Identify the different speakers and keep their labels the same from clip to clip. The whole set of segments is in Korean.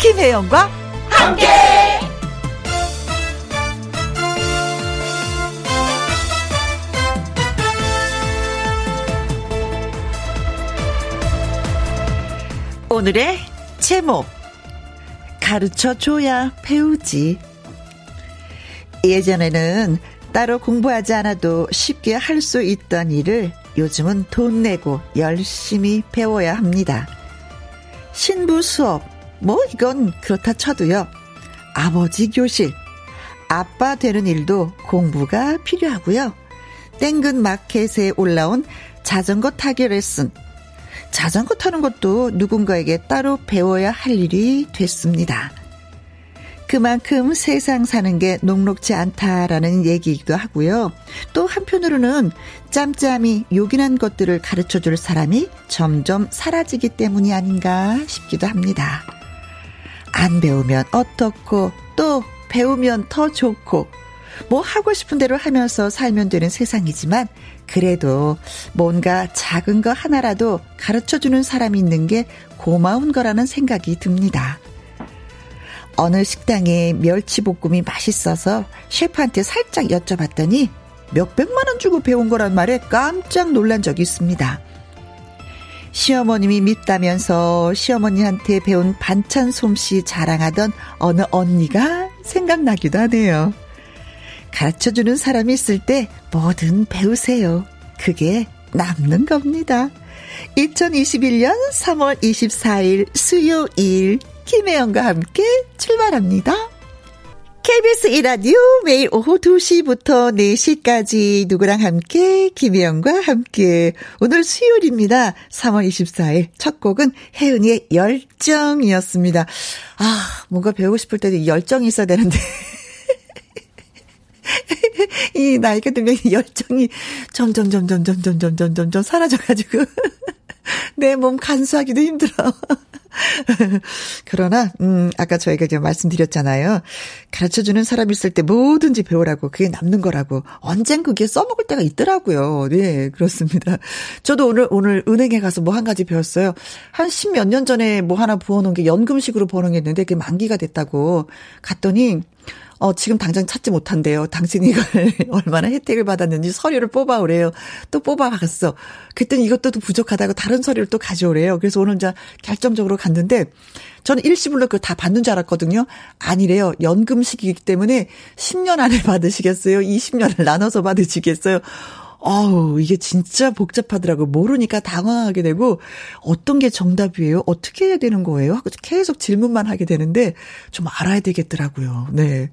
Speaker 1: 김혜영과
Speaker 2: 함께
Speaker 1: 오늘의 제목 가르쳐줘야 배우지 예전에는 따로 공부하지 않아도 쉽게 할 수 있던 일을 요즘은 돈 내고 열심히 배워야 합니다 신부 수업 뭐 이건 그렇다 쳐도요 아버지 교실 아빠 되는 일도 공부가 필요하고요 땡근 마켓에 올라온 자전거 타기 레슨 자전거 타는 것도 누군가에게 따로 배워야 할 일이 됐습니다. 그만큼 세상 사는 게 녹록지 않다라는 얘기이기도 하고요. 또 한편으로는 짬짬이 요긴한 것들을 가르쳐 줄 사람이 점점 사라지기 때문이 아닌가 싶기도 합니다. 안 배우면 어떻고 또 배우면 더 좋고 뭐 하고 싶은 대로 하면서 살면 되는 세상이지만 그래도 뭔가 작은 거 하나라도 가르쳐 주는 사람이 있는 게 고마운 거라는 생각이 듭니다. 어느 식당에 멸치볶음이 맛있어서 셰프한테 살짝 여쭤봤더니 몇백만 원 주고 배운 거란 말에 깜짝 놀란 적이 있습니다. 시어머님이 밉다면서 시어머니한테 배운 반찬 솜씨 자랑하던 어느 언니가 생각나기도 하네요. 가르쳐주는 사람이 있을 때 뭐든 배우세요. 그게 남는 겁니다. 2021년 3월 24일 수요일 김혜영과 함께 출발합니다. KBS 이라디오 매일 오후 2시부터 4시까지 누구랑 함께 김혜영과 함께 오늘 수요일입니다. 3월 24일 첫 곡은 혜은이의 열정이었습니다. 아 뭔가 배우고 싶을 때도 이 열정이 있어야 되는데 이 나이가 들면 이 열정이 점점, 점점, 점점, 점점, 점점, 점 사라져가지고. 내 몸 간수하기도 힘들어. 그러나, 음, 아까 저희가 이제 말씀드렸잖아요. 가르쳐주는 사람 있을 때 뭐든지 배우라고, 그게 남는 거라고. 언젠 그게 써먹을 때가 있더라고요. 네, 그렇습니다. 저도 오늘, 오늘 은행에 가서 뭐 한 가지 배웠어요. 한 십 몇 년 전에 뭐 하나 부어놓은 게 연금식으로 버는 게 있는데 그게 만기가 됐다고 갔더니, 어, 지금 당장 찾지 못한대요. 당신이 이걸 얼마나 혜택을 받았는지 서류를 뽑아오래요. 또 뽑아봤어. 그랬더니 이것도 또 부족하다고 다른 서류를 또 가져오래요. 그래서 오늘 이제 결정적으로 갔는데 저는 일시불로 그거 다 받는 줄 알았거든요. 아니래요. 연금식이기 때문에 10년 안에 받으시겠어요? 20년을 나눠서 받으시겠어요? 어우, 이게 진짜 복잡하더라고요. 모르니까 당황하게 되고, 어떤 게 정답이에요? 어떻게 해야 되는 거예요? 하고 계속 질문만 하게 되는데, 좀 알아야 되겠더라고요. 네.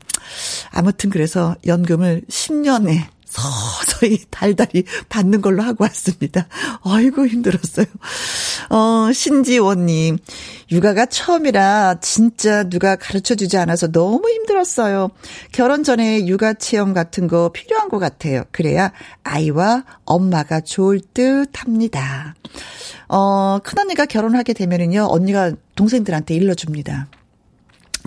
Speaker 1: 아무튼 그래서 연금을 10년에 서서히 달달이 받는 걸로 하고 왔습니다. 아이고, 힘들었어요. 어, 신지원님. 육아가 처음이라 진짜 누가 가르쳐 주지 않아서 너무 힘들었어요. 결혼 전에 육아 체험 같은 거 필요한 것 같아요. 그래야 아이와 엄마가 좋을 듯 합니다. 어, 큰언니가 결혼하게 되면은요, 언니가 동생들한테 일러줍니다.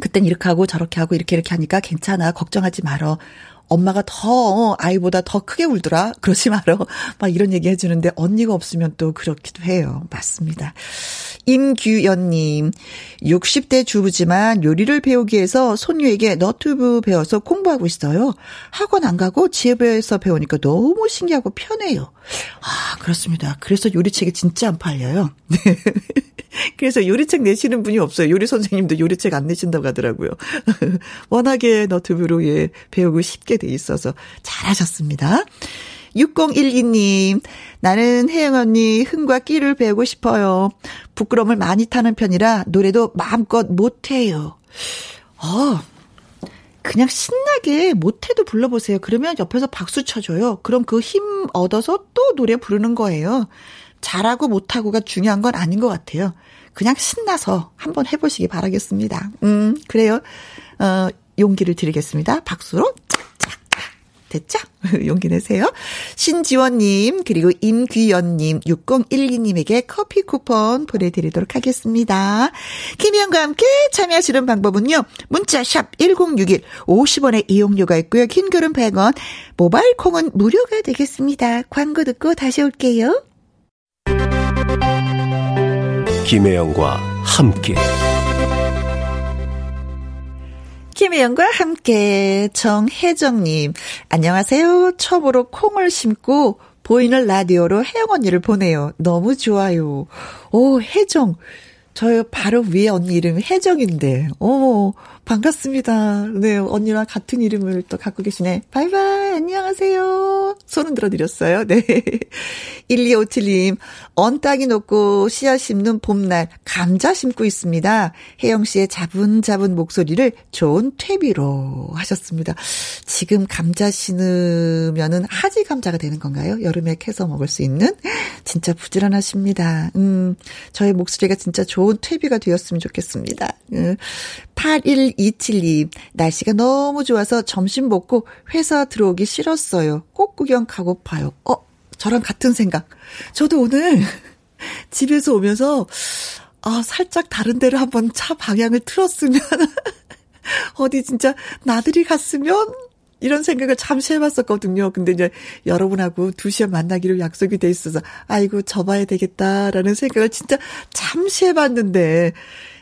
Speaker 1: 그땐 이렇게 하고 저렇게 하고 이렇게 이렇게 하니까 괜찮아. 걱정하지 말어. 엄마가 더 어, 아이보다 더 크게 울더라. 그러지 말어. 막 이런 얘기 해주는데 언니가 없으면 또 그렇기도 해요. 맞습니다. 임규연님, 60대 주부지만 요리를 배우기 위해서 손녀에게 너튜브 배워서 공부하고 있어요. 학원 안 가고 집에서 배우니까 너무 신기하고 편해요. 아, 그렇습니다. 그래서 요리책이 진짜 안 팔려요. 네. 그래서 요리책 내시는 분이 없어요. 요리 선생님도 요리책 안 내신다고 하더라고요. 워낙에 너튜브로 예, 배우고 쉽게 돼 있어서 잘하셨습니다. 6012님, 나는 혜영 언니 흥과 끼를 배우고 싶어요. 부끄러움을 많이 타는 편이라 노래도 마음껏 못해요. 어, 그냥 신나게 못해도 불러보세요. 그러면 옆에서 박수 쳐줘요. 그럼 그 힘 얻어서 또 노래 부르는 거예요. 잘하고 못하고가 중요한 건 아닌 것 같아요. 그냥 신나서 한번 해보시기 바라겠습니다. 음, 그래요. 어, 용기를 드리겠습니다. 박수로 됐죠? 용기 내세요. 신지원님, 그리고 임귀연님, 6012님에게 커피 쿠폰 보내드리도록 하겠습니다. 김희영과 함께 참여하시는 방법은요. 문자샵 1061, 50원의 이용료가 있고요. 긴 글은 100원, 모바일 콩은 무료가 되겠습니다. 광고 듣고 다시 올게요.
Speaker 3: 김혜영과 함께
Speaker 1: 김혜영과 함께 정혜정님 안녕하세요. 처음으로 콩을 심고 보이는 라디오로 혜영 언니를 보내요. 너무 좋아요. 오 혜정 저요 바로 위에 언니 이름이 혜정인데 오 반갑습니다. 네 언니랑 같은 이름을 또 갖고 계시네. 바이바이 안녕하세요. 손은 들어드렸어요. 네 1257님 언땅이 녹고 씨앗 심는 봄날 감자 심고 있습니다. 혜영 씨의 자분자분 목소리를 좋은 퇴비로 하셨습니다. 지금 감자 심으면은 하지 감자가 되는 건가요? 여름에 캐서 먹을 수 있는 진짜 부지런하십니다. 음 저의 목소리가 진짜 좋 좋은 퇴비가 되었으면 좋겠습니다. 81272. 날씨가 너무 좋아서 점심 먹고 회사 들어오기 싫었어요. 꽃 구경 가고파요. 어, 저랑 같은 생각. 저도 오늘 집에서 오면서, 아, 살짝 다른 데로 한번 차 방향을 틀었으면, 어디 진짜 나들이 갔으면, 이런 생각을 잠시 해봤었거든요. 근데 이제 여러분하고 2시에 만나기로 약속이 돼 있어서, 아이고, 접어야 되겠다라는 생각을 진짜 잠시 해봤는데,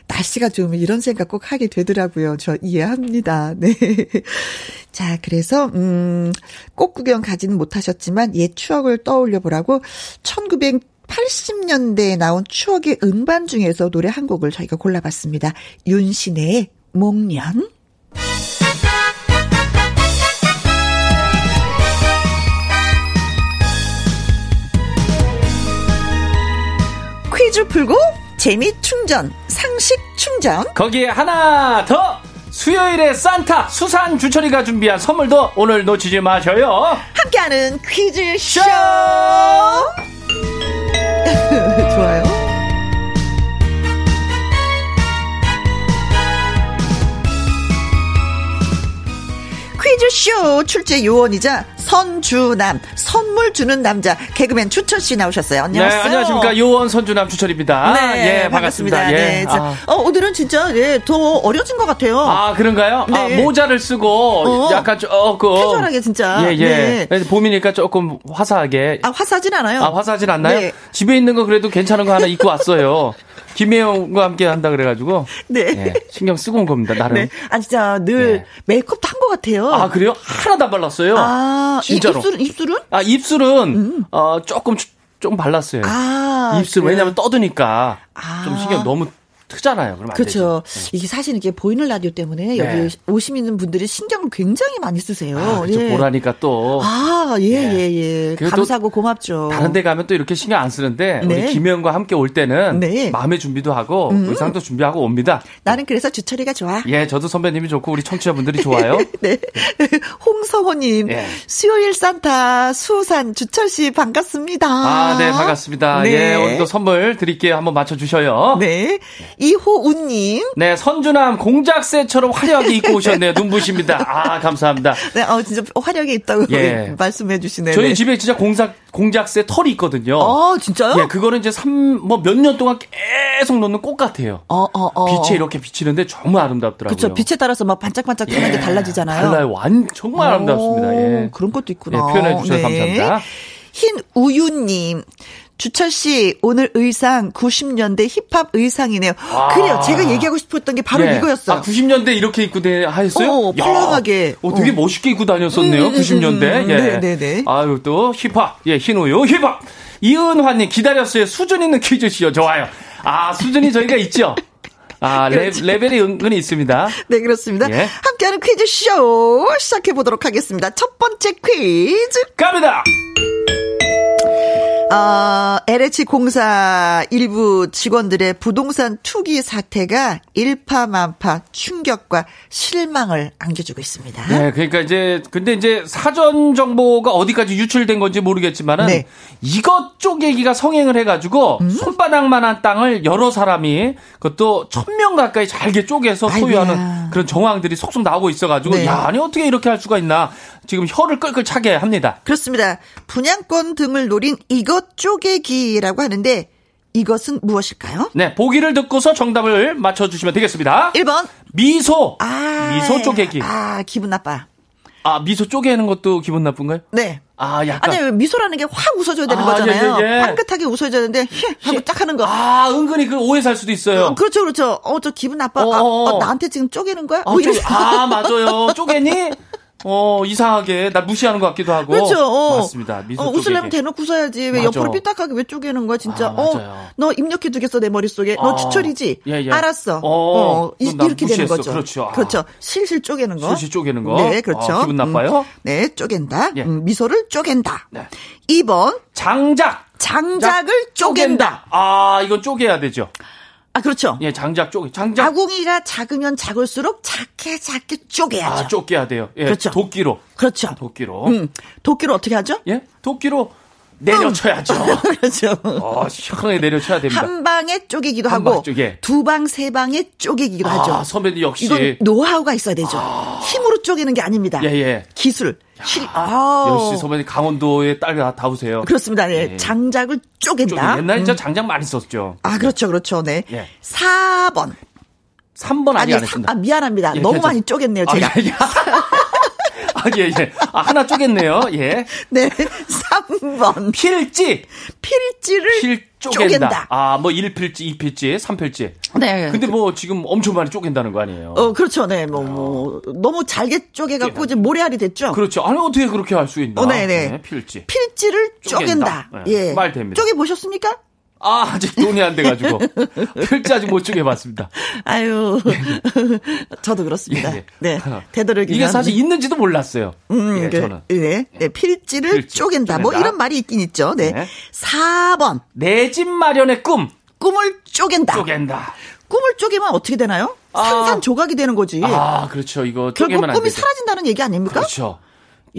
Speaker 1: 날씨가 좋으면 이런 생각 꼭 하게 되더라고요. 저 이해합니다. 네. 자, 그래서, 음, 꽃 구경 가지는 못하셨지만, 옛 추억을 떠올려 보라고, 1900, 80년대에 나온 추억의 음반 중에서 노래 한 곡을 저희가 골라봤습니다. 윤신의 목련. 퀴즈 풀고 재미 충전, 상식 충전.
Speaker 2: 거기에 하나 더! 수요일에 산타 수산 주철이가 준비한 선물도 오늘 놓치지 마셔요. 네,
Speaker 1: 함께하는 퀴즈쇼. 네, 좋아요. 퀴즈쇼 출제 요원이자 선주남 선물 주는 남자 개그맨 주철 씨 나오셨어요. 안녕하세요.
Speaker 2: 네, 안녕하십니까 요원 선주남 주철입니다.
Speaker 1: 네,
Speaker 2: 예, 반갑습니다.
Speaker 1: 반갑습니다. 네,
Speaker 2: 예.
Speaker 1: 자,
Speaker 2: 아.
Speaker 1: 어, 오늘은 진짜 예, 더 어려진 것 같아요.
Speaker 2: 아 그런가요?
Speaker 1: 네.
Speaker 2: 아 모자를 쓰고
Speaker 1: 어.
Speaker 2: 약간 조금
Speaker 1: 캐주얼하게 진짜.
Speaker 2: 예, 예.
Speaker 1: 네.
Speaker 2: 봄이니까 조금 화사하게.
Speaker 1: 아, 화사하진 않아요.
Speaker 2: 아, 화사하진 않나요?
Speaker 1: 네.
Speaker 2: 집에 있는 거 그래도 괜찮은 거 하나 입고 왔어요. 김혜영과 함께 한다 그래가지고.
Speaker 1: 네.
Speaker 2: 예, 신경 쓰고 온 겁니다, 나름.
Speaker 1: 네. 아 진짜 늘
Speaker 2: 네.
Speaker 1: 메이크업도 한 것 같아요.
Speaker 2: 아, 그래요? 하나도 안 발랐어요.
Speaker 1: 아, 이-
Speaker 2: 진짜로.
Speaker 1: 입술은 입술은?
Speaker 2: 아, 입술은, 어, 조금, 조금 발랐어요.
Speaker 1: 음. 아,
Speaker 2: 입술,
Speaker 1: 그래요?
Speaker 2: 왜냐면 떠드니까.
Speaker 1: 아.
Speaker 2: 좀 신경 너무 트잖아요. 그럼 안
Speaker 1: 그렇죠. 이게 사실 이게 보이는 라디오 때문에
Speaker 2: 예. 네.
Speaker 1: 여기 오심 있는 분들이 신경을 굉장히 많이 쓰세요.
Speaker 2: 되죠. 아, 그렇죠.
Speaker 1: 예.
Speaker 2: 보라니까 또.
Speaker 1: 아, 예, 예,
Speaker 2: 네.
Speaker 1: 예.
Speaker 2: 그리고 또
Speaker 1: 감사하고 고맙죠.
Speaker 2: 다른 데 가면 또 이렇게 신경 안 쓰는데
Speaker 1: 네.
Speaker 2: 우리 김혜영과 함께 올 때는
Speaker 1: 네.
Speaker 2: 마음의 준비도 하고 의상도 준비하고 옵니다.
Speaker 1: 나는 그래서 주철이가 좋아.
Speaker 2: 예, 저도 선배님이 좋고 우리 청취자분들이 좋아요.
Speaker 1: 네. 홍성호님,
Speaker 2: 예.
Speaker 1: 수요일 산타 수산 주철씨 반갑습니다.
Speaker 2: 아, 네, 반갑습니다.
Speaker 1: 네.
Speaker 2: 예, 오늘도 선물 드릴게요. 한번 맞춰주셔요. 네.
Speaker 1: 네. 이호운님,
Speaker 2: 선주남 공작새처럼 화려하게 입고 오셨네요. 눈부십니다. 아, 감사합니다.
Speaker 1: 네, 어, 진짜 화려하게 있다고
Speaker 2: 예.
Speaker 1: 말씀해 주시네요.
Speaker 2: 저희
Speaker 1: 네.
Speaker 2: 집에 진짜 공작, 공작새 털이 있거든요.
Speaker 1: 어, 진짜요?
Speaker 2: 예, 그거는 이제 삼 뭐 몇 년 동안 계속 놓는 꽃 같아요.
Speaker 1: 어, 어, 어.
Speaker 2: 빛에 이렇게 비치는데 정말 아름답더라고요.
Speaker 1: 그쵸. 빛에 따라서 막 반짝반짝 하는 게 달라지잖아요.
Speaker 2: 예, 달라요. 완, 정말 아름답습니다. 예.
Speaker 1: 오, 그런 것도 있구나. 네.
Speaker 2: 예, 표현해 주셔서 감사합니다.
Speaker 1: 흰 우유님. 주철 씨 오늘 의상 90년대 힙합 의상이네요. 그래요. 제가 얘기하고 싶었던 게 바로
Speaker 2: 예.
Speaker 1: 이거였어요.
Speaker 2: 아, 90년대 이렇게 입고 다- 하였어요?
Speaker 1: 어,
Speaker 2: 야.
Speaker 1: 펄렁하게.
Speaker 2: 어, 되게 멋있게 입고 다녔었네요,
Speaker 1: 음, 음,
Speaker 2: 90년대.
Speaker 1: 음, 음.
Speaker 2: 예.
Speaker 1: 네, 네, 네.
Speaker 2: 아유, 또 힙합. 예, 흰우유 힙합. 이은화님, 기다렸어요. 수준 있는 퀴즈시요. 좋아요. 아, 수준이 저희가 있죠? 아, 레,
Speaker 1: 그렇죠.
Speaker 2: 레벨이 은근히 있습니다.
Speaker 1: 네, 그렇습니다.
Speaker 2: 예.
Speaker 1: 함께하는 퀴즈쇼 시작해 보도록 하겠습니다. 첫 번째 퀴즈.
Speaker 2: 갑니다!
Speaker 1: 어, LH 공사 일부 직원들의 부동산 투기 사태가 일파만파 충격과 실망을 안겨주고 있습니다.
Speaker 2: 네, 그러니까 이제 근데 이제 사전 정보가 어디까지 유출된 건지 모르겠지만은
Speaker 1: 네. 음?
Speaker 2: 이것 쪼개기가 성행을 해가지고 손바닥만한 땅을 여러 사람이 그것도 천 명 가까이 잘게 쪼개서 소유하는
Speaker 1: 아이고야.
Speaker 2: 그런 정황들이 속속 나오고 있어가지고
Speaker 1: 네.
Speaker 2: 야, 아니 어떻게 이렇게 할 수가 있나 지금 혀를 끌끌 차게 합니다.
Speaker 1: 그렇습니다. 분양권 등을 노린 이것 쪼개기라고 하는데 이것은 무엇일까요?
Speaker 2: 네, 보기를 듣고서 정답을 맞춰주시면 되겠습니다.
Speaker 1: 1번.
Speaker 2: 미소,
Speaker 1: 아.
Speaker 2: 미소 쪼개기.
Speaker 1: 아, 기분 나빠.
Speaker 2: 아, 미소 쪼개는 것도 기분 나쁜가요?
Speaker 1: 네.
Speaker 2: 아, 약간.
Speaker 1: 아니 미소라는 게 확 웃어줘야 되는
Speaker 2: 아,
Speaker 1: 거잖아요.
Speaker 2: 예, 예, 예.
Speaker 1: 향긋하게 웃어줘야 되는데 히 하고 딱 하는 거.
Speaker 2: 아, 은근히 그 오해 살 수도 있어요.
Speaker 1: 어, 그렇죠, 그렇죠. 어, 저 기분 나빠. 아,
Speaker 2: 어어.
Speaker 1: 어, 나한테 지금 쪼개는 거야?
Speaker 2: 아,
Speaker 1: 뭐
Speaker 2: 쪼-
Speaker 1: 이래서.
Speaker 2: 아, 맞아요. 쪼개니? 어, 이상하게. 날 무시하는 것 같기도 하고.
Speaker 1: 그렇죠. 어.
Speaker 2: 맞습니다. 미소
Speaker 1: 어,
Speaker 2: 쪼개기.
Speaker 1: 웃으려면 대놓고 웃어야지. 왜
Speaker 2: 맞아.
Speaker 1: 옆으로 삐딱하게 왜 쪼개는 거야, 진짜.
Speaker 2: 아, 맞아요.
Speaker 1: 어, 너 입력해 두겠어, 내 머릿속에.
Speaker 2: 아.
Speaker 1: 너 주철이지?
Speaker 2: 예, 예.
Speaker 1: 알았어.
Speaker 2: 어,
Speaker 1: 이,
Speaker 2: 넌나
Speaker 1: 렇게 되는
Speaker 2: 무시했어.
Speaker 1: 거죠.
Speaker 2: 그렇죠. 아.
Speaker 1: 그렇죠. 실실 쪼개는 거.
Speaker 2: 실실 쪼개는 거.
Speaker 1: 네, 그렇죠.
Speaker 2: 어, 기분 나빠요?
Speaker 1: 음, 네, 쪼갠다.
Speaker 2: 예.
Speaker 1: 음, 미소를 쪼갠다.
Speaker 2: 네.
Speaker 1: 2번,
Speaker 2: 장작!
Speaker 1: 장작을 쪼갠다.
Speaker 2: 아, 이건 쪼개야 되죠.
Speaker 1: 아, 그렇죠.
Speaker 2: 예, 장작 쪼개. 장작.
Speaker 1: 아궁이가 작으면 작을수록 작게 작게 쪼개야죠.
Speaker 2: 아, 쪼개야 돼요. 예,
Speaker 1: 그렇죠.
Speaker 2: 도끼로. 아,
Speaker 1: 그렇죠.
Speaker 2: 도끼로.
Speaker 1: 음, 도끼로 어떻게 하죠?
Speaker 2: 예? 도끼로 내려쳐야죠.
Speaker 1: 그렇죠.
Speaker 2: 어, 시원하게 내려쳐야 됩니다.
Speaker 1: 한 방에 쪼개기도
Speaker 2: 한
Speaker 1: 하고
Speaker 2: 방 쪼개.
Speaker 1: 두 방 세 방에 쪼개기도
Speaker 2: 아,
Speaker 1: 하죠.
Speaker 2: 선배님 역시.
Speaker 1: 이건 노하우가 있어야 되죠. 힘으로 쪼개는 게 아닙니다.
Speaker 2: 예, 예.
Speaker 1: 기술, 실, 아,
Speaker 2: 역시 선배님 강원도에 딸 다우세요.
Speaker 1: 그렇습니다. 네.
Speaker 2: 예.
Speaker 1: 장작을 쪼갠다.
Speaker 2: 옛날에
Speaker 1: 음.
Speaker 2: 진짜 장작 많이 썼죠.
Speaker 1: 아, 그렇죠, 그렇죠. 네.
Speaker 2: 예.
Speaker 1: 4번.
Speaker 2: 3번 아니
Speaker 1: 아니,
Speaker 2: 안
Speaker 1: 사-
Speaker 2: 했습니다.
Speaker 1: 아, 미안합니다.
Speaker 2: 예,
Speaker 1: 너무
Speaker 2: 괜찮-
Speaker 1: 많이 쪼갰네요, 제가.
Speaker 2: 아, 예, 예. 아, 예, 예. 아, 하나 쪼갰네요. 예.
Speaker 1: 네. 3번.
Speaker 2: 필지.
Speaker 1: 필지를
Speaker 2: 필 쪼갠다.
Speaker 1: 쪼갠다.
Speaker 2: 아, 뭐 1필지, 2필지, 3필지.
Speaker 1: 네.
Speaker 2: 근데 뭐 지금 엄청 많이 쪼갠다는 거 아니에요.
Speaker 1: 어, 그렇죠. 네. 뭐, 뭐, 너무 잘게 쪼개갖고 이제 모래알이 됐죠?
Speaker 2: 그렇죠. 아니 어떻게 그렇게 할 수 있나?
Speaker 1: 어, 네네.
Speaker 2: 필지.
Speaker 1: 필지를
Speaker 2: 쪼갠다.
Speaker 1: 쪼갠다.
Speaker 2: 예,
Speaker 1: 예.
Speaker 2: 말 됩니다.
Speaker 1: 쪼개 보셨습니까?
Speaker 2: 아, 아직 돈이 안 돼가지고. 필지 아직 못 쪼개봤습니다.
Speaker 1: 아유. 저도 그렇습니다.
Speaker 2: 예, 예.
Speaker 1: 네. 되도록이면
Speaker 2: 이게 사실 있는지도 몰랐어요. 예,
Speaker 1: 그,
Speaker 2: 저는.
Speaker 1: 네. 네, 필지를
Speaker 2: 필지,
Speaker 1: 쪼갠다. 뭐
Speaker 2: 쪼갠다.
Speaker 1: 이런 말이 있긴 있죠. 네.
Speaker 2: 네.
Speaker 1: 4번.
Speaker 2: 내 집 마련의 꿈.
Speaker 1: 꿈을 쪼갠다.
Speaker 2: 쪼갠다.
Speaker 1: 꿈을 쪼개면 어떻게 되나요?
Speaker 2: 아.
Speaker 1: 산산 조각이 되는 거지.
Speaker 2: 아, 그렇죠. 이거
Speaker 1: 예. 결국
Speaker 2: 쪼개면 안
Speaker 1: 꿈이
Speaker 2: 되죠.
Speaker 1: 사라진다는 얘기 아닙니까?
Speaker 2: 그렇죠.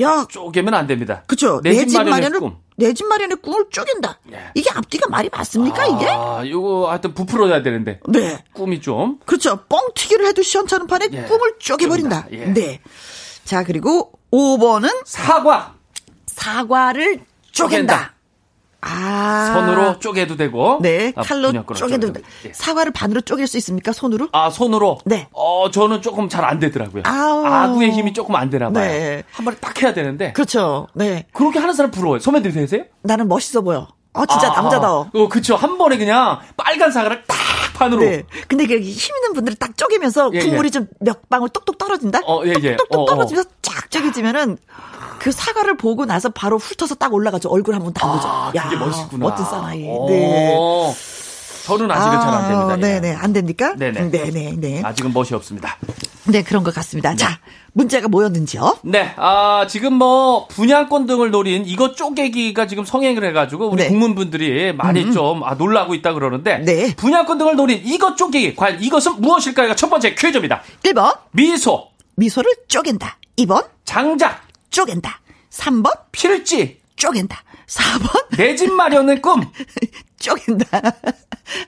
Speaker 1: 야,
Speaker 2: 쪼개면 안 됩니다.
Speaker 1: 그쵸.
Speaker 2: 내 집
Speaker 1: 그렇죠. 내집
Speaker 2: 마련의
Speaker 1: 마련을,
Speaker 2: 꿈.
Speaker 1: 내 집 마련의 꿈을 쪼갠다.
Speaker 2: 예.
Speaker 1: 이게 앞뒤가 말이 맞습니까, 이게?
Speaker 2: 아, 이거 하여튼 부풀어야 되는데.
Speaker 1: 네.
Speaker 2: 꿈이 좀.
Speaker 1: 그렇죠. 뻥튀기를 해도 시원찮은 판에
Speaker 2: 예.
Speaker 1: 꿈을 쪼개버린다.
Speaker 2: 쪼갠다. 예.
Speaker 1: 네. 자, 그리고 5번은
Speaker 2: 사과.
Speaker 1: 사과를 쪼갠다.
Speaker 2: 쪼갠다.
Speaker 1: 아.
Speaker 2: 손으로 쪼개도 되고.
Speaker 1: 네,
Speaker 2: 아,
Speaker 1: 칼로
Speaker 2: 그냥 그런
Speaker 1: 쪼개도.
Speaker 2: 쪼개도 돼. 예.
Speaker 1: 사과를 반으로 쪼갤 수 있습니까, 손으로?
Speaker 2: 아, 손으로?
Speaker 1: 네.
Speaker 2: 어, 저는 조금 잘 안 되더라고요.
Speaker 1: 아우.
Speaker 2: 아구의 힘이 조금 안 되나 봐요.
Speaker 1: 네.
Speaker 2: 한 번에 딱 해야 되는데.
Speaker 1: 그렇죠. 네.
Speaker 2: 그... 렇게 하는 사람 부러워요. 선배님 되세요?
Speaker 1: 나는 멋있어 보여. 어, 진짜
Speaker 2: 아,
Speaker 1: 남자다워.
Speaker 2: 어, 그쵸. 한 번에 그냥 빨간 사과를 딱 판으로.
Speaker 1: 네. 근데 그힘 있는 분들을 딱 쪼개면서
Speaker 2: 어. 예,
Speaker 1: 국물이
Speaker 2: 예.
Speaker 1: 좀 몇 방울 똑똑 떨어진다?
Speaker 2: 어, 예, 예.
Speaker 1: 똑똑
Speaker 2: 어, 어.
Speaker 1: 떨어지면서 쫙 쪼개지면은 그 사과를 보고 나서 바로 훑어서 딱 올라가죠. 얼굴 한번 담그죠.
Speaker 2: 아, 그게 멋있구나.
Speaker 1: 멋진 사나이.
Speaker 2: 어,
Speaker 1: 네.
Speaker 2: 저는 아직은 잘 안 됩니다. 예.
Speaker 1: 네네. 안 됩니까?
Speaker 2: 네네.
Speaker 1: 네네. 네.
Speaker 2: 아직은 멋이 없습니다.
Speaker 1: 네, 그런 것 같습니다. 자, 문제가 뭐였는지요?
Speaker 2: 네, 아, 지금 뭐, 분양권 등을 노린 이거 쪼개기가 지금 성행을 해가지고, 우리
Speaker 1: 네. 음.
Speaker 2: 국민분들이 많이 좀, 아, 놀라고 있다 그러는데,
Speaker 1: 네.
Speaker 2: 분양권 등을 노린 이거 쪼개기, 과연 이것은 무엇일까요가 첫 번째 퀴즈입니다.
Speaker 1: 1번,
Speaker 2: 미소,
Speaker 1: 미소를 쪼갠다. 2번,
Speaker 2: 장작,
Speaker 1: 쪼갠다. 3번,
Speaker 2: 필지,
Speaker 1: 쪼갠다. 4번,
Speaker 2: 내 집 마련의 꿈.
Speaker 1: 쪼갠다.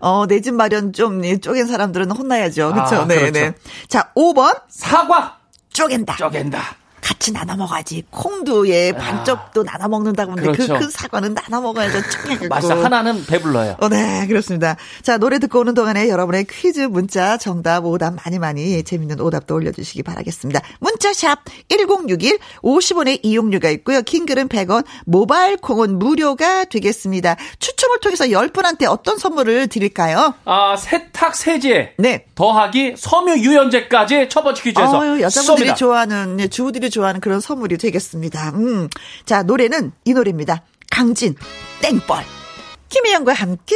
Speaker 1: 어, 내 집 마련 좀 예, 쪼갠 사람들은 혼나야죠. 그렇죠?
Speaker 2: 아,
Speaker 1: 네,
Speaker 2: 그렇죠.
Speaker 1: 네. 자, 5번
Speaker 2: 사과,
Speaker 1: 쪼갠다.
Speaker 2: 쪼갠다. 아.
Speaker 1: 같이 나눠 먹어야지. 콩도 예, 반쪽도 나눠 먹는다고 하는데 그
Speaker 2: 그렇죠.
Speaker 1: 큰 사과는 나눠 먹어야죠. 그. 쪼개고.
Speaker 2: 맞아, 하나는 배불러요.
Speaker 1: 어, 네, 그렇습니다. 자, 노래 듣고 오는 동안에 여러분의 퀴즈, 문자, 정답, 오답 많이 많이 재밌는 오답도 올려주시기 바라겠습니다. 문자샵 1061, 50원의 이용료가 있고요. 킹글은 100원, 모바일 콩은 무료가 되겠습니다. 추첨을 통해서 10분한테 어떤 선물을 드릴까요?
Speaker 2: 아, 세탁 세제.
Speaker 1: 네.
Speaker 2: 더하기 섬유 유연제까지 첫 번째 퀴즈에서
Speaker 1: 어유 여자분들이
Speaker 2: 쏩니다.
Speaker 1: 좋아하는, 예, 주부들이 좋아하는 그런 선물이 되겠습니다. 음. 자, 노래는 이 노래입니다. 강진, 땡벌. 김혜영과 함께,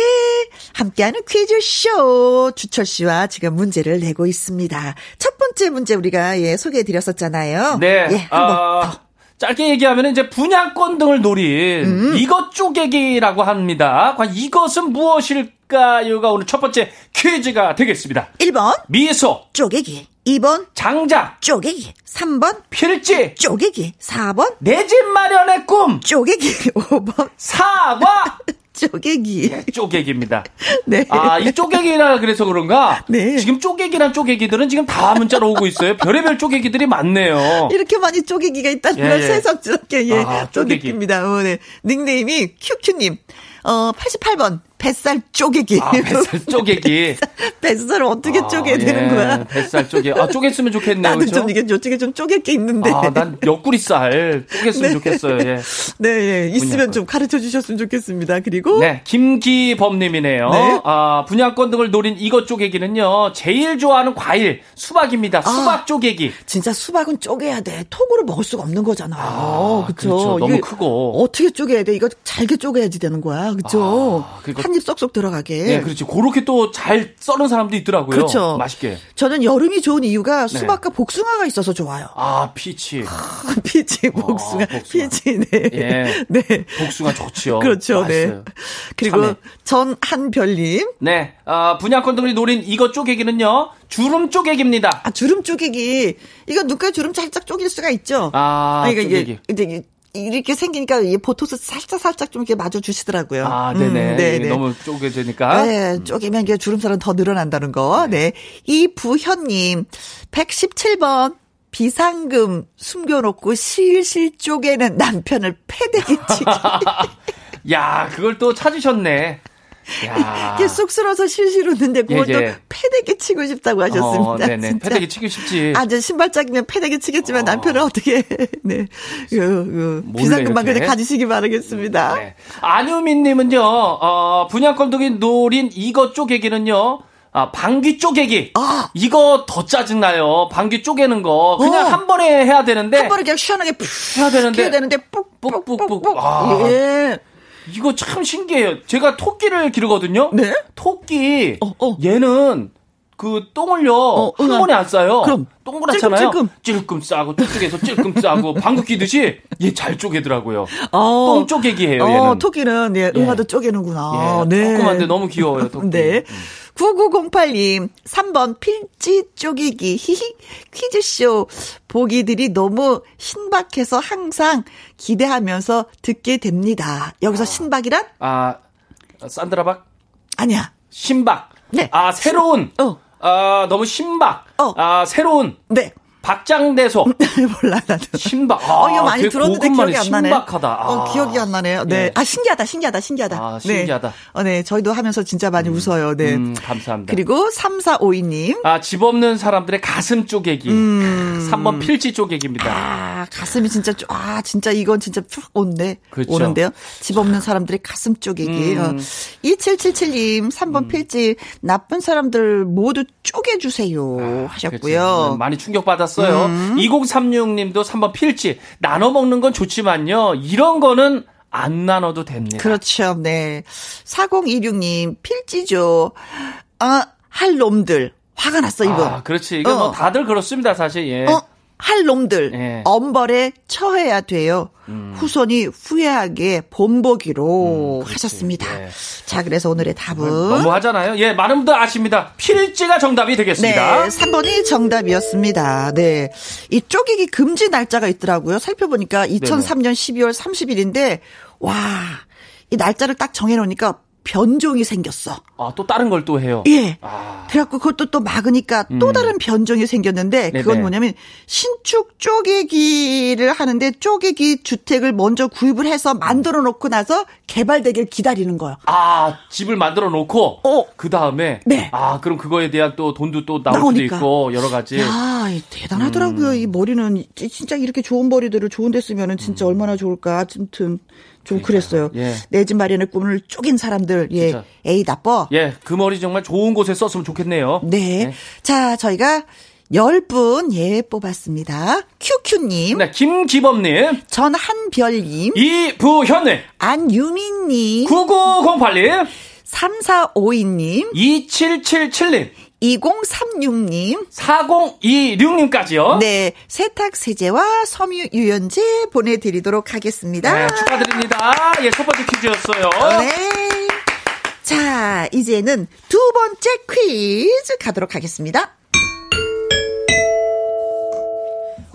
Speaker 1: 함께하는 퀴즈쇼. 주철 씨와 지금 문제를 내고 있습니다. 첫 번째 문제 우리가, 예, 소개해드렸었잖아요.
Speaker 2: 네.
Speaker 1: 예, 한번
Speaker 2: 아,
Speaker 1: 더.
Speaker 2: 짧게 얘기하면 이제 분양권 등을 노린
Speaker 1: 음.
Speaker 2: 이것 쪼개기라고 합니다. 과연 이것은 무엇일까요가 오늘 첫 번째 퀴즈가 되겠습니다.
Speaker 1: 1번,
Speaker 2: 미소,
Speaker 1: 쪼개기. 2번,
Speaker 2: 장작,
Speaker 1: 쪼개기. 3번,
Speaker 2: 필지,
Speaker 1: 쪼개기. 4번,
Speaker 2: 내 집 마련의 꿈,
Speaker 1: 쪼개기. 5번,
Speaker 2: 사과,
Speaker 1: 쪼개기.
Speaker 2: 쪼개기입니다.
Speaker 1: 네.
Speaker 2: 아, 이 쪼개기라 그래서 그런가?
Speaker 1: 네.
Speaker 2: 지금 쪼개기란 쪼개기들은 지금 다 문자로 오고 있어요. 별의별 쪼개기들이 많네요.
Speaker 1: 이렇게 많이 쪼개기가 있다는
Speaker 2: 어. 예,
Speaker 1: 걸
Speaker 2: 예.
Speaker 1: 새삼스럽게 예,
Speaker 2: 아,
Speaker 1: 또
Speaker 2: 쪼개기.
Speaker 1: 느낍니다. 어, 네. 닉네임이 큐큐님. 어, 88번. 뱃살 쪼개기.
Speaker 2: 아, 뱃살 쪼개기.
Speaker 1: 뱃살을 어떻게
Speaker 2: 아,
Speaker 1: 쪼개야
Speaker 2: 예,
Speaker 1: 되는 거야?
Speaker 2: 뱃살 쪼개. 아, 쪼갰으면 좋겠네요.
Speaker 1: 나는
Speaker 2: 그죠?
Speaker 1: 좀 이게 요쪽에 좀 쪼갤 게 있는데.
Speaker 2: 아, 난 옆구리살 쪼갰으면 좋겠어요. 예.
Speaker 1: 네, 예. 있으면
Speaker 2: 분야권.
Speaker 1: 좀 가르쳐 주셨으면 좋겠습니다. 그리고
Speaker 2: 네, 김기범님이네요.
Speaker 1: 어? 네.
Speaker 2: 아, 분양권 등을 노린 이것 쪼개기는요, 제일 좋아하는 과일,
Speaker 1: 아.
Speaker 2: 수박입니다. 수박 쪼개기.
Speaker 1: 진짜 수박은 쪼개야 돼. 통으로 먹을 수가 없는 거잖아요.
Speaker 2: 아,
Speaker 1: 그쵸?
Speaker 2: 그렇죠. 너무
Speaker 1: 이게
Speaker 2: 크고.
Speaker 1: 어떻게 쪼개야 돼? 이거 잘게 쪼개야지 되는 거야. 그쵸?
Speaker 2: 아, 그리고-
Speaker 1: 한 입 쏙쏙 들어가게.
Speaker 2: 네, 그렇지. 그렇게 또 잘 썰은 사람도 있더라고요.
Speaker 1: 예. 그렇죠.
Speaker 2: 맛있게. 네.
Speaker 1: 저는 여름이 좋은 이유가 수박과 복숭아가 있어서 좋아요.
Speaker 2: 아, 피치.
Speaker 1: 피지, 복숭아,
Speaker 2: 복숭아.
Speaker 1: 피지, 네.
Speaker 2: 예.
Speaker 1: 네.
Speaker 2: 복숭아 좋지요.
Speaker 1: 그렇죠,
Speaker 2: 맛있어요.
Speaker 1: 네. 그리고
Speaker 2: 참외.
Speaker 1: 전한별님.
Speaker 2: 네, 아, 분양권 등을 노린 이것 쪼개기는요, 주름 쪼개기입니다.
Speaker 1: 아, 주름 쪼개기. 이거 눈가 주름 살짝 쪼갤 수가 있죠?
Speaker 2: 아,
Speaker 1: 그러니까
Speaker 2: 쪼개기.
Speaker 1: 이게, 이제 이게 이렇게 생기니까 이 보톡스 살짝 살짝 좀 이렇게 맞아 주시더라고요.
Speaker 2: 아, 네네.
Speaker 1: 음, 네,
Speaker 2: 이게
Speaker 1: 네.
Speaker 2: 너무 쪼개지니까.
Speaker 1: 네, 쪼개면 이게 주름살은 더 늘어난다는 거. 네. 이부현님, 117번. 비상금 숨겨놓고 실실 쪼개는 남편을 패대기치기.
Speaker 2: 야, 그걸 또 찾으셨네. 야.
Speaker 1: 이게 쑥스러워서 실실 웃는데 그걸
Speaker 2: 예, 예.
Speaker 1: 또 패대기 치고 싶다고 하셨습니다.
Speaker 2: 어, 네네.
Speaker 1: 진짜.
Speaker 2: 패대기 치기 쉽지.
Speaker 1: 아, 이제 신발짝이면 패대기 치겠지만 남편은 어떻게, 네. 그, 그,
Speaker 2: 몰래
Speaker 1: 비상금만
Speaker 2: 이렇게.
Speaker 1: 그냥 가지시기 바라겠습니다.
Speaker 2: 네. 안유민님은요, 어, 분양권 등이 노린 이거 쪼개기는요, 아, 방귀 쪼개기.
Speaker 1: 아.
Speaker 2: 이거 더 짜증나요. 방귀 쪼개는 거. 그냥
Speaker 1: 어.
Speaker 2: 한 번에 해야 되는데.
Speaker 1: 한 번에 그냥 시원하게 푹
Speaker 2: 네. 해야 되는데.
Speaker 1: 해야 되는데, 뿍, 뿍, 뿍, 뿍.
Speaker 2: 아.
Speaker 1: 예.
Speaker 2: 이거 참 신기해요. 제가 토끼를 기르거든요.
Speaker 1: 네?
Speaker 2: 토끼
Speaker 1: 어, 어.
Speaker 2: 얘는 그 똥을요 한
Speaker 1: 응아.
Speaker 2: 번에 안 싸요.
Speaker 1: 그럼.
Speaker 2: 동그랗잖아요.
Speaker 1: 찔끔,
Speaker 2: 찔끔 싸고 쪽쪽에서 찔끔 싸고 방귀 뀌듯이 얘 잘 쪼개더라고요.
Speaker 1: 어.
Speaker 2: 똥 쪼개기예요. 얘는.
Speaker 1: 어, 토끼는 예, 응아도 쪼개는구나.
Speaker 2: 예, 조그만데 너무 귀여워요. 토끼. 음.
Speaker 1: 네. 9908님, 3번 필지 쪼개기, 히히, 퀴즈쇼. 보기들이 너무 신박해서 항상 기대하면서 듣게 됩니다. 여기서 신박이란?
Speaker 2: 아 산드라박
Speaker 1: 아니야.
Speaker 2: 신박.
Speaker 1: 네.
Speaker 2: 아 새로운.
Speaker 1: 어.
Speaker 2: 아 너무 신박.
Speaker 1: 어.
Speaker 2: 아 새로운
Speaker 1: 네.
Speaker 2: 박장대소.
Speaker 1: 몰라, 나도.
Speaker 2: 신박.
Speaker 1: 어,
Speaker 2: 아,
Speaker 1: 이거 많이
Speaker 2: 되게
Speaker 1: 들었는데
Speaker 2: 고급 말이
Speaker 1: 기억이 안 나네.
Speaker 2: 신박하다. 아.
Speaker 1: 어, 기억이 안 나네요. 네.
Speaker 2: 예.
Speaker 1: 아, 신기하다, 신기하다, 신기하다.
Speaker 2: 아,
Speaker 1: 네.
Speaker 2: 신기하다.
Speaker 1: 어, 네. 저희도 하면서 진짜 많이 웃어요. 네.
Speaker 2: 음, 감사합니다.
Speaker 1: 그리고 3452님.
Speaker 2: 아, 집 없는 사람들의 가슴 쪼개기.
Speaker 1: 음.
Speaker 2: 3번 필지 쪼개기입니다.
Speaker 1: 아, 가슴이 진짜 쪼, 아, 진짜 이건 진짜 푹 온데.
Speaker 2: 그렇죠. 음.
Speaker 1: 오는데요. 집 없는 사람들의 가슴 쪼개기. 어. 2777님, 3번 필지, 나쁜 사람들 모두 쪼개주세요.
Speaker 2: 그치.
Speaker 1: 하셨고요. 음.
Speaker 2: 음, 많이 충격받았어요. 2036님도 3번 필지. 나눠 먹는 건 좋지만요. 이런 거는 안 나눠도 됩니다.
Speaker 1: 그렇죠. 네. 4026님, 필지죠. 어, 할 놈들. 화가 났어, 이분.
Speaker 2: 아, 그렇지. 이거
Speaker 1: 어.
Speaker 2: 뭐 다들 그렇습니다, 사실. 예.
Speaker 1: 어, 할 놈들
Speaker 2: 예. 음.
Speaker 1: 엄벌에 처해야 돼요. 후손이 후회하게 본보기로 하셨습니다.
Speaker 2: 예.
Speaker 1: 자, 그래서 오늘의 답은
Speaker 2: 너무 하잖아요. 예, 많은 분들 아십니다. 필지가 정답이
Speaker 1: 네,
Speaker 2: 되겠습니다.
Speaker 1: 3번이 정답이었습니다. 네. 이 쪼개기 금지 날짜가 있더라고요. 살펴보니까 2003년 12월 30일인데 와, 이 날짜를 딱 정해 놓으니까 변종이 생겼어.
Speaker 2: 아, 또 다른 걸 또 해요.
Speaker 1: 예.
Speaker 2: 아. 음.
Speaker 1: 그래갖고 그것도 또 막으니까 또 다른 변종이 생겼는데
Speaker 2: 네네.
Speaker 1: 그건 뭐냐면 신축 쪼개기를 하는데 쪼개기 주택을 먼저 구입을 해서 만들어 놓고 나서 개발되길 기다리는 거예요.
Speaker 2: 아, 집을 만들어 놓고,
Speaker 1: 어.
Speaker 2: 그 다음에,
Speaker 1: 네.
Speaker 2: 아, 그럼 그거에 대한 또 돈도 또 나올
Speaker 1: 나오니까.
Speaker 2: 수도 있고, 여러 가지.
Speaker 1: 야,
Speaker 2: 예.
Speaker 1: 이
Speaker 2: 음.
Speaker 1: 대단하더라고요. 이 머리는 이- 진짜 이렇게 좋은 머리들을 좋은 데 쓰면은 진짜 얼마나 좋을까. 아무튼 좀 그랬어요.
Speaker 2: 음. 예.
Speaker 1: 내 집 마련의 꿈을 쪼갠 사람들. 예.
Speaker 2: 진짜.
Speaker 1: 에이 나빠.
Speaker 2: 예, 그 머리 정말 좋은 곳에 썼으면 좋겠네요.
Speaker 1: 네. 자, 저희가 10분 예 뽑았습니다. 큐큐 님,
Speaker 2: 네, 김기범님,
Speaker 1: 전한별 님,
Speaker 2: 이부현님,
Speaker 1: 안유민님,
Speaker 2: 9908님,
Speaker 1: 3452님,
Speaker 2: 2777님,
Speaker 1: 2036님,
Speaker 2: 4026님까지요.
Speaker 1: 네, 세탁세제와 섬유유연제 보내드리도록 하겠습니다.
Speaker 2: 네, 축하드립니다. 예, 첫 번째 퀴즈였어요.
Speaker 1: 네. 자, 이제는 두 번째 퀴즈 가도록 하겠습니다.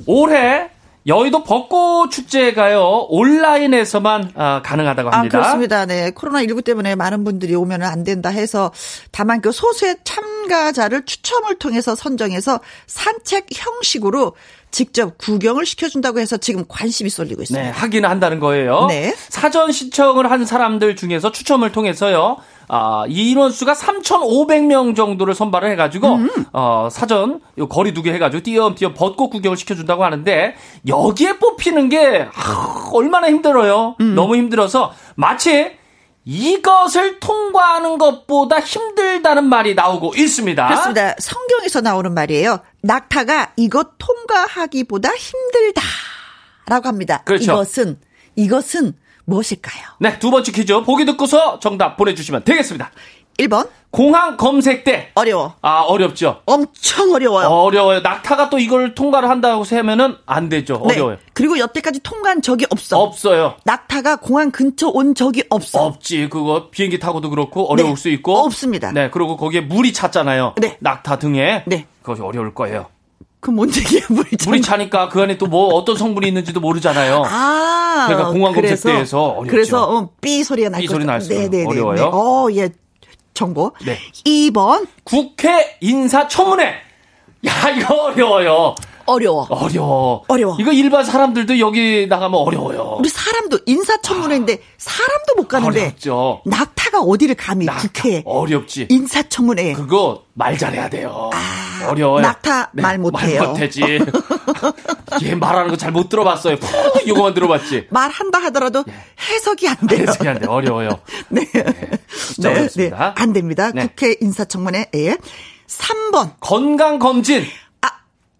Speaker 2: 올해 여의도 벚꽃 축제가요, 온라인에서만 아, 가능하다고
Speaker 1: 아,
Speaker 2: 합니다.
Speaker 1: 그렇습니다. 네. 코로나19 때문에 많은 분들이 오면 안 된다 해서 다만 그 소수의 참가자를 추첨을 통해서 선정해서 산책 형식으로 직접 구경을 시켜준다고 해서 지금 관심이 쏠리고 있습니다.
Speaker 2: 네, 하기는 한다는 거예요.
Speaker 1: 네.
Speaker 2: 사전 신청을 한 사람들 중에서 추첨을 통해서요. 아, 인원수가 3,500명 정도를 선발을 해가지고, 어, 사전, 요 거리 두기 해가지고, 띄엄띄엄 벚꽃 구경을 시켜준다고 하는데, 여기에 뽑히는 게, 아, 얼마나 힘들어요. 너무 힘들어서, 마치, 이것을 통과하는 것보다 힘들다는 말이 나오고 있습니다.
Speaker 1: 그렇습니다. 성경에서 나오는 말이에요. 낙타가 이것 통과하기보다 힘들다라고 합니다.
Speaker 2: 그렇죠.
Speaker 1: 이것은 이것은 무엇일까요?
Speaker 2: 네, 두 번째 퀴즈 보기 듣고서 정답 보내주시면 되겠습니다.
Speaker 1: 1번
Speaker 2: 공항 검색대.
Speaker 1: 어려워.
Speaker 2: 아, 어렵죠.
Speaker 1: 엄청 어려워요.
Speaker 2: 어려워요. 낙타가 또 이걸 통과를 한다고 하면은 안 되죠. 어려워요.
Speaker 1: 네. 그리고 여태까지 통과한 적이 없어.
Speaker 2: 없어요.
Speaker 1: 낙타가 공항 근처 온 적이 없어.
Speaker 2: 없지. 그거 비행기 타고도 그렇고
Speaker 1: 네,
Speaker 2: 어려울 수 있고.
Speaker 1: 없습니다.
Speaker 2: 네, 그리고 거기에 물이 찼잖아요.
Speaker 1: 네.
Speaker 2: 낙타 등에.
Speaker 1: 네.
Speaker 2: 그것이 어려울 거예요.
Speaker 1: 그럼 뭔 얘기야 물이 차.
Speaker 2: 물이 차니까 그 안에 또 뭐 어떤 성분이 있는지도 모르잖아요.
Speaker 1: 아.
Speaker 2: 그러니까 공항
Speaker 1: 그래서-
Speaker 2: 검색대에서 어렵죠.
Speaker 1: 그래서 어, 삐 소리가 날
Speaker 2: 삐
Speaker 1: 거.
Speaker 2: 소리 날 수-
Speaker 1: 네네네.
Speaker 2: 어려워요.
Speaker 1: 어, 예. 정보.
Speaker 2: 네.
Speaker 1: 2번
Speaker 2: 국회 인사청문회. 야, 이거 어려워요.
Speaker 1: 어려워.
Speaker 2: 어려워.
Speaker 1: 어려워.
Speaker 2: 이거 일반 사람들도 여기 나가면 어려워요.
Speaker 1: 우리 사람도 인사청문회인데 사람도 못 가는데
Speaker 2: 어렵죠.
Speaker 1: 낙타가 어디를 감히
Speaker 2: 낙타.
Speaker 1: 국회에
Speaker 2: 어렵지.
Speaker 1: 인사청문회에
Speaker 2: 그거 말 잘해야 돼요. 어려워요.
Speaker 1: 아,
Speaker 2: 네,
Speaker 1: 낙타 말 못해요.
Speaker 2: 말 못하지. 얘 말하는 거 잘 못 들어봤어요. 푹 이거만 들어봤지.
Speaker 1: 말한다 하더라도 해석이 안 돼요.
Speaker 2: 예. 해석이 안 돼. 어려워요.
Speaker 1: 네.
Speaker 2: 진짜 어렵습니다.
Speaker 1: 안 됩니다.
Speaker 2: 네.
Speaker 1: 국회 인사청문회에 3번
Speaker 2: 건강 검진
Speaker 1: 아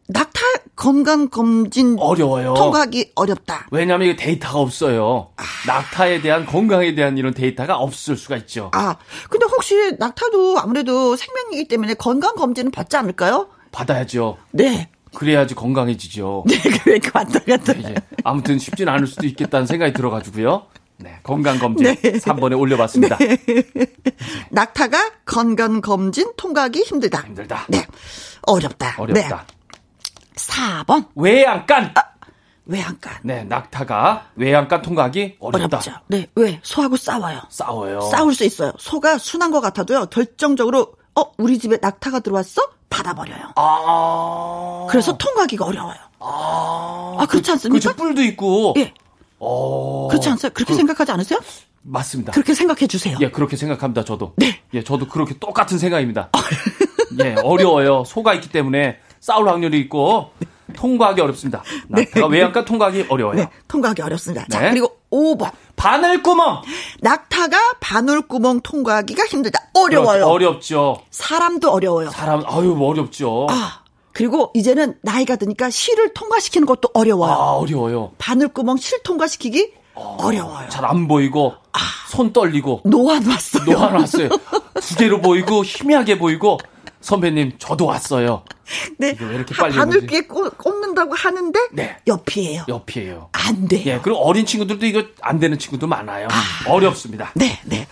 Speaker 1: 낙타 건강 검진
Speaker 2: 어려워요.
Speaker 1: 통과하기 아. 어렵다.
Speaker 2: 왜냐하면 이게 데이터가 없어요. 낙타에 대한 건강에 대한 이런 데이터가 없을 수가 있죠.
Speaker 1: 아 근데 혹시 낙타도 아무래도 생명이기 때문에 건강 검진은 받지 않을까요?
Speaker 2: 받아야죠.
Speaker 1: 네.
Speaker 2: 그래야지 건강해지죠.
Speaker 1: 네, 그러니까 왔다 갔다.
Speaker 2: 예. 아무튼 쉽진 않을 수도 있겠다는 생각이 들어가지고요. 네, 건강 검진
Speaker 1: 네.
Speaker 2: 3번에 올려봤습니다.
Speaker 1: 낙타가 건강 검진 통과하기 힘들다.
Speaker 2: 힘들다.
Speaker 1: 네. 어렵다.
Speaker 2: 어렵다.
Speaker 1: 네. 4번.
Speaker 2: 외양간.
Speaker 1: 외양간.
Speaker 2: 네, 낙타가 외양간 통과하기 어렵다.
Speaker 1: 어렵죠. 네. 왜? 소하고 싸워요.
Speaker 2: 싸워요.
Speaker 1: 싸울 수 있어요. 소가 순한 것 같아도요. 결정적으로 어, 우리 집에 낙타가 들어왔어? 받아버려요.
Speaker 2: 아.
Speaker 1: 그래서 통과하기가 어려워요.
Speaker 2: 아.
Speaker 1: 아, 그렇지 않습니까?
Speaker 2: 그렇죠. 뿔도 있고.
Speaker 1: 예.
Speaker 2: 어.
Speaker 1: 그렇지 않아요? 그렇게 생각하지 않으세요?
Speaker 2: 맞습니다.
Speaker 1: 그렇게 생각해 주세요.
Speaker 2: 예, 그렇게 생각합니다, 저도.
Speaker 1: 네. 아.
Speaker 2: 예, 저도 그렇게 똑같은 생각입니다. 예, 어려워요. 소가 있기 때문에 싸울 확률이 있고 통과하기 어렵습니다. 낙타가 외양간 통과하기 어려워요.
Speaker 1: 네. 통과하기 어렵습니다. 자,
Speaker 2: 네.
Speaker 1: 그리고 5번.
Speaker 2: 바늘구멍.
Speaker 1: 낙타가 바늘구멍 통과하기가 힘들다. 어려워요.
Speaker 2: 그렇죠. 어렵죠.
Speaker 1: 사람도 어려워요.
Speaker 2: 사람 아유 뭐 어렵죠. 아,
Speaker 1: 아, 그리고 이제는 나이가 드니까 실을 통과시키는 것도 어려워요.
Speaker 2: 아. 어려워요.
Speaker 1: 바늘구멍 실 통과시키기 어려워요. 아.
Speaker 2: 잘 안 보이고 손 떨리고
Speaker 1: 노안 왔어요.
Speaker 2: 노안 왔어요. 두 개로 보이고 희미하게 보이고 선배님 저도 왔어요.
Speaker 1: 네.
Speaker 2: 이게 왜 이렇게
Speaker 1: 하-
Speaker 2: 빨리
Speaker 1: 바늘귀에 꽂- 꽂는다고 하는데
Speaker 2: 네.
Speaker 1: 옆이에요.
Speaker 2: 옆이에요.
Speaker 1: 안 돼요.
Speaker 2: 예 그리고 어린 친구들도 이거 안 되는 친구도 많아요. 어렵습니다.
Speaker 1: 네, 네.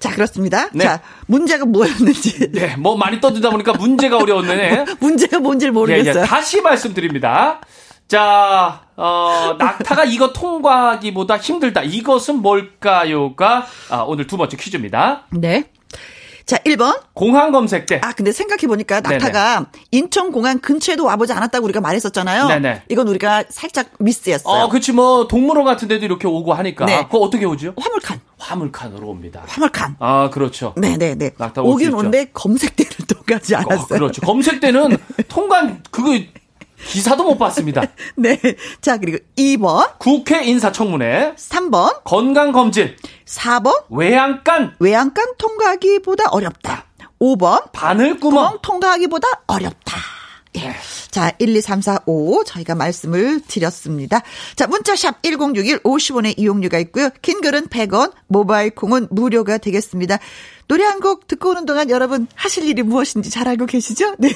Speaker 1: 자, 그렇습니다.
Speaker 2: 네.
Speaker 1: 자, 문제가 뭐였는지.
Speaker 2: 네, 뭐 많이 떠들다 보니까 문제가 어려웠네.
Speaker 1: 문제가 뭔지 를
Speaker 2: 예, 예,
Speaker 1: 아, 모르겠어요.
Speaker 2: 다시 말씀드립니다. 자, 어, 낙타가 이거 통과하기보다 힘들다. 이것은 뭘까요?가 아, 오늘 두 번째 퀴즈입니다.
Speaker 1: 네. 자, 1번.
Speaker 2: 공항 검색 때.
Speaker 1: 아, 근데 생각해보니까
Speaker 2: 네네.
Speaker 1: 낙타가 인천공항 근처에도 와보지 않았다고 우리가 말했었잖아요.
Speaker 2: 네네.
Speaker 1: 이건 우리가 살짝 미스였어요.
Speaker 2: 어, 그치, 뭐, 동물원 같은 데도 이렇게 오고 하니까.
Speaker 1: 네.
Speaker 2: 그거 어떻게 오죠?
Speaker 1: 화물칸.
Speaker 2: 화물칸으로 옵니다.
Speaker 1: 화물칸.
Speaker 2: 아, 그렇죠.
Speaker 1: 네네네.
Speaker 2: 낙타 올수
Speaker 1: 오긴
Speaker 2: 있죠.
Speaker 1: 온데 검색대를 통과하지 않았어요.
Speaker 2: 어, 그렇죠. 검색 때는 통관, 그거, 기사도 못 봤습니다.
Speaker 1: 네. 자, 그리고 2번,
Speaker 2: 국회 인사청문회,
Speaker 1: 3번,
Speaker 2: 건강검진,
Speaker 1: 4번,
Speaker 2: 외양간,
Speaker 1: 외양간 통과하기보다 어렵다. 5번,
Speaker 2: 바늘구멍. 네.
Speaker 1: 구멍 통과하기보다 어렵다. 예. 자, 1, 2, 3, 4, 5 저희가 말씀을 드렸습니다. 자, 문자샵 1061 50원의 이용료가 있고요. 긴 글은 100원, 모바일 콩은 무료가 되겠습니다. 노래 한 곡 듣고 오는 동안 여러분 하실 일이 무엇인지 잘 알고 계시죠? 네,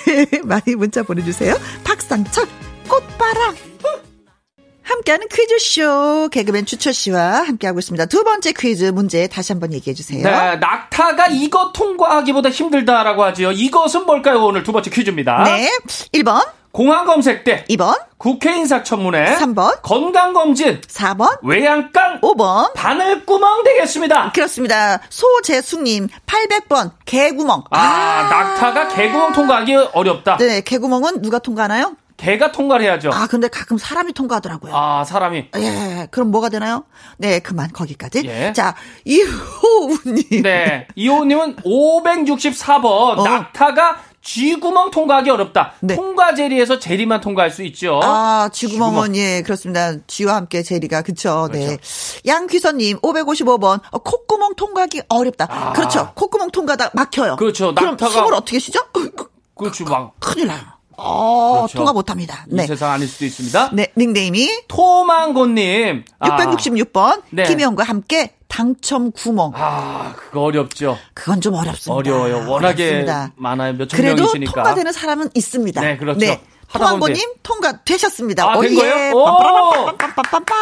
Speaker 1: 많이 문자 보내주세요. 박상철 꽃바람 함께하는 퀴즈쇼 개그맨 주철 씨와 함께하고 있습니다. 두 번째 퀴즈 문제 다시 한번 얘기해 주세요.
Speaker 2: 네, 낙타가 이거 통과하기보다 힘들다라고 하지요. 이것은 뭘까요? 오늘 두 번째 퀴즈입니다.
Speaker 1: 네, 1번,
Speaker 2: 공항 검색 때,
Speaker 1: 2번,
Speaker 2: 국회 인사청문회,
Speaker 1: 삼 번.
Speaker 2: 건강검진,
Speaker 1: 4번,
Speaker 2: 외양간,
Speaker 1: 5번.
Speaker 2: 바늘구멍 되겠습니다.
Speaker 1: 그렇습니다. 소재숙님, 800번, 개구멍. 아.
Speaker 2: 아, 낙타가 개구멍 통과하기 어렵다.
Speaker 1: 네, 개구멍은 네, 누가 통과하나요?
Speaker 2: 개가 통과를 해야죠.
Speaker 1: 아, 근데 가끔 사람이 통과하더라고요.
Speaker 2: 아, 사람이.
Speaker 1: 예, 그럼 뭐가 되나요? 네, 그만 거기까지.
Speaker 2: 예.
Speaker 1: 자, 이호우님.
Speaker 2: 네. 이호님은 564번 낙타가 쥐구멍 통과하기
Speaker 1: 어.
Speaker 2: 어렵다.
Speaker 1: 네.
Speaker 2: 통과 제리에서 제리만 통과할 수 있죠.
Speaker 1: 아, 쥐구멍은 예, 그렇습니다. 쥐와 함께 제리가 그쵸. 네.
Speaker 2: 그렇죠.
Speaker 1: 양귀선님 555번 어, 콧구멍 통과하기 어렵다.
Speaker 2: 아.
Speaker 1: 그렇죠. 콧구멍 통과다 막혀요.
Speaker 2: 그렇죠.
Speaker 1: 그럼
Speaker 2: 낙타가-
Speaker 1: 숨을 어떻게 쉬죠?
Speaker 2: 그 주방.
Speaker 1: 큰일 나요. 어,
Speaker 2: 그렇죠.
Speaker 1: 통과 못합니다.
Speaker 2: 이
Speaker 1: 네.
Speaker 2: 세상 아닐 수도 있습니다.
Speaker 1: 네, 닉네임이
Speaker 2: 토망고님. 아.
Speaker 1: 666번
Speaker 2: 네.
Speaker 1: 김혜영과 함께 당첨 구멍.
Speaker 2: 아, 그거 어렵죠.
Speaker 1: 그건 좀 어렵습니다.
Speaker 2: 어려워요. 워낙에
Speaker 1: 어렵습니다.
Speaker 2: 많아요. 몇천
Speaker 1: 그래도
Speaker 2: 명이시니까.
Speaker 1: 통과되는 사람은 있습니다.
Speaker 2: 네, 그렇죠. 하다 보면
Speaker 1: 통한고님 통과되셨습니다.
Speaker 2: 아, 된
Speaker 1: 오,
Speaker 2: 거예요?
Speaker 1: 예.
Speaker 2: 오!
Speaker 1: 빰빠라빰빰빰빰빰빰.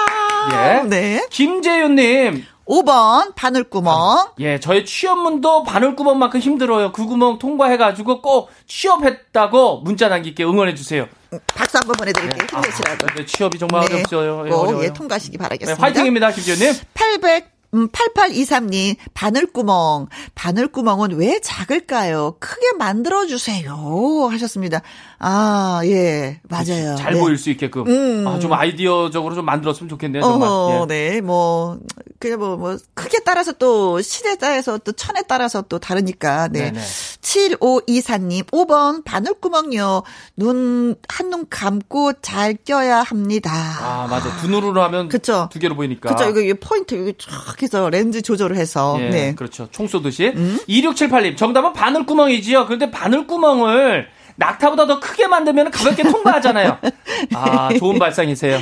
Speaker 2: 예.
Speaker 1: 네.
Speaker 2: 김재윤님.
Speaker 1: 5번 바늘구멍.
Speaker 2: 예, 저의 취업문도 바늘구멍만큼 힘들어요. 그 구멍 통과해가지고 꼭 취업했다고 문자 남길게 응원해주세요. 아,
Speaker 1: 박수 한번 보내드릴게요. 힘내시라고.
Speaker 2: 근데 취업이 정말
Speaker 1: 네.
Speaker 2: 어렵어요. 예,
Speaker 1: 꼭
Speaker 2: 어려워요.
Speaker 1: 예, 통과하시기
Speaker 2: 네,
Speaker 1: 바라겠습니다.
Speaker 2: 화이팅입니다, 김재윤님.
Speaker 1: 800, 음, 8823님, 바늘구멍. 바늘구멍은 왜 작을까요? 크게 만들어주세요. 하셨습니다. 아, 예, 맞아요.
Speaker 2: 잘
Speaker 1: 네.
Speaker 2: 보일 수 있게끔. 아, 좀 아이디어적으로 좀 만들었으면 좋겠네요, 정말.
Speaker 1: 어,
Speaker 2: 예.
Speaker 1: 네, 뭐, 그냥 뭐, 뭐, 크게 따라서 또, 시대에 따라서 또, 천에 따라서 또 다르니까, 네.
Speaker 2: 네네.
Speaker 1: 7524님, 5번, 바늘구멍요. 눈, 한눈 감고 잘 껴야 합니다.
Speaker 2: 아, 맞아. 두 눈으로 하면
Speaker 1: 그쵸.
Speaker 2: 두 개로 보이니까.
Speaker 1: 그쵸, 이거, 이거 포인트, 이거 쫙 해서 렌즈 조절을 해서,
Speaker 2: 예,
Speaker 1: 네. 음.
Speaker 2: 그렇죠. 총 쏘듯이. 2678님, 정답은 바늘구멍이지요. 그런데 바늘구멍을 낙타보다 더 크게 만들면 가볍게 통과하잖아요. 아,
Speaker 1: 네.
Speaker 2: 좋은 발상이세요.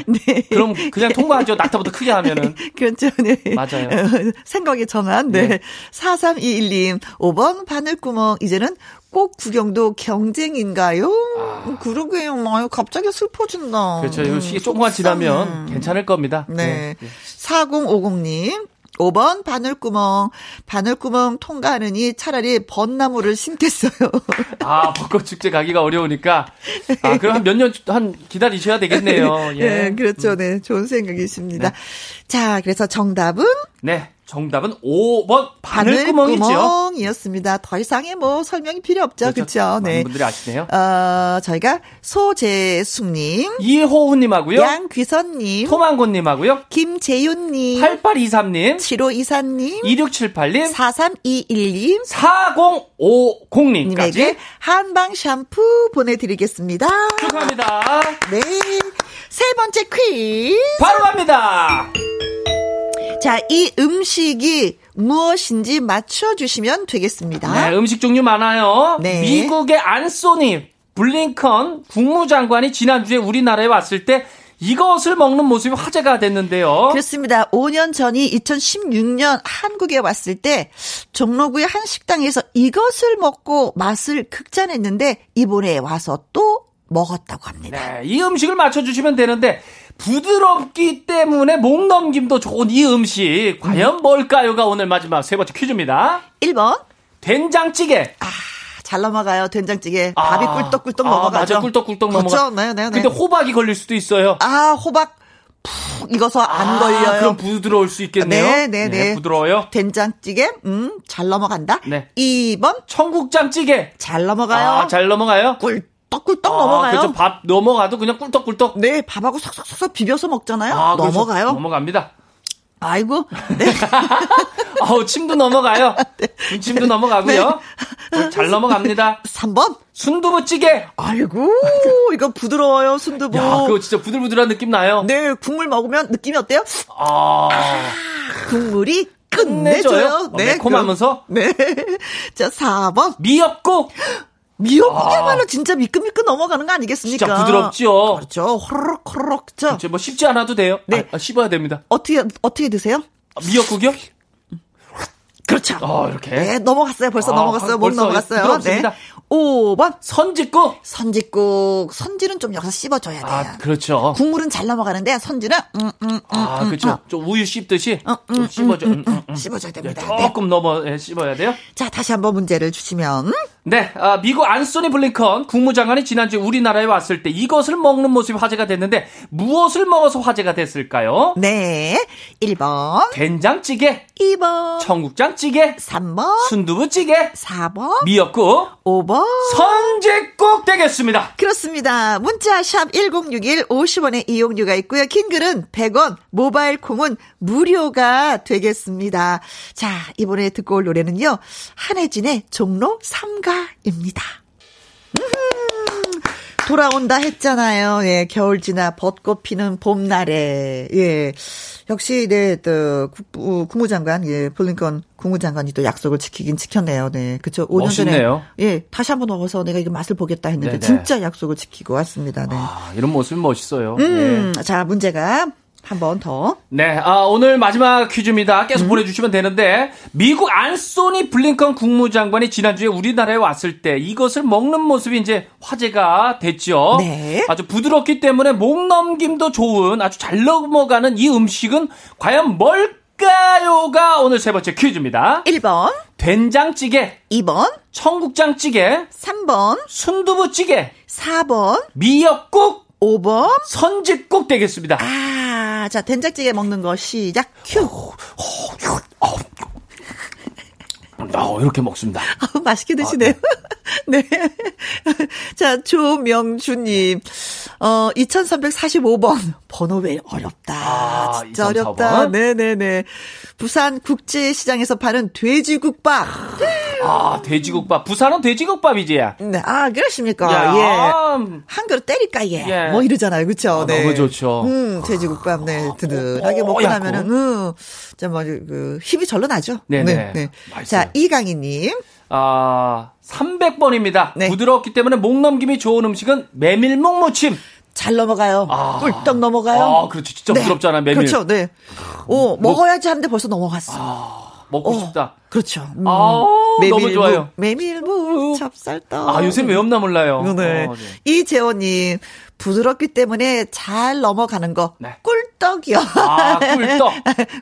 Speaker 2: 그럼 그냥 통과하죠. 낙타보다 크게 하면은.
Speaker 1: 그렇죠, 네.
Speaker 2: 맞아요.
Speaker 1: 어, 생각의 전환, 네.
Speaker 2: 예.
Speaker 1: 4321님, 5번 바늘구멍, 이제는 꼭 구경도 경쟁인가요? 그러게요, 뭐, 갑자기 슬퍼진다.
Speaker 2: 아. 그렇죠.
Speaker 1: 음,
Speaker 2: 이 시기 조금만 지나면
Speaker 1: 속상해.
Speaker 2: 괜찮을 겁니다.
Speaker 1: 네.
Speaker 2: 예.
Speaker 1: 4050님. 5번 바늘구멍. 바늘구멍 통과하느니 차라리 벚나무를 심겠어요.
Speaker 2: 아, 벚꽃 축제 가기가 어려우니까. 아, 그럼 한 몇 년 한 기다리셔야 되겠네요. 예.
Speaker 1: 네, 그렇죠. 네, 좋은 생각이십니다. 자, 그래서 정답은
Speaker 2: 네, 정답은 5번 바늘구멍이죠.
Speaker 1: 바늘구멍이었습니다. 더 이상의 뭐 설명이 필요 없죠. 그렇죠.
Speaker 2: 많은
Speaker 1: 네.
Speaker 2: 분들이 아시네요.
Speaker 1: 어, 저희가 소재숙님,
Speaker 2: 이호우님하고요.
Speaker 1: 양귀선님,
Speaker 2: 토망고님하고요.
Speaker 1: 김재윤님,
Speaker 2: 8823님,
Speaker 1: 7524님,
Speaker 2: 2678님,
Speaker 1: 4321님,
Speaker 2: 4050님까지
Speaker 1: 님에게 한방 샴푸 보내드리겠습니다.
Speaker 2: 축하합니다.
Speaker 1: 네. 세 번째 퀴즈.
Speaker 2: 바로 갑니다.
Speaker 1: 자, 이 음식이 무엇인지 맞춰주시면 되겠습니다.
Speaker 2: 네, 음식 종류 많아요.
Speaker 1: 네.
Speaker 2: 미국의 안소니 블링컨 국무장관이 지난주에 우리나라에 왔을 때 이것을 먹는 모습이 화제가 됐는데요.
Speaker 1: 그렇습니다. 5년 전이 2016년 한국에 왔을 때 종로구의 한 식당에서 이것을 먹고 맛을 극찬했는데 이번에 와서 또 먹었다고 합니다.
Speaker 2: 네, 이 음식을 맞춰주시면 되는데 부드럽기 때문에 목 넘김도 좋은 이 음식 과연 뭘까요가 오늘 마지막 세 번째 퀴즈입니다.
Speaker 1: 1번. 아,
Speaker 2: 된장찌개.
Speaker 1: 잘 넘어가요. 된장찌개.
Speaker 2: 아,
Speaker 1: 밥이 꿀떡꿀떡
Speaker 2: 아,
Speaker 1: 넘어가죠.
Speaker 2: 맞아, 꿀떡꿀떡
Speaker 1: 그렇죠?
Speaker 2: 넘어가.
Speaker 1: 네, 네, 네.
Speaker 2: 근데 호박이 걸릴 수도 있어요.
Speaker 1: 아, 호박 푹 익어서 안
Speaker 2: 아,
Speaker 1: 걸려요.
Speaker 2: 그럼 부드러울 수 있겠네요.
Speaker 1: 네, 네, 네.
Speaker 2: 부드러워요.
Speaker 1: 된장찌개, 음, 잘 넘어간다.
Speaker 2: 네.
Speaker 1: 2번,
Speaker 2: 청국장찌개.
Speaker 1: 잘 넘어가요.
Speaker 2: 아, 잘 넘어가요.
Speaker 1: 꿀떡꿀떡
Speaker 2: 아,
Speaker 1: 넘어가요.
Speaker 2: 그렇죠. 밥 넘어가도 그냥 꿀떡꿀떡.
Speaker 1: 네, 밥하고 쏙쏙쏙쏙 비벼서 먹잖아요.
Speaker 2: 아, 그렇죠.
Speaker 1: 넘어가요.
Speaker 2: 넘어갑니다.
Speaker 1: 아이고, 네.
Speaker 2: 아우, 침도 넘어가요. 군침도 넘어가고요.
Speaker 1: 네.
Speaker 2: 잘 넘어갑니다.
Speaker 1: 3번,
Speaker 2: 순두부찌개.
Speaker 1: 아이고, 이거 부드러워요, 순두부.
Speaker 2: 야, 그거 진짜 부들부들한 느낌 나요.
Speaker 1: 네, 국물 먹으면 느낌이 어때요?
Speaker 2: 아,
Speaker 1: 국물이
Speaker 2: 끝내줘요.
Speaker 1: 끝내줘요. 네,
Speaker 2: 어, 매콤하면서.
Speaker 1: 그럼- 네. 자, 4번.
Speaker 2: 미역국.
Speaker 1: 미역국이야말로 진짜 미끈미끈 넘어가는 거 아니겠습니까?
Speaker 2: 아. 진짜 부드럽죠.
Speaker 1: 그렇죠. 호로록, 호로록. 그렇죠.
Speaker 2: 이제 뭐 씹지 않아도 돼요.
Speaker 1: 네.
Speaker 2: 아, 아, 씹어야 됩니다.
Speaker 1: 어떻게, 어떻게 드세요?
Speaker 2: 아, 미역국이요?
Speaker 1: 그렇죠.
Speaker 2: 어, 이렇게.
Speaker 1: 네, 넘어갔어요. 벌써
Speaker 2: 아,
Speaker 1: 넘어갔어요. 목
Speaker 2: 벌써
Speaker 1: 넘어갔어요. 네.
Speaker 2: 부드럽습니다.
Speaker 1: 5번.
Speaker 2: 선짓국.
Speaker 1: 선지국. 선지는 좀 여기서 씹어줘야 돼요.
Speaker 2: 아, 그렇죠.
Speaker 1: 국물은 잘 넘어가는데 선지는 음, 음, 음,
Speaker 2: 아,
Speaker 1: 음, 어,
Speaker 2: 그렇죠. 좀 우유 씹듯이 좀 씹어줘. 음, 음, 음.
Speaker 1: 음, 씹어줘야
Speaker 2: 네,
Speaker 1: 됩니다. 네.
Speaker 2: 조금 넘어 예, 씹어야 돼요.
Speaker 1: 자, 다시 한번 문제를 주시면
Speaker 2: 네, 아, 미국 안소니 블링컨 국무장관이 지난주 우리나라에 왔을 때 이것을 먹는 모습이 화제가 됐는데 무엇을 먹어서 화제가 됐을까요?
Speaker 1: 네. 1번,
Speaker 2: 된장찌개,
Speaker 1: 2번,
Speaker 2: 청국장찌개,
Speaker 1: 3번,
Speaker 2: 순두부찌개,
Speaker 1: 4번,
Speaker 2: 미역국,
Speaker 1: 5번.
Speaker 2: 선제국 되겠습니다.
Speaker 1: 그렇습니다. 문자 샵 1061 50원의 이용료가 있고요. 킹글은 100원, 모바일 콩은 무료가 되겠습니다. 자, 이번에 듣고 올 노래는요. 한혜진의 종로 삼가입니다. 음, 돌아온다 했잖아요. 예, 겨울 지나 벚꽃 피는 봄날에. 예. 역시, 네, 또, 국- 어, 국무장관, 예, 블링컨 국무장관이 또 약속을 지키긴 지켰네요. 네. 그쵸. 5년
Speaker 2: 멋있네요.
Speaker 1: 전에. 예, 다시 한번 와서 내가 이거 맛을 보겠다 했는데
Speaker 2: 네네.
Speaker 1: 진짜 약속을 지키고 왔습니다. 네.
Speaker 2: 아, 이런 모습이 멋있어요. 예.
Speaker 1: 음, 자, 문제가 한 번 더.
Speaker 2: 네, 아, 오늘 마지막 퀴즈입니다. 계속 보내주시면 되는데, 미국 안소니 블링컨 국무장관이 지난주에 우리나라에 왔을 때 이것을 먹는 모습이 이제 화제가 됐죠.
Speaker 1: 네.
Speaker 2: 아주 부드럽기 때문에 목 넘김도 좋은 아주 잘 넘어가는 이 음식은 과연 뭘까요?가 오늘 세 번째 퀴즈입니다.
Speaker 1: 1번,
Speaker 2: 된장찌개,
Speaker 1: 2번,
Speaker 2: 청국장찌개,
Speaker 1: 3번,
Speaker 2: 순두부찌개,
Speaker 1: 4번,
Speaker 2: 미역국,
Speaker 1: 5번.
Speaker 2: 선지국 되겠습니다.
Speaker 1: 아, 자, 된장찌개 먹는 거 시작. 큐.
Speaker 2: 나 이렇게 먹습니다.
Speaker 1: 아우, 맛있게 드시네요. 네. 자, 조명주님. 어, 2345번. 번호 왜 어렵다.
Speaker 2: 아,
Speaker 1: 진짜
Speaker 2: 2345 번?
Speaker 1: 어렵다. 네네네. 부산 국제시장에서 파는 돼지국밥.
Speaker 2: 아, 돼지국밥. 부산은 돼지국밥이지. 야,
Speaker 1: 네. 아, 그러십니까? 예.
Speaker 2: 아,
Speaker 1: 한 그릇 때릴까 예.
Speaker 2: 예.
Speaker 1: 뭐 이러잖아요. 그렇죠?
Speaker 2: 아, 너무 좋죠. 아, 어,
Speaker 1: 음, 돼지국밥 네. 드드하게 먹고
Speaker 2: 뽀얗고.
Speaker 1: 나면은 음. 좀뭐그 힘이 절로 나죠.
Speaker 2: 네네. 맛있어요.
Speaker 1: 자, 이강희 님.
Speaker 2: 아, 300번입니다.
Speaker 1: 네.
Speaker 2: 부드럽기 때문에 목 넘김이 좋은 음식은 메밀목 무침.
Speaker 1: 잘 넘어가요.
Speaker 2: 아.
Speaker 1: 꿀떡 넘어가요.
Speaker 2: 아, 그렇지. 진짜 부드럽잖아, 메밀. 뭐,
Speaker 1: 그렇죠. 네. 오, 먹어야지 하는데 벌써 넘어갔어.
Speaker 2: 먹고
Speaker 1: 어,
Speaker 2: 싶다.
Speaker 1: 그렇죠. 음.
Speaker 2: 아, 아우, 너무
Speaker 1: 메밀묵,
Speaker 2: 좋아요.
Speaker 1: 메밀묵, 찹쌀떡.
Speaker 2: 아, 요새 왜 없나 몰라요.
Speaker 1: 오늘
Speaker 2: 어, 네.
Speaker 1: 이재원님 부드럽기 때문에 잘 넘어가는 거
Speaker 2: 네.
Speaker 1: 꿀떡이요.
Speaker 2: 아, 꿀떡.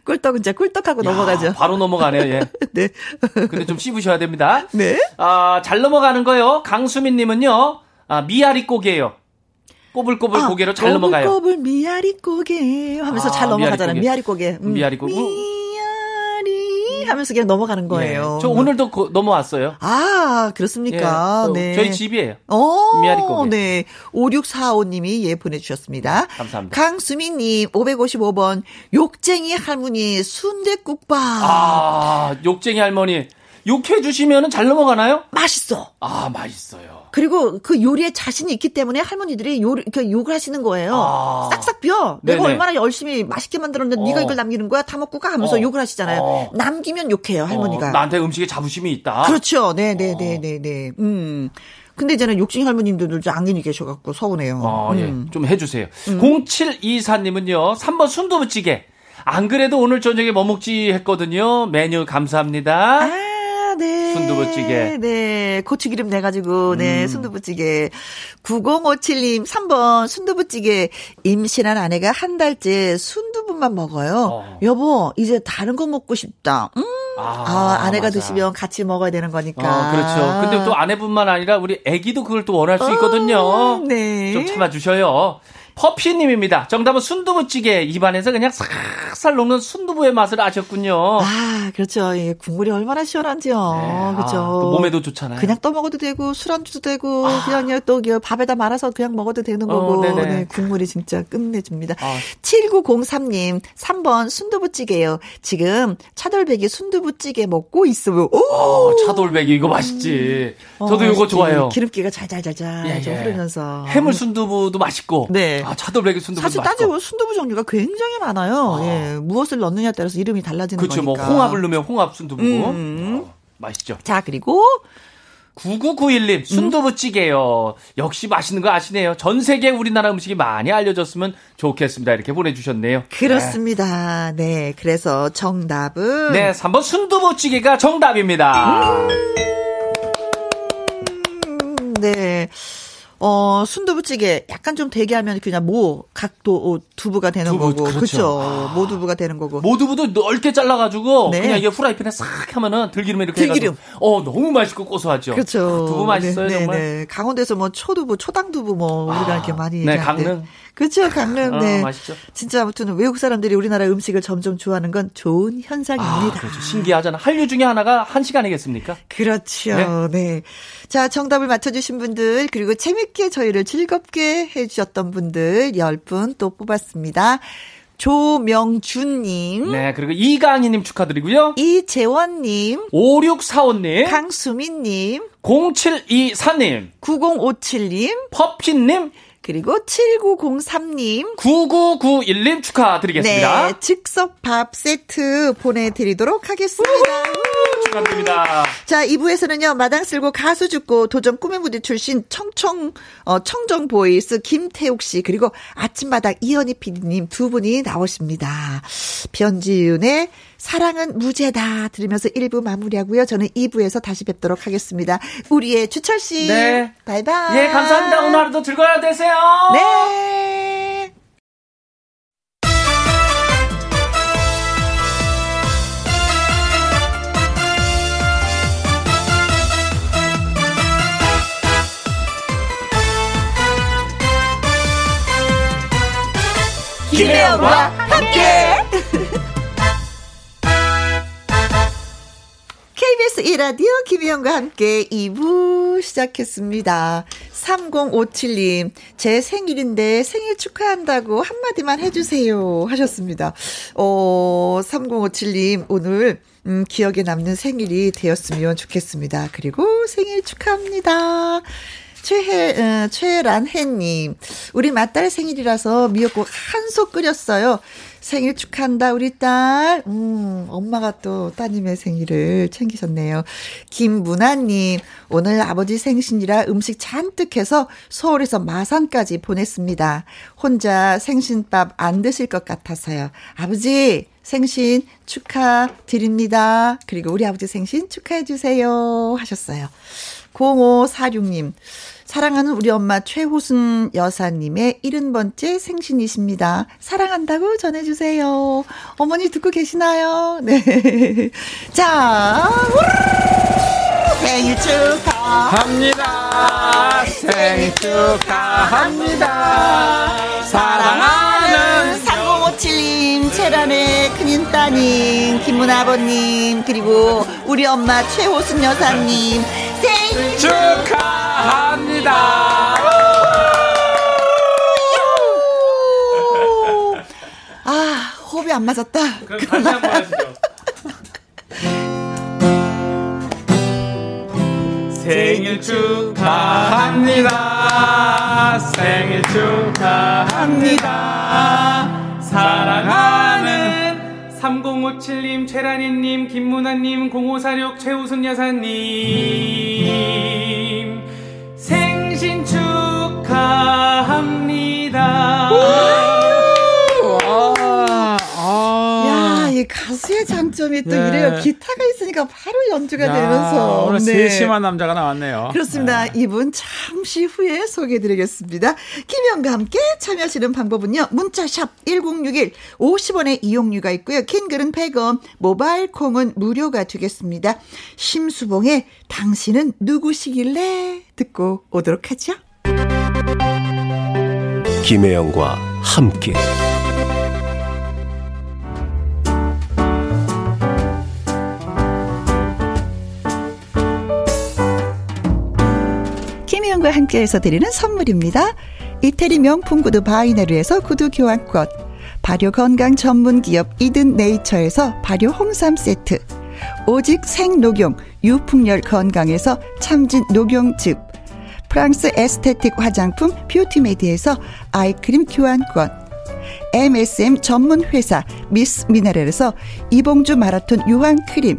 Speaker 1: 꿀떡은 진짜 꿀떡하고
Speaker 2: 야,
Speaker 1: 넘어가죠.
Speaker 2: 바로 넘어가네요, 예.
Speaker 1: 네.
Speaker 2: 근데 좀 씹으셔야 됩니다.
Speaker 1: 네.
Speaker 2: 아, 잘 넘어가는 거요. 강수민 님은요. 아, 미아리 고개예요. 꼬불꼬불
Speaker 1: 아,
Speaker 2: 고개로 잘 넘어가요.
Speaker 1: 꼬불꼬불 미아리 꼬개 하면서
Speaker 2: 아,
Speaker 1: 잘 넘어가잖아요. 미아리
Speaker 2: 미아리
Speaker 1: 꼬개. 음.
Speaker 2: 미아리 꼬개.
Speaker 1: 미아리 하면서 그냥 넘어가는 거예요.
Speaker 2: 예. 저 오늘도 거- 넘어왔어요.
Speaker 1: 아,
Speaker 2: 예.
Speaker 1: 그렇습니까?
Speaker 2: 어,
Speaker 1: 네.
Speaker 2: 저희 집이에요.
Speaker 1: 어,
Speaker 2: 미아리 고개.
Speaker 1: 네. 5645님이 예 보내주셨습니다.
Speaker 2: 감사합니다.
Speaker 1: 강수민님 555번 욕쟁이 할머니 순대국밥
Speaker 2: 아, 욕쟁이 할머니. 욕해 주시면은 잘 넘어가나요?
Speaker 1: 맛있어.
Speaker 2: 아, 맛있어요.
Speaker 1: 그리고 그 요리에 자신이 있기 때문에 할머니들이 요, 그 욕을 하시는 거예요.
Speaker 2: 아.
Speaker 1: 싹싹 비워. 내가
Speaker 2: 네네.
Speaker 1: 얼마나 열심히 맛있게 만들었는데 네가
Speaker 2: 어.
Speaker 1: 이걸 남기는 거야? 다 먹고 가 하면서
Speaker 2: 어.
Speaker 1: 욕을 하시잖아요.
Speaker 2: 어.
Speaker 1: 남기면 욕해요 할머니가.
Speaker 2: 어, 나한테 음식에 자부심이 있다.
Speaker 1: 그렇죠. 네, 네, 네, 네, 네. 음. 근데 이제는 욕쟁이 할머님들도 이제 안견이 계셔갖고 서운해요.
Speaker 2: 어, 예.
Speaker 1: 음.
Speaker 2: 좀 해주세요. 0724님은요, 3번 순두부찌개. 안 그래도 오늘 저녁에 뭐 먹지 했거든요. 메뉴 감사합니다.
Speaker 1: 아, 네.
Speaker 2: 순두부찌개. 음.
Speaker 1: 네. 고추기름 내가지고, 네. 순두부찌개. 9057님, 3번, 순두부찌개. 임신한 아내가 한 달째 순두부만 먹어요.
Speaker 2: 어.
Speaker 1: 여보, 이제 다른 거 먹고 싶다. 음. 아, 아, 내가
Speaker 2: 맞아.
Speaker 1: 드시면 같이 먹어야 되는 거니까.
Speaker 2: 어, 그렇죠. 근데 또 아내뿐만 아니라 우리 애기도 그걸 또 원할 수 있거든요.
Speaker 1: 음, 어. 네.
Speaker 2: 좀 참아주셔요. 퍼피님입니다. 정답은 순두부찌개. 입안에서 그냥 싹살 녹는 순두부의 맛을 아셨군요.
Speaker 1: 아, 그렇죠. 예, 국물이 얼마나 시원한지요.
Speaker 2: 네.
Speaker 1: 그렇죠.
Speaker 2: 아, 또 몸에도 좋잖아요.
Speaker 1: 그냥 떠먹어도 되고 술안주도 되고 그냥 또 이게 밥에다 말아서 그냥 먹어도 되는
Speaker 2: 아. 어,
Speaker 1: 거고
Speaker 2: 네네.
Speaker 1: 네, 국물이 진짜 끝내줍니다.
Speaker 2: 아.
Speaker 1: 7903님 3번 순두부찌개요. 지금 차돌백이 순두부찌개 먹고 있어요. 오!
Speaker 2: 어, 차돌배기 이거 맛있지. 저도
Speaker 1: 어,
Speaker 2: 이거
Speaker 1: 맛있지.
Speaker 2: 좋아해요.
Speaker 1: 기름기가 잘잘잘잘
Speaker 2: 예,
Speaker 1: 좀
Speaker 2: 예.
Speaker 1: 흐르면서
Speaker 2: 해물 순두부도 맛있고.
Speaker 1: 네.
Speaker 2: 아, 차돌배기 순두부도
Speaker 1: 사실
Speaker 2: 맛있고.
Speaker 1: 따지고 순두부 종류가 굉장히 많아요. 예, 무엇을 넣느냐에 따라서 이름이 달라지는
Speaker 2: 그렇죠. 뭐
Speaker 1: 거니까.
Speaker 2: 홍합을 넣으면 홍합 순두부고.
Speaker 1: 그러니까. 음.
Speaker 2: 어, 맛있죠.
Speaker 1: 자 그리고
Speaker 2: 9991님 순두부찌개요. 역시 맛있는 거 아시네요. 전 세계 우리나라 음식이 많이 알려졌으면 좋겠습니다. 이렇게 보내주셨네요.
Speaker 1: 그렇습니다. 네, 그래서 정답은
Speaker 2: 네, 3번 순두부찌개가 정답입니다.
Speaker 1: 음, 네. 어, 순두부찌개 약간 좀 되게 하면 그냥 모 각도 어, 두부가 되는
Speaker 2: 두부,
Speaker 1: 거고.
Speaker 2: 그렇죠.
Speaker 1: 그렇죠. 모두부가 되는 거고.
Speaker 2: 모두부도 넓게 잘라가지고
Speaker 1: 네.
Speaker 2: 그냥 이게 후라이팬에 싹 하면은 들기름 이렇게
Speaker 1: 들기름.
Speaker 2: 해가지고 어 너무 맛있고 고소하죠. 아,
Speaker 1: 그렇죠.
Speaker 2: 두부 맛있어요
Speaker 1: 네, 네,
Speaker 2: 정말.
Speaker 1: 네. 강원도에서 뭐 초두부, 초당두부 뭐 우리가 이렇게 많이
Speaker 2: 네,
Speaker 1: 얘기하는데.
Speaker 2: 강릉.
Speaker 1: 그렇죠. 강릉.
Speaker 2: 아,
Speaker 1: 네.
Speaker 2: 맛있죠.
Speaker 1: 진짜 아무튼 외국 사람들이 우리나라 음식을 점점 좋아하는 건 좋은
Speaker 2: 아,
Speaker 1: 현상입니다.
Speaker 2: 그렇죠. 신기하잖아. 한류 중에 하나가 한식 아니겠습니까?
Speaker 1: 그렇죠. 네. 자, 정답을 맞춰주신 분들, 그리고 재밌게 저희를 즐겁게 해주셨던 분들 10분 또 뽑았습니다. 조명준님,
Speaker 2: 네, 그리고 이강희님 축하드리고요.
Speaker 1: 이재원님,
Speaker 2: 5645님,
Speaker 1: 강수민님,
Speaker 2: 0724님,
Speaker 1: 9057님,
Speaker 2: 퍼핀님,
Speaker 1: 그리고 7903님.
Speaker 2: 9991님 축하드리겠습니다.
Speaker 1: 네, 즉석밥 세트 보내드리도록 하겠습니다.
Speaker 2: 축하드립니다.
Speaker 1: 자, 2부에서는요, 마당 쓸고 가수 죽고 도전 꿈의 무대 출신 청청, 어, 청정 보이스 김태욱 씨, 그리고 아침마당 이현희 PD님 두 분이 나오십니다. 변지윤의 사랑은 무죄다 들으면서 1부 마무리하고요. 저는 2부에서 다시 뵙도록 하겠습니다. 우리의 주철 씨.
Speaker 2: 네.
Speaker 1: 바이바이.
Speaker 2: 예, 감사합니다. 오늘 하루도 즐거워야 되세요.
Speaker 1: 네.
Speaker 2: 김혜영과
Speaker 1: 함께. KBS 1라디오 김희영과 함께 2부 시작했습니다. 3057님, 제 생일인데 생일 축하한다고 한마디만 해주세요. 하셨습니다. 어, 3057님, 오늘, 음, 기억에 남는 생일이 되었으면 좋겠습니다. 그리고 생일 축하합니다. 최혜, 어, 최란혜님, 우리 맏딸 생일이라서 미역국 한 솥 끓였어요. 생일 축한다, 우리 딸. 음, 엄마가 또 따님의 생일을 챙기셨네요. 김문아님, 오늘 아버지 생신이라 음식 잔뜩 해서 서울에서 마산까지 보냈습니다. 혼자 생신밥 안 드실 것 같아서요. 아버지, 생신 축하드립니다. 그리고 우리 아버지 생신 축하해주세요. 하셨어요. 0546님, 사랑하는 우리 엄마 최호순 여사님의 70번째 생신이십니다. 사랑한다고 전해주세요. 어머니 듣고 계시나요? 네. 자, 우르르! 생일 축하!
Speaker 2: 합니다. 생일 축하합니다.
Speaker 1: 사랑하는 3057님, 채란의 큰인 따님, 김문 아버님, 그리고 우리 엄마 최호순 여사님, 생일
Speaker 2: 축하합니다.
Speaker 1: 아, 호흡이 안 맞았다.
Speaker 2: 그럼 다시 한번 하시죠. 생일 축하합니다. 생일 축하합니다. 사랑하는 3057님, 최란희님, 김문아님, 0546, 최우순 여사님. 생신 축하합니다.
Speaker 4: 아.
Speaker 1: 야, 이 가수의 장점이 또
Speaker 3: 네.
Speaker 1: 이래요. 기타가 있으니까 바로 연주가
Speaker 3: 야,
Speaker 1: 되면서.
Speaker 3: 오늘
Speaker 1: 네.
Speaker 3: 세심한 남자가 나왔네요.
Speaker 1: 그렇죠. 그렇습니다. 이분 잠시 후에 소개해드리겠습니다. 김현과 함께 참여하시는 방법은요. 문자샵 1061 50원의 이용료가 있고요. 킹글은 100원, 모바일 콩은 무료가 되겠습니다. 심수봉의 당신은 누구시길래 듣고 오도록 하죠.
Speaker 5: 김혜영과 함께
Speaker 1: 김희영과 함께해서 드리는 선물입니다. 이태리 명품 구두 바이네르에서 구두 교환권, 발효 건강 전문 기업 이든 네이처에서 발효 홍삼 세트, 오직 생녹용 유풍열 건강에서 참진 녹용즙, 프랑스 에스테틱 화장품 뷰티메디에서 아이크림 교환권, MSM 전문 회사 미스 미네랄에서 이봉주 마라톤 유황 크림,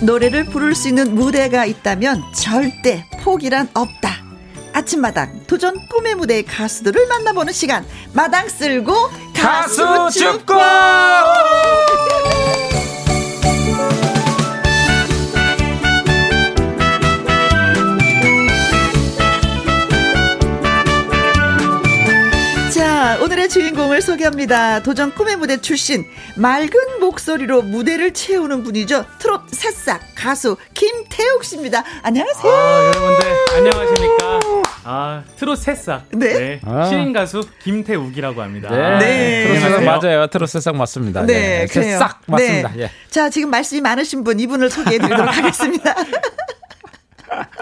Speaker 1: 노래를 부를 수 있는 무대가 있다면 절대 포기란 없다. 아침마당 도전 꿈의 무대의 가수들을 만나보는 시간. 마당 쓸고 가수,
Speaker 2: 가수
Speaker 1: 축구.
Speaker 2: 축구!
Speaker 1: 자, 오늘의 주인공을 소개합니다. 도전 꿈의 무대 출신, 맑은 목소리로 무대를 채우는 분이죠. 트롯 새싹 가수 김태욱 씨입니다. 안녕하세요.
Speaker 4: 아, 여러분들 안녕하십니까? 아, 트롯 새싹.
Speaker 1: 네.
Speaker 4: 아. 신인 가수 김태욱이라고 합니다. 아,
Speaker 1: 네.
Speaker 6: 트롯 세상
Speaker 4: 안녕하세요.
Speaker 6: 맞아요. 트롯 세상 맞습니다.
Speaker 1: 네, 그래요.
Speaker 6: 싹 맞습니다.
Speaker 1: 네.
Speaker 6: 예.
Speaker 1: 자, 지금 말씀이 많으신 분 이분을 소개해 드리도록 하겠습니다.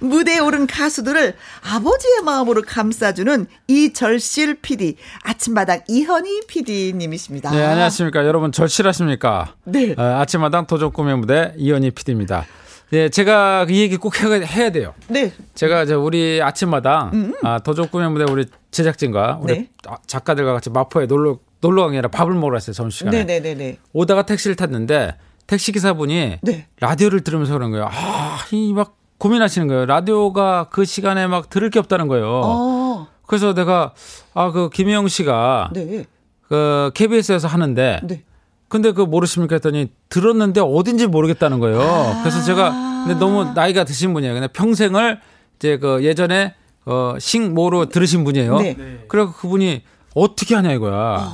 Speaker 1: 무대에 오른 가수들을 아버지의 마음으로 감싸주는 이절실 PD, 아침마당 이현희 PD님이십니다.
Speaker 6: 네, 안녕하십니까. 여러분 절실하십니까?
Speaker 1: 네.
Speaker 6: 어, 아침마당 도전 꿈의 무대 이현희 PD입니다. 예, 제가 이 얘기 꼭 해야, 해야 돼요.
Speaker 1: 네.
Speaker 6: 제가 이제 우리 아침마당 아, 도전 꿈의 무대 우리 제작진과 우리
Speaker 1: 음. 네.
Speaker 6: 아, 작가들과 같이 마포에 놀러 놀러 가게 아니라 밥을 먹으러 왔어요 점심시간에.
Speaker 1: 네네네네.
Speaker 6: 오다가 택시를 탔는데 택시 기사분이
Speaker 1: 네.
Speaker 6: 라디오를 들으면서 그런 거예요. 아, 이 막 고민하시는 거예요. 라디오가 그 시간에 막 들을 게 없다는 거예요.
Speaker 1: 어,
Speaker 6: 그래서 내가 아 그 김혜영 씨가
Speaker 1: 네.
Speaker 6: 그 KBS에서 하는데
Speaker 1: 네.
Speaker 6: 근데 그 모르십니까 했더니 들었는데 어딘지 모르겠다는 거예요.
Speaker 1: 아.
Speaker 6: 그래서 제가 근데 너무 나이가 드신 분이에요. 근데 평생을 이제 그 예전에 어 싱모로 들으신 분이에요.
Speaker 1: 네. 아.
Speaker 6: 그래갖고 그분이 어떻게 하냐 이거야.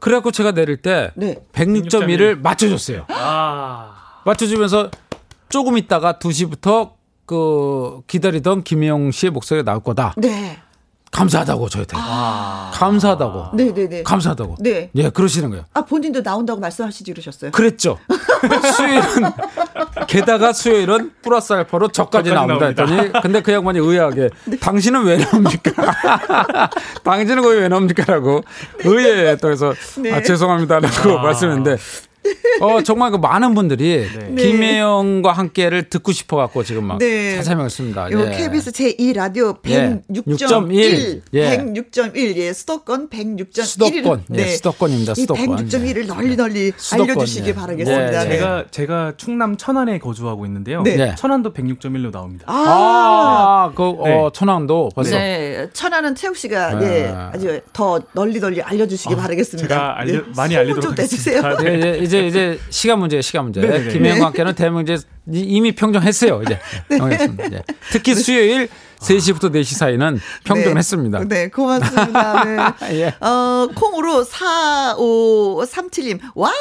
Speaker 6: 그래갖고 제가 내릴 때
Speaker 1: 네.
Speaker 6: 106.1을 맞춰줬어요.
Speaker 4: 아,
Speaker 6: 맞춰주면서 조금 있다가 2시부터 그 기다리던 김혜영 씨의 목소리가 나올 거다.
Speaker 1: 네.
Speaker 6: 감사하다고 저한테. 감사하다고.
Speaker 1: 네네네.
Speaker 6: 감사하다고.
Speaker 1: 네.
Speaker 6: 예, 그러시는 거예요.
Speaker 1: 아, 본인도 나온다고 말씀하시지 그러셨어요?
Speaker 6: 그랬죠. 수요일은 게다가 수요일은 플러스 알파로 저까지 나온다
Speaker 4: 나옵니다.
Speaker 6: 했더니 근데 그 양반이 의아하게
Speaker 1: 네.
Speaker 6: 당신은 왜 나옵니까? 당신은 거기 왜 나옵니까라고 의외에 또 해서
Speaker 1: 네.
Speaker 6: 아 죄송합니다라고 말씀했는데 어 정말 그 많은 분들이 김혜영과 함께를 듣고 싶어 갖고 지금 막
Speaker 1: 네.
Speaker 6: 찾아뵙고 있습니다.
Speaker 1: 요
Speaker 6: 예.
Speaker 1: KBS 제2 라디오
Speaker 6: 예.
Speaker 1: 106.1,
Speaker 6: 106.1, 예.
Speaker 1: 106.1, 예, 수도권 106.1,
Speaker 6: 수도권, 예,
Speaker 1: 네.
Speaker 6: 수도권입니다, 수도권.
Speaker 1: 106.1을 널리 널리
Speaker 6: 수도권,
Speaker 1: 알려주시길
Speaker 6: 예.
Speaker 1: 바라겠습니다.
Speaker 6: 네.
Speaker 1: 네.
Speaker 4: 제가 제가 충남 천안에 거주하고 있는데요.
Speaker 1: 네. 아,
Speaker 6: 네.
Speaker 4: 천안도 106.1로 나옵니다.
Speaker 6: 아, 그, 어,
Speaker 4: 네.
Speaker 6: 천왕도 벌써.
Speaker 1: 네, 천안은 태욱 씨가
Speaker 6: 네.
Speaker 1: 예, 아주 더 널리 널리
Speaker 6: 아,
Speaker 1: 알려주시기 바라겠습니다.
Speaker 4: 제가 알려-
Speaker 1: 네,
Speaker 4: 많이
Speaker 1: 소문
Speaker 4: 알리도록
Speaker 1: 좀 내주세요. 네.
Speaker 4: 하겠습니다. 네.
Speaker 6: 예, 예, 이제 이제 시간 문제 시간 문제.
Speaker 4: 네네네.
Speaker 6: 김혜영과 함께는 대문제 이미 평정했어요. 이제
Speaker 1: 네.
Speaker 6: 정했습니다. 예. 특히 수요일 3시부터 4시 사이는 평정했습니다.
Speaker 1: 네, 네, 고맙습니다. 네.
Speaker 6: 예.
Speaker 1: 어, 콩으로 4537님, 와우,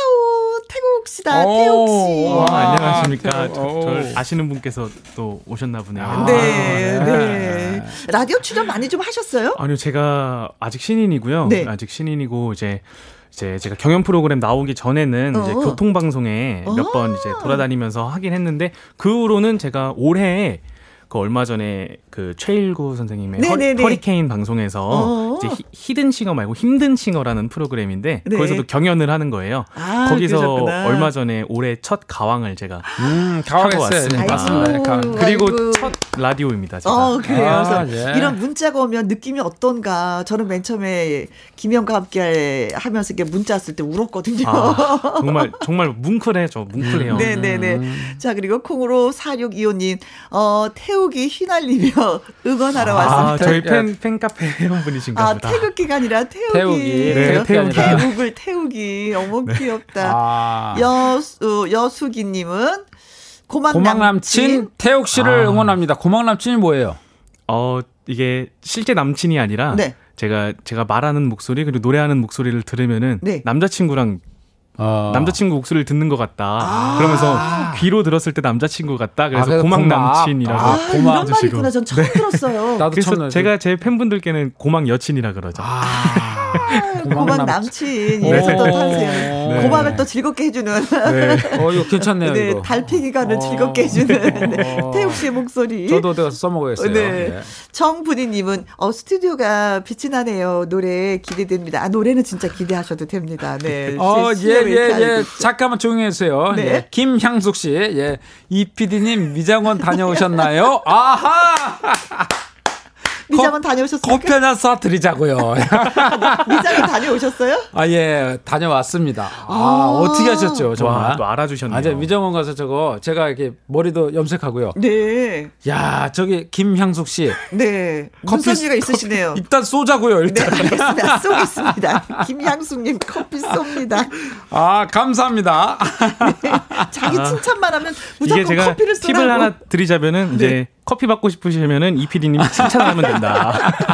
Speaker 1: 태국씨다,
Speaker 6: 오,
Speaker 1: 태욱씨.
Speaker 6: 와,
Speaker 4: 아, 안녕하십니까?
Speaker 6: 대박.
Speaker 4: 저,
Speaker 6: 오.
Speaker 4: 절 아시는 분께서 또 오셨나 아, 보네요.
Speaker 1: 네, 네. 라디오 출연 많이 좀 하셨어요?
Speaker 4: 아니요, 제가 아직 신인이고요.
Speaker 1: 네.
Speaker 4: 아직 신인이고 이제 이제 제가 경연 프로그램 나오기 전에는 이제
Speaker 1: 어. 아.
Speaker 4: 교통 방송에 몇 번 이제 돌아다니면서 하긴 했는데 그 후로는 제가 올해 그 얼마 전에 그 최일구 선생님의
Speaker 1: 네네네.
Speaker 4: 허, 리케인 방송에서
Speaker 1: 어어.
Speaker 4: 이제 히, 히든 싱어 말고 힘든 싱어라는 프로그램인데
Speaker 1: 네.
Speaker 4: 거기서도 경연을 하는 거예요.
Speaker 1: 아,
Speaker 4: 거기서
Speaker 1: 그러셨구나.
Speaker 4: 얼마 전에 올해 첫 가왕을 제가
Speaker 6: 음,
Speaker 4: 하고 왔습니다.
Speaker 1: 아이고,
Speaker 6: 맞습니다.
Speaker 4: 그리고
Speaker 1: 아이고.
Speaker 4: 첫 라디오입니다. 제가.
Speaker 1: 어, 그래요.
Speaker 6: 아,
Speaker 1: 그래서
Speaker 6: 예.
Speaker 1: 이런 문자가 오면 느낌이 어떤가. 저는 맨 처음에 김영과 함께 하면서 이렇게 문자 왔을 때 울었거든요.
Speaker 4: 아, 정말 정말 뭉클해져 뭉클해요. 음.
Speaker 1: 네네네. 자, 그리고 콩으로 4625님, 어, 태우기 휘날리며 응원하러
Speaker 4: 아,
Speaker 1: 왔습니다. 예.
Speaker 4: 저희 팬 팬카페 회원분이신가
Speaker 1: 아,
Speaker 4: 보다.
Speaker 1: 태극기가 아니라 태우기.
Speaker 6: 태우기.
Speaker 4: 네, 태우기. 네.
Speaker 1: 태국을 태우기. 어머, 귀엽다.
Speaker 6: 아.
Speaker 1: 여수, 여수기님은 고막
Speaker 6: 고막 남친 태욱 씨를
Speaker 4: 아.
Speaker 6: 응원합니다. 고막 남친이 뭐예요?
Speaker 4: 어 이게 실제 남친이 아니라
Speaker 1: 네.
Speaker 4: 제가 제가 말하는 목소리 그리고 노래하는 목소리를 들으면은
Speaker 1: 네.
Speaker 4: 남자친구랑
Speaker 6: 어.
Speaker 4: 남자친구 목소리를 듣는 것 같다.
Speaker 1: 아.
Speaker 4: 그러면서 귀로 들었을 때 남자친구 같다.
Speaker 6: 아,
Speaker 4: 그래서
Speaker 6: 그래서
Speaker 4: 고막
Speaker 6: 고막.
Speaker 4: 남친이라고.
Speaker 1: 아,
Speaker 6: 아, 고막
Speaker 1: 이런 말이
Speaker 4: 주시고.
Speaker 1: 있구나. 전 처음 들었어요.
Speaker 6: 나도
Speaker 4: 그래서
Speaker 6: 처음
Speaker 4: 제가 제 팬분들께는 고막 여친이라 그러죠.
Speaker 6: 아.
Speaker 1: 어, 고막 남친이 있었던
Speaker 6: 네.
Speaker 1: 탄생.
Speaker 6: 네.
Speaker 1: 고막을 또 즐겁게 해주는.
Speaker 4: 네.
Speaker 6: 어, 이거 괜찮네요,
Speaker 1: 네,
Speaker 6: 이거.
Speaker 1: 달팽이관을
Speaker 6: 어.
Speaker 1: 즐겁게 해주는 네,
Speaker 6: 어.
Speaker 1: 태욱 씨의 목소리.
Speaker 6: 저도 어디 가서 써먹어야겠어요.
Speaker 1: 네.
Speaker 6: 네.
Speaker 1: 정분이님은 어 스튜디오가 빛이 나네요. 노래 기대됩니다. 아 노래는 진짜 기대하셔도 됩니다. 네.
Speaker 6: 어,
Speaker 1: 시-
Speaker 6: 예,
Speaker 1: 시간을
Speaker 6: 예,
Speaker 1: 이렇게
Speaker 6: 예.
Speaker 1: 알고.
Speaker 6: 잠깐만 조용히 해주세요.
Speaker 1: 네.
Speaker 6: 예. 김향숙 씨, 예. 이 PD님 미장원 다녀오셨나요? 아하!
Speaker 1: 미장원
Speaker 6: 거-
Speaker 1: 다녀오셨어요?
Speaker 6: 커피 하나 쏴드리자고요.
Speaker 1: 미장원 다녀오셨어요?
Speaker 6: 아, 예. 다녀왔습니다. 아, 어떻게 하셨죠, 정말?
Speaker 4: 와, 또 알아주셨네요.
Speaker 6: 아, 제 미정원 가서 저거 제가 이렇게 머리도 염색하고요.
Speaker 1: 네,
Speaker 6: 야, 저기 김향숙 씨
Speaker 1: 네.
Speaker 6: 커피-
Speaker 1: 눈썹이가 있으시네요.
Speaker 6: 일단 쏘자고요,
Speaker 1: 네,
Speaker 6: 일단.
Speaker 1: 알겠습니다. 쏘겠습니다. 김양숙님 커피 쏩니다.
Speaker 6: 아, 감사합니다.
Speaker 1: 자기 칭찬만 하면
Speaker 4: 아. 이게
Speaker 1: 무조건
Speaker 4: 제가
Speaker 1: 커피를 쏘라고. 네.
Speaker 4: 팁을 하나 드리자면은 이제 커피 받고 싶으시면은 이 PD님이 칭찬하면 된다.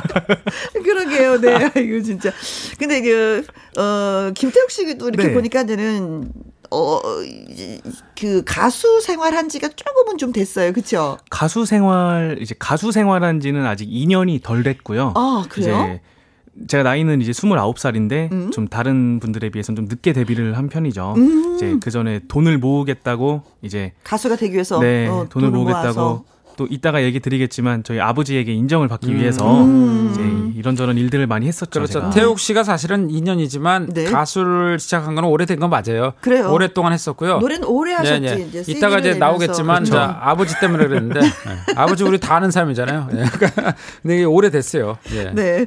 Speaker 1: 그러게요. 네. 아이고, 진짜. 근데 그, 어, 김태욱 씨도 이렇게
Speaker 4: 네.
Speaker 1: 보니까 저는, 어, 이- 그 가수 생활한 지가 조금은 좀 됐어요. 그쵸?
Speaker 4: 가수 생활 이제 가수 생활한 지는 아직 2년이 덜 됐고요.
Speaker 1: 아, 그래요? 음?
Speaker 4: 이제 제가 나이는 이제 29살인데 좀 다른 분들에 비해서는 좀 늦게 데뷔를 한 편이죠.
Speaker 1: 음.
Speaker 4: 이제 그 전에 돈을 모으겠다고 이제
Speaker 1: 가수가 되기 위해서.
Speaker 4: 네,
Speaker 1: 어,
Speaker 4: 돈을 모으겠다고
Speaker 1: 모아서.
Speaker 4: 또 이따가 얘기 드리겠지만 저희 아버지에게 인정을 받기 위해서
Speaker 1: 음.
Speaker 4: 이제 이런저런 일들을 많이 했었죠.
Speaker 6: 음. 그렇죠.
Speaker 4: 제가.
Speaker 6: 태욱 씨가 사실은 2년이지만
Speaker 1: 네.
Speaker 6: 가수를 시작한 건 오래된 건 맞아요.
Speaker 1: 그래요.
Speaker 6: 오랫동안 했었고요.
Speaker 1: 노래는 오래 하셨지. 이제 CD 를
Speaker 6: 네, 이따가 이제
Speaker 1: 내면서.
Speaker 6: 나오겠지만
Speaker 1: 그렇죠.
Speaker 6: 자, 아버지 때문에 그랬는데 예. 아버지 우리 다 아는 사람이잖아요. 예. 근데 이게 오래됐어요. 예.
Speaker 1: 네.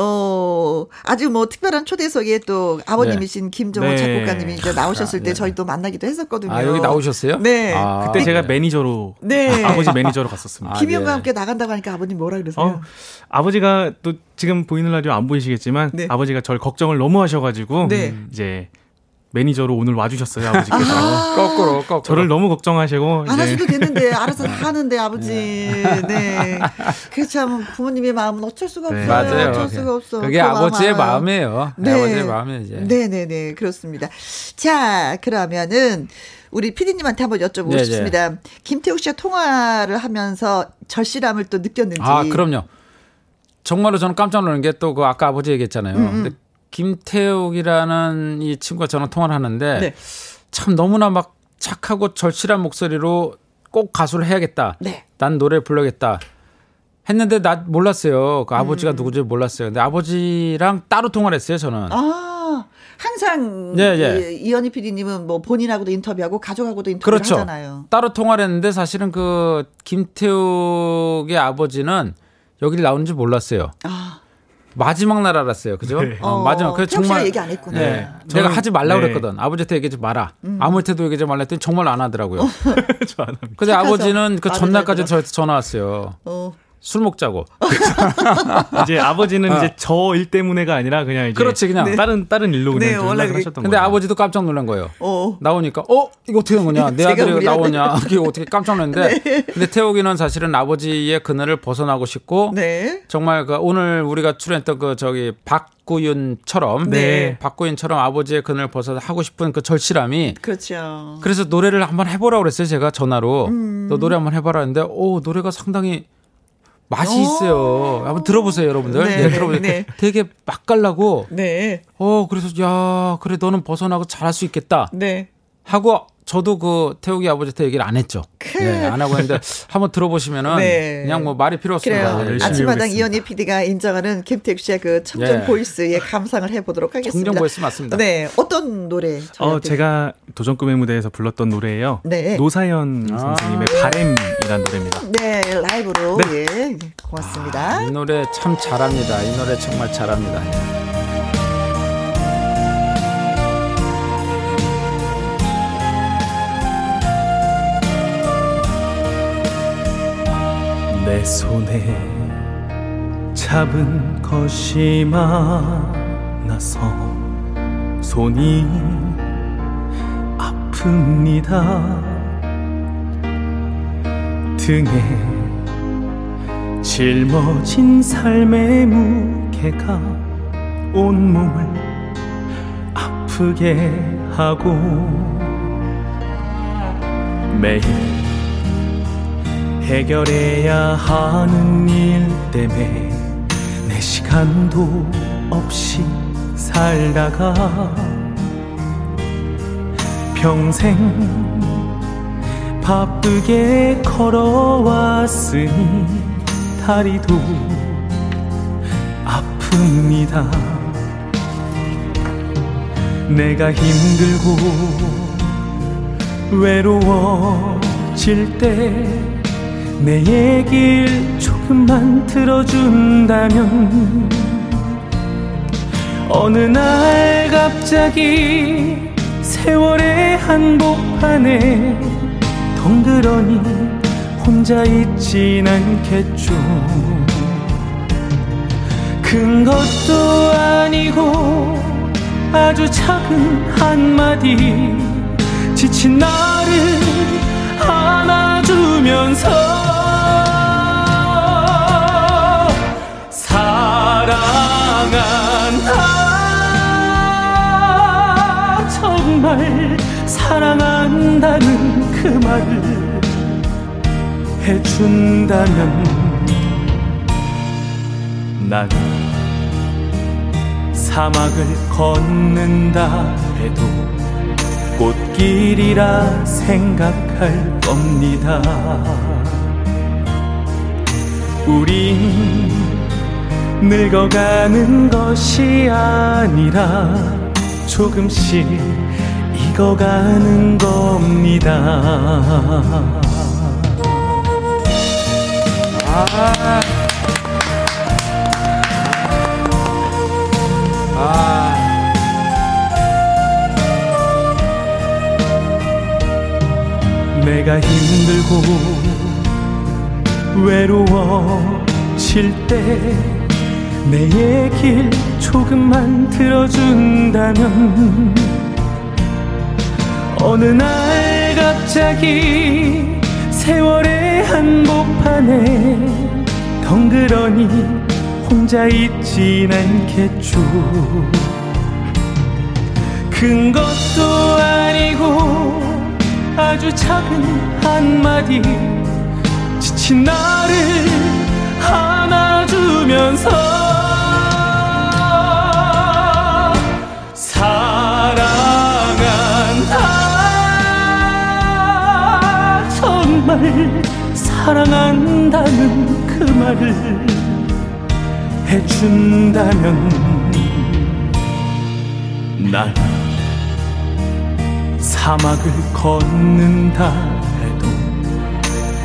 Speaker 1: 어, 아주 뭐 특별한 초대석에 또 아버님이신 김정호
Speaker 4: 네.
Speaker 1: 작곡가님이 이제 나오셨을 때 저희 또 만나기도 했었거든요.
Speaker 6: 네. 아 여기 나오셨어요?
Speaker 1: 네.
Speaker 6: 아,
Speaker 4: 그때 제가 매니저로
Speaker 1: 네.
Speaker 4: 아버지 매니저로 갔었습니다.
Speaker 6: 아,
Speaker 1: 김희영과
Speaker 6: 예.
Speaker 1: 함께 나간다고 하니까 아버님 뭐라 그러세요?
Speaker 4: 어, 아버지가 또 지금 보이는 라디오 안 보이시겠지만
Speaker 1: 예. 네.
Speaker 4: 아버지가 절 걱정을 너무 하셔가지고
Speaker 1: 네.
Speaker 4: 이제 매니저로 오늘 와주셨어요 아버지께서
Speaker 6: 거꾸로 거꾸로.
Speaker 4: 저를 너무 걱정하시고
Speaker 6: 네.
Speaker 1: 안
Speaker 4: 이제
Speaker 1: 하셔도 되는데 알아서 다 하는데 아버지 네 그 참 부모님의 마음은 어쩔 수가 없어요
Speaker 4: 네.
Speaker 6: 맞아요.
Speaker 1: 어쩔 수가 없어
Speaker 6: 그게
Speaker 1: 그
Speaker 6: 아버지의
Speaker 1: 마음은.
Speaker 6: 마음이에요.
Speaker 1: 네.
Speaker 6: 아버지의 마음이 이제.
Speaker 1: 네네네 그렇습니다 자 그러면은 우리 피디님한테 한번 여쭤보고
Speaker 6: 네,
Speaker 1: 싶습니다 김태욱 씨와 통화를 하면서 절실함을 또 느꼈는지
Speaker 6: 아, 그럼요. 정말로 저는 깜짝 놀란 게 또 그 아까 아버지 얘기했잖아요.
Speaker 1: 음,
Speaker 6: 근데 김태욱이라는 이 친구가 저랑 통화를 하는데
Speaker 1: 네.
Speaker 6: 참 너무나 막 착하고 절실한 목소리로 꼭 가수를 해야겠다.
Speaker 1: 네.
Speaker 6: 난 노래 불러야겠다. 했는데 나 몰랐어요. 그 아버지가 누구지 몰랐어요. 근데 아버지랑 따로 통화를 했어요, 저는.
Speaker 1: 음. 아 항상
Speaker 6: 네, 네.
Speaker 1: 이- 이현희 피디님은 뭐 본인하고도 인터뷰하고 가족하고도 인터뷰를
Speaker 6: 그렇죠.
Speaker 1: 하잖아요
Speaker 6: 따로 통화를 했는데 사실은 그 김태욱의 아버지는 여기를 나오는지 몰랐어요.
Speaker 1: 아
Speaker 6: 마지막 날 알았어요. 그죠? 어, 마지막. 그래서
Speaker 1: 태욱 씨가
Speaker 6: 정말
Speaker 1: 얘기 안 했구나
Speaker 6: 네.
Speaker 4: 저는-
Speaker 6: 내가 하지 말라 고
Speaker 4: 네.
Speaker 6: 그랬거든. 아버지한테 얘기하지 마라.
Speaker 1: 음.
Speaker 6: 아무 때도 얘기하지 말라 했더니 정말 안 하더라고요.
Speaker 4: 저안 합니다.
Speaker 6: 근데
Speaker 1: 어. 착해서
Speaker 6: 아버지는 그
Speaker 1: 말을
Speaker 6: 전날까지
Speaker 1: 잘
Speaker 6: 저한테 전화 왔어요.
Speaker 1: 어.
Speaker 6: 술 먹자고.
Speaker 4: 이제 아버지는 이제 저 일 때문에가 아니라 그냥 이제
Speaker 6: 그렇지, 그냥. 네.
Speaker 4: 다른 다른 일로 그냥
Speaker 1: 네,
Speaker 4: 좀
Speaker 1: 원래
Speaker 4: 연락을
Speaker 1: 그게-
Speaker 4: 하셨던
Speaker 6: 근데
Speaker 4: 거예요.
Speaker 6: 아버지도 깜짝 놀란 거예요.
Speaker 1: 어.
Speaker 6: 나오니까 어 이거 어떻게 된 거냐 내
Speaker 1: 제가
Speaker 6: 아들이
Speaker 1: 무리하네. 네.
Speaker 6: 나오냐 이게 어떻게 깜짝 놀랐는데 근데 태욱이는 사실은 아버지의 그늘을 벗어나고 싶고
Speaker 1: 네.
Speaker 6: 정말 그 오늘 우리가 출연했던 그 저기 박구윤처럼
Speaker 1: 네.
Speaker 6: 박구윤처럼 아버지의 그늘을 벗어나 하고 싶은 그 절실함이
Speaker 1: 그렇죠.
Speaker 6: 그래서 노래를 한번 해보라고 그랬어요. 제가 전화로
Speaker 1: 음.
Speaker 6: 너 노래 한번 해봐라 했는데 오 노래가 상당히 맛이 있어요. 한번 들어보세요, 여러분들.
Speaker 1: 네,
Speaker 6: 예,
Speaker 1: 네,
Speaker 6: 들어보세요.
Speaker 1: 네.
Speaker 6: 되게 맛깔나고
Speaker 1: 네.
Speaker 6: 어 그래서 야 그래 너는 벗어나고 잘할 수 있겠다
Speaker 1: 네.
Speaker 6: 하고 저도 그 태욱이 아버지한테 얘기를 안 했죠. 네, 안 하고 했는데 한번 들어보시면은
Speaker 1: 네.
Speaker 6: 그냥 뭐 말이 필요 없습니다.
Speaker 1: 그래요.
Speaker 4: 열심히
Speaker 1: 아침마당
Speaker 4: 해보겠습니다.
Speaker 1: 이현희 PD가 인정하는 김태욱 씨의 그 청정
Speaker 6: 예.
Speaker 1: 보이스에 감상을 해보도록 하겠습니다.
Speaker 6: 청정 보이스 맞습니다.
Speaker 1: 네. 어떤 노래?
Speaker 4: 어,
Speaker 1: 저한테?
Speaker 4: 제가 도전꿈의 무대에서 불렀던 노래예요.
Speaker 1: 네.
Speaker 4: 노사연 선생님의
Speaker 6: 아.
Speaker 4: 바램이라는 노래입니다.
Speaker 1: 네. 라이브로. 예. 고맙습니다. 네,
Speaker 6: 이 노래 참 잘합니다. 이 노래 정말 잘합니다.
Speaker 4: 내 손에 잡은 것이 많아서 손이 아픕니다 등에 짊어진 삶의 무게가 온몸을 아프게 하고 매일 해결해야 하는 일 때문에 내 시간도 없이 살다가 평생 바쁘게 걸어왔으니 다리도 아픕니다. 내가 힘들고 외로워질 때 내 얘길 조금만 들어준다면 어느 날 갑자기 세월의 한복판에 덩그러니 혼자 있진 않겠죠 큰 것도 아니고 아주 작은 한마디 지친 나를 안아주면서 사랑한다 정말 사랑한다는 그 말을 해준다면 나는 사막을 걷는다 해도 꽃길이라 생각할 겁니다. 우린 늙어가는 것이 아니라 조금씩 익어가는 겁니다.
Speaker 6: 아,
Speaker 4: 내가 힘들고 외로워질 때 내 얘길 조금만 들어준다면 어느 날 갑자기 세월의 한복판에 덩그러니 혼자 있진 않겠죠 큰 것도 아니고 아주 작은 한마디 지친 나를 안아주면서 사랑한다 정말 사랑한다는 그 말을 해준다면 날 사막을 걷는다 해도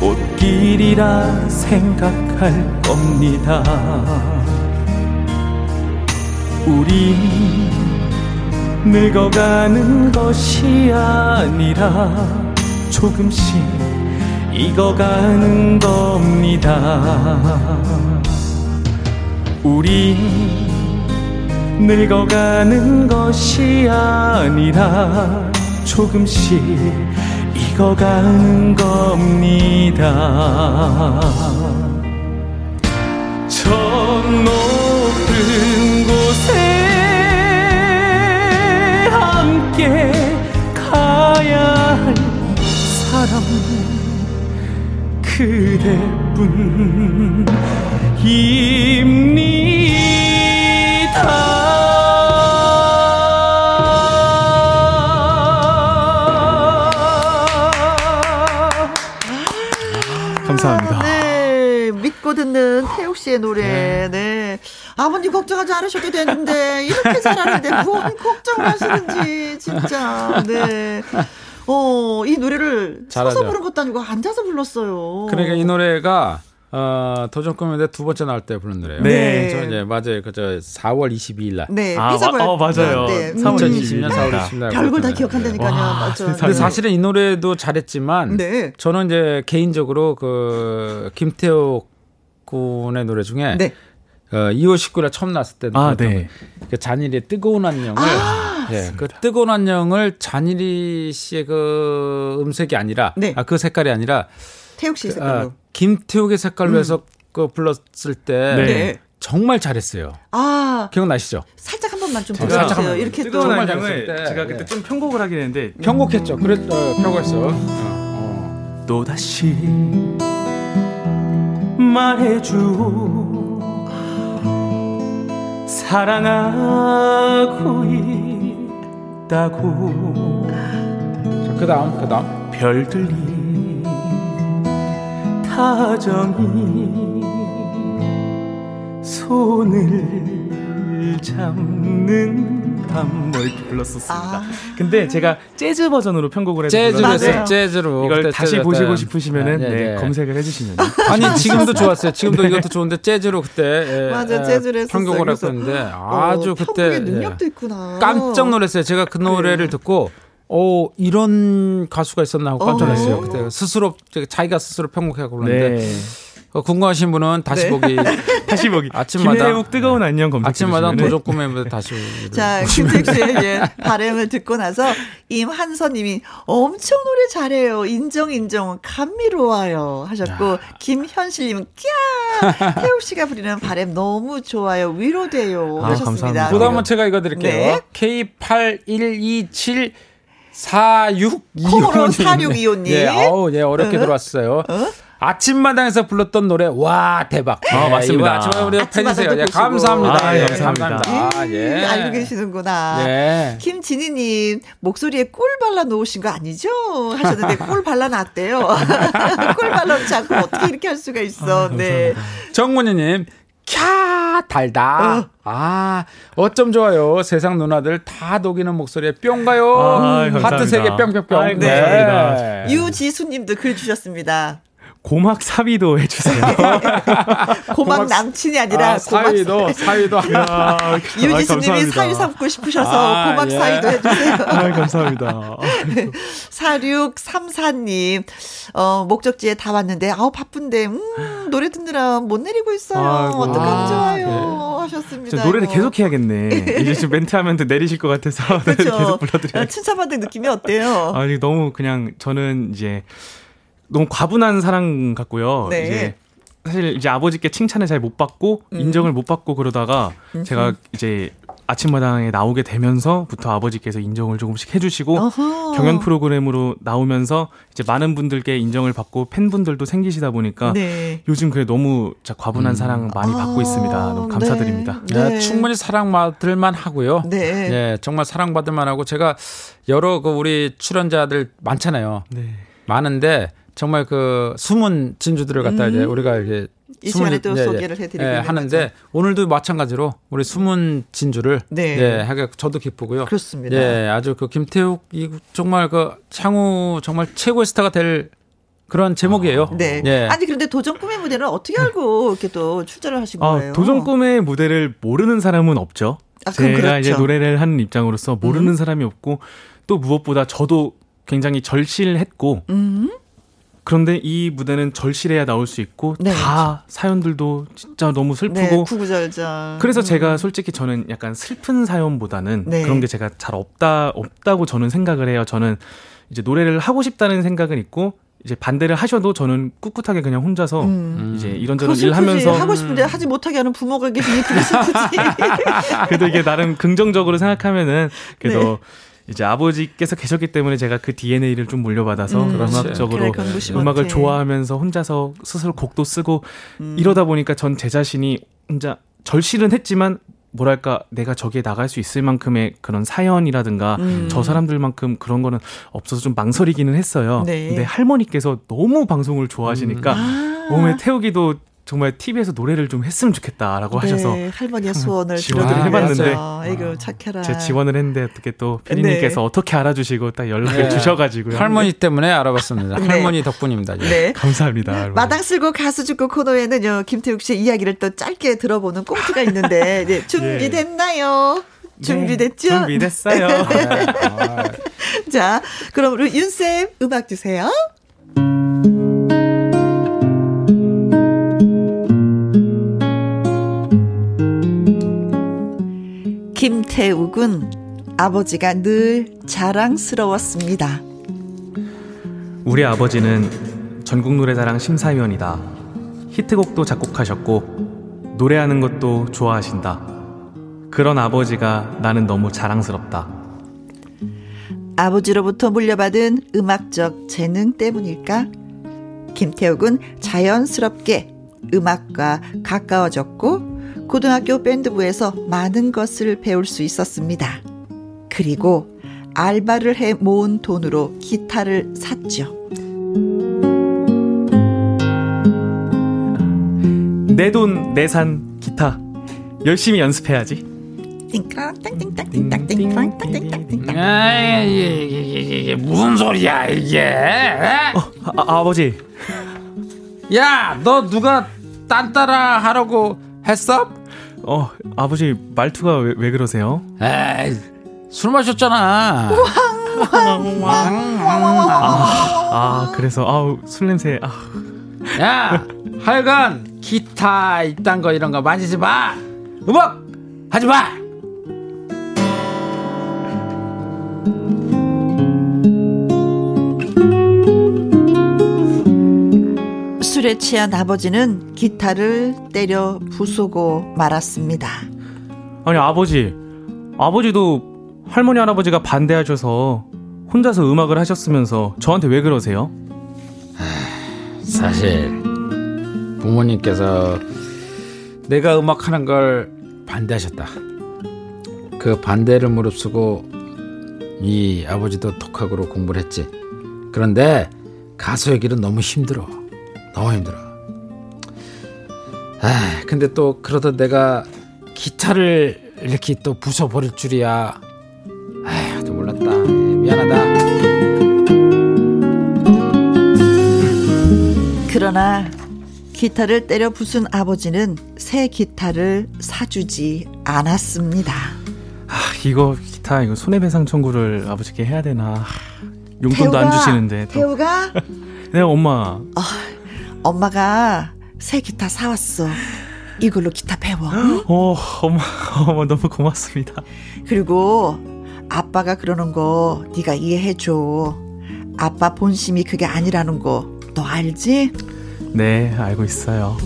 Speaker 4: 꽃길이라 생각할 겁니다. 우린 늙어가는 것이 아니라 조금씩 익어가는 겁니다. 우린 늙어가는 것이 아니라 조금씩 익어가는 겁니다. 저 높은 곳에 함께 가야 할 사람 그대뿐 입니다.
Speaker 1: 씨의 노래. 네. 아버님 걱정하지 않으셔도 되는데 이렇게 살았는데 뭔 걱정을 하시는지 진짜. 네. 어, 이 노래를 서서
Speaker 6: 잘하죠.
Speaker 1: 부른 것도 아니고 앉아서 불렀어요.
Speaker 6: 그러니까 이 노래가 어, 도전 꿈인데 두 번째 나올 때 부른 노래예요.
Speaker 1: 네.
Speaker 6: 저 이제 맞아요. 그저 4월 22일 날.
Speaker 1: 네,
Speaker 4: 아,
Speaker 1: 삐져버렸-
Speaker 4: 와- 어, 맞아요.
Speaker 1: 네, 음.
Speaker 4: 3월 네.
Speaker 6: 2020년 4월
Speaker 4: 20일.
Speaker 6: 20일
Speaker 1: 별걸
Speaker 6: 날.
Speaker 1: 다
Speaker 6: 부르잖아요. 예.
Speaker 1: 기억한다니까요.
Speaker 4: 와,
Speaker 1: 맞아.
Speaker 4: 세상에.
Speaker 6: 근데 사실은 이 노래도 잘했지만
Speaker 1: 네.
Speaker 6: 저는 이제 개인적으로 그 김태호 군의 노래 중에
Speaker 1: 네.
Speaker 6: 어, 2월 19일 처음 나왔을 때도
Speaker 4: 아,
Speaker 6: 그랬던
Speaker 4: 네.
Speaker 6: 그 잔일의 뜨거운 안녕을
Speaker 1: 아,
Speaker 6: 예, 그 뜨거운 안녕을 잔일이 씨의 그 음색이 아니라
Speaker 1: 네.
Speaker 6: 아, 그 색깔이 아니라
Speaker 1: 태욱 씨
Speaker 6: 아,
Speaker 1: 색깔로. 음.
Speaker 6: 김태욱의 색깔로 해서 그 불렀을 때
Speaker 4: 네.
Speaker 1: 네.
Speaker 6: 정말 잘했어요.
Speaker 1: 아,
Speaker 6: 기억나시죠?
Speaker 1: 살짝 한 번만 좀
Speaker 6: 살짝 한
Speaker 1: 불러주세요.
Speaker 6: 번만.
Speaker 1: 이렇게 또.
Speaker 4: 뜨거운
Speaker 6: 정말
Speaker 4: 안녕을
Speaker 6: 잘했을 때.
Speaker 4: 제가 그때 예. 좀 편곡을 하긴 했는데
Speaker 6: 편곡했죠. 그랬 어, 편곡했어. 어.
Speaker 4: 또다시 말해줘 사랑하고 있다고
Speaker 6: 자, 그다음 그다음.
Speaker 4: 별들이 다정히 손을 잡는 밤뭐 이렇게 불렀었습니다. 근데 제가 재즈 버전으로 편곡을 해서
Speaker 6: 아. 재즈로
Speaker 4: 불렀는데
Speaker 1: 네.
Speaker 6: 했어요. 재즈로.
Speaker 4: 이걸
Speaker 6: 그때
Speaker 4: 다시
Speaker 6: 재즈
Speaker 4: 보시고
Speaker 6: 했던.
Speaker 4: 싶으시면은
Speaker 6: 예,
Speaker 4: 네,
Speaker 6: 예.
Speaker 4: 검색을 해주시면
Speaker 6: 아니 지금도 좋았어요. 지금도 이것도 좋은데 재즈로 그때 예,
Speaker 1: 맞아,
Speaker 6: 예,
Speaker 1: 재즈로 했었어요.
Speaker 6: 편곡을
Speaker 1: 그래서,
Speaker 6: 했었는데 아주
Speaker 1: 어,
Speaker 6: 그때
Speaker 1: 편곡에 능력도 네.
Speaker 6: 예.
Speaker 1: 있구나.
Speaker 6: 깜짝 놀랐어요. 제가 그 노래를 듣고 오 이런 가수가 있었나 하고 깜짝 놀랐어요. 그때 스스로 자기가 스스로 편곡해 그러는데
Speaker 4: 네.
Speaker 6: 어, 궁금하신 분은
Speaker 1: 네.
Speaker 6: 다시 보기
Speaker 4: 다시 보기.
Speaker 6: 아침마다-
Speaker 4: 김태욱 뜨거운 안녕 검색.
Speaker 6: 아침마다 도전 꿈에 다시 보기.
Speaker 1: 자, 김택 씨의 예, 발음을 듣고 나서 임한선님이 엄청 노래 잘해요. 인정, 인정. 감미로워요. 하셨고, 김현실님은 끼야! 태욱 씨가 부리는 바램 너무 좋아요. 위로돼요.
Speaker 4: 아,
Speaker 1: 하셨습니다.
Speaker 4: 감사합니다.
Speaker 6: 그다음 한번 제가 읽어드릴게요.
Speaker 1: 네.
Speaker 6: K8127 4625님.
Speaker 1: 콩으로 4625 님.
Speaker 6: 예, 아우, 예, 어렵게
Speaker 1: 어?
Speaker 6: 들어왔어요. 아침마당에서 불렀던 노래, 와, 대박.
Speaker 4: 아,
Speaker 6: 예,
Speaker 4: 맞습니다.
Speaker 6: 이거 아침마당 우리
Speaker 1: 아침마당도
Speaker 6: 해주세요. 예,
Speaker 1: 보시고.
Speaker 6: 감사합니다.
Speaker 4: 아,
Speaker 6: 예,
Speaker 4: 감사합니다.
Speaker 6: 아, 예.
Speaker 1: 음, 알고 계시는구나.
Speaker 6: 예.
Speaker 1: 김진희님 목소리에 꿀 발라 놓으신 거 아니죠? 하셨는데 꿀 발라 놨대요. 꿀 발라 놓지 않고 어떻게 이렇게 할 수가 있어? 네.
Speaker 6: 정문희님, 캬, 달다.
Speaker 1: 어?
Speaker 6: 아, 어쩜 좋아요. 세상 누나들 다 녹이는 목소리에 뿅 가요. 음,
Speaker 4: 아, 감사합니다.
Speaker 6: 하트 세개 뿅뿅뿅. 네.
Speaker 4: 아이고, 감사합니다.
Speaker 1: 유지수님도 글 주셨습니다.
Speaker 4: 고막 사비도 해주세요.
Speaker 1: 고막 남친이 아니라
Speaker 6: 아,
Speaker 1: 고막
Speaker 6: 사위도, 사위도.
Speaker 4: 아,
Speaker 1: 유지수님이 사위 삼고 싶으셔서
Speaker 6: 아,
Speaker 1: 고막
Speaker 6: 예.
Speaker 1: 사위도 해주세요.
Speaker 4: 아, 감사합니다.
Speaker 1: 4634님, 어, 목적지에 다 왔는데, 아우, 바쁜데, 음, 노래 듣느라 못 내리고 있어요.
Speaker 4: 아이고.
Speaker 1: 어떡하면
Speaker 6: 아,
Speaker 1: 좋아요.
Speaker 4: 저
Speaker 1: 하셨습니다.
Speaker 4: 노래를
Speaker 1: 이거.
Speaker 4: 계속 해야겠네. 이제 지금 멘트하면 또 내리실 것 같아서 노래를
Speaker 1: 그렇죠.
Speaker 4: 계속 불러드려요.
Speaker 1: 칭찬받은 느낌이 어때요?
Speaker 4: 아, 이게 너무 그냥 저는 이제 너무 과분한 사랑 같고요.
Speaker 1: 네.
Speaker 4: 이제 사실 이제 아버지께 칭찬을 잘 못 받고
Speaker 1: 음.
Speaker 4: 인정을 못 받고 그러다가 제가 이제 아침마당에 나오게 되면서부터 아버지께서 인정을 조금씩 해주시고
Speaker 1: 어허.
Speaker 4: 경연 프로그램으로 나오면서 이제 많은 분들께 인정을 받고 팬분들도 생기시다 보니까
Speaker 1: 네.
Speaker 4: 요즘 그래 너무 진짜 과분한 사랑 많이 받고
Speaker 1: 아,
Speaker 4: 있습니다. 너무
Speaker 1: 네.
Speaker 4: 감사드립니다.
Speaker 6: 네,
Speaker 1: 네.
Speaker 6: 충분히 사랑받을 만하고요.
Speaker 1: 네.
Speaker 6: 예, 정말 사랑받을 만하고 제가 여러 그 우리 출연자들 많잖아요.
Speaker 4: 네.
Speaker 6: 많은데 정말 그 숨은 진주들을 갖다 이제 우리가 이렇게
Speaker 1: 음. 이
Speaker 6: 숨은
Speaker 1: 시간에 또
Speaker 6: 진-
Speaker 1: 소개를 해드리고 있는
Speaker 6: 예, 하는데 오늘도 마찬가지로 우리 숨은 진주를
Speaker 1: 네.
Speaker 6: 예, 하게 저도 기쁘고요.
Speaker 1: 그렇습니다.
Speaker 6: 예, 아주 그 김태욱 이 정말 그 창우 정말 최고의 스타가 될 그런 제목이에요.
Speaker 1: 네.
Speaker 6: 예.
Speaker 1: 아니, 그런데 도전 꿈의 무대는 어떻게 알고 이렇게 또 출전을 하신
Speaker 4: 아,
Speaker 1: 거예요?
Speaker 4: 도전 꿈의 무대를 모르는 사람은 없죠.
Speaker 1: 아, 그건
Speaker 4: 제가
Speaker 1: 그렇죠. 음.
Speaker 4: 이제 노래를 하는 입장으로서 모르는 사람이 없고 또 무엇보다 저도 굉장히 절실했고
Speaker 1: 음.
Speaker 4: 그런데 이 무대는 절실해야 나올 수 있고
Speaker 1: 네.
Speaker 4: 다 사연들도 진짜 너무
Speaker 1: 네,
Speaker 4: 슬프고
Speaker 1: 구구절절. 음.
Speaker 4: 그래서 제가 솔직히 저는 약간 슬픈 사연보다는
Speaker 1: 네.
Speaker 4: 그런 게 제가 잘 없다 없다고 저는 생각을 해요. 저는 이제 노래를 하고 싶다는 생각은 있고 이제 반대를 하셔도 저는 꿋꿋하게 그냥 혼자서 이제 이런저런
Speaker 1: 그것이
Speaker 4: 일하면서
Speaker 1: 굳이 음. 하고 싶은데 하지 못하게 하는 부모가 계시니 그것 이 굳이.
Speaker 4: 그래도 이게 나름 긍정적으로 생각하면은
Speaker 1: 네.
Speaker 4: 그래도 이제 아버지께서 계셨기 때문에 제가 그 DNA를 좀 물려받아서
Speaker 6: 그렇지.
Speaker 1: 그렇죠.
Speaker 4: 음악적으로
Speaker 1: 그래, 건부심한테.
Speaker 4: 음악을 좋아하면서 혼자서 스스로 곡도 쓰고
Speaker 1: 음.
Speaker 4: 이러다 보니까 전 제 자신이 혼자 절실은 했지만 뭐랄까 내가 저기에 나갈 수 있을 만큼의 그런 사연이라든가
Speaker 1: 음.
Speaker 4: 저 사람들만큼 그런 거는 없어서 좀 망설이기는 했어요.
Speaker 1: 네. 음. 아.
Speaker 4: 근데 할머니께서 너무 방송을 좋아하시니까 몸에 태우기도 정말 TV에서 노래를 좀 했으면 좋겠다라고 뭐 하셔서 아,
Speaker 1: 네, 할머니의 소원을
Speaker 4: 지원을
Speaker 1: 들어드리면서
Speaker 4: 해봤는데.
Speaker 1: 아이고 착해라.
Speaker 4: 제 지원을 했는데 어떻게 또 피디님께서
Speaker 1: 네.
Speaker 4: 어떻게 알아주시고 딱 연락을
Speaker 6: 네.
Speaker 4: 주셔가지고요.
Speaker 6: 할머니 때문에 알아봤습니다.
Speaker 1: 네.
Speaker 6: 할머니 덕분입니다. 예.
Speaker 1: 네.
Speaker 4: 감사합니다. 여러분.
Speaker 1: 마당 쓸고 가수 죽고 코너에는요 김태욱 씨의 이야기를 또 짧게 들어보는 꽁트가 있는데 네, 준비됐나요? 준비됐죠?
Speaker 4: 예. 네, 준비됐어요.
Speaker 1: 자, 그럼 우리 윤쌤 음악 주세요. 김태욱은 아버지가 늘 자랑스러웠습니다.
Speaker 4: 우리 아버지는 전국노래자랑 심사위원이다. 히트곡도 작곡하셨고 노래하는 것도 좋아하신다. 그런 아버지가 나는 너무 자랑스럽다.
Speaker 1: 아버지로부터 물려받은 음악적 재능 때문일까? 김태욱은 자연스럽게 음악과 가까워졌고 고등학교 밴드부에서 많은 것을 배울 수 있었습니다. 그리고 알바를 해 모은 돈으로 기타를 샀죠.
Speaker 4: 내 돈 내 산 기타 열심히 연습해야지.
Speaker 1: 띵크랑 띵띵땅 띵땅 띵크랑 띵땅 띵땅.
Speaker 6: 아, 이게, 이게, 이게, 이게 예, 무슨 소리야 이게? 에?
Speaker 4: 어, 아, 아버지
Speaker 6: 야, 너 누가 딴따라 하라고 했어?
Speaker 4: 어, 아버지 말투가 왜, 왜 그러세요?
Speaker 6: 에이, 술 마셨잖아.
Speaker 4: 아, 그래서 아우 술 냄새. 아,
Speaker 6: 야, 하여간 기타 이딴 거 이런 거 만지지 마. 음악 하지 마.
Speaker 1: 술에 취한 아버지는 기타를 때려 부수고 말았습니다.
Speaker 4: 아니 아버지, 아버지도 할머니 할아버지가 반대하셔서 혼자서 음악을 하셨으면서 저한테 왜 그러세요?
Speaker 6: 사실 부모님께서 내가 음악하는 걸 반대하셨다. 그 반대를 무릅쓰고 이 아버지도 독학으로 공부를 했지. 그런데 가수의 길은 너무 힘들어. 너무 힘들어. 아, 근데 또 그러다 내가 기타를 이렇게 또 부숴버릴 줄이야. 아휴, 또 몰랐다. 예, 미안하다.
Speaker 1: 그러나 기타를 때려 부순 아버지는 새 기타를 사주지 않았습니다.
Speaker 4: 아, 이거 기타 이거 손해배상 청구를 아버지께 해야 되나? 아, 용돈도
Speaker 1: 태우가,
Speaker 4: 안 주시는데. 또.
Speaker 1: 태우가 어?
Speaker 4: 네 엄마.
Speaker 1: 엄마가 새 기타 사왔어. 이걸로 기타 배워. 응?
Speaker 4: 어 엄마 엄마 너무 고맙습니다.
Speaker 1: 그리고 아빠가 그러는 거 네가 이해해 줘. 아빠 본심이 그게 아니라는 거 너 알지?
Speaker 4: 네 알고 있어요.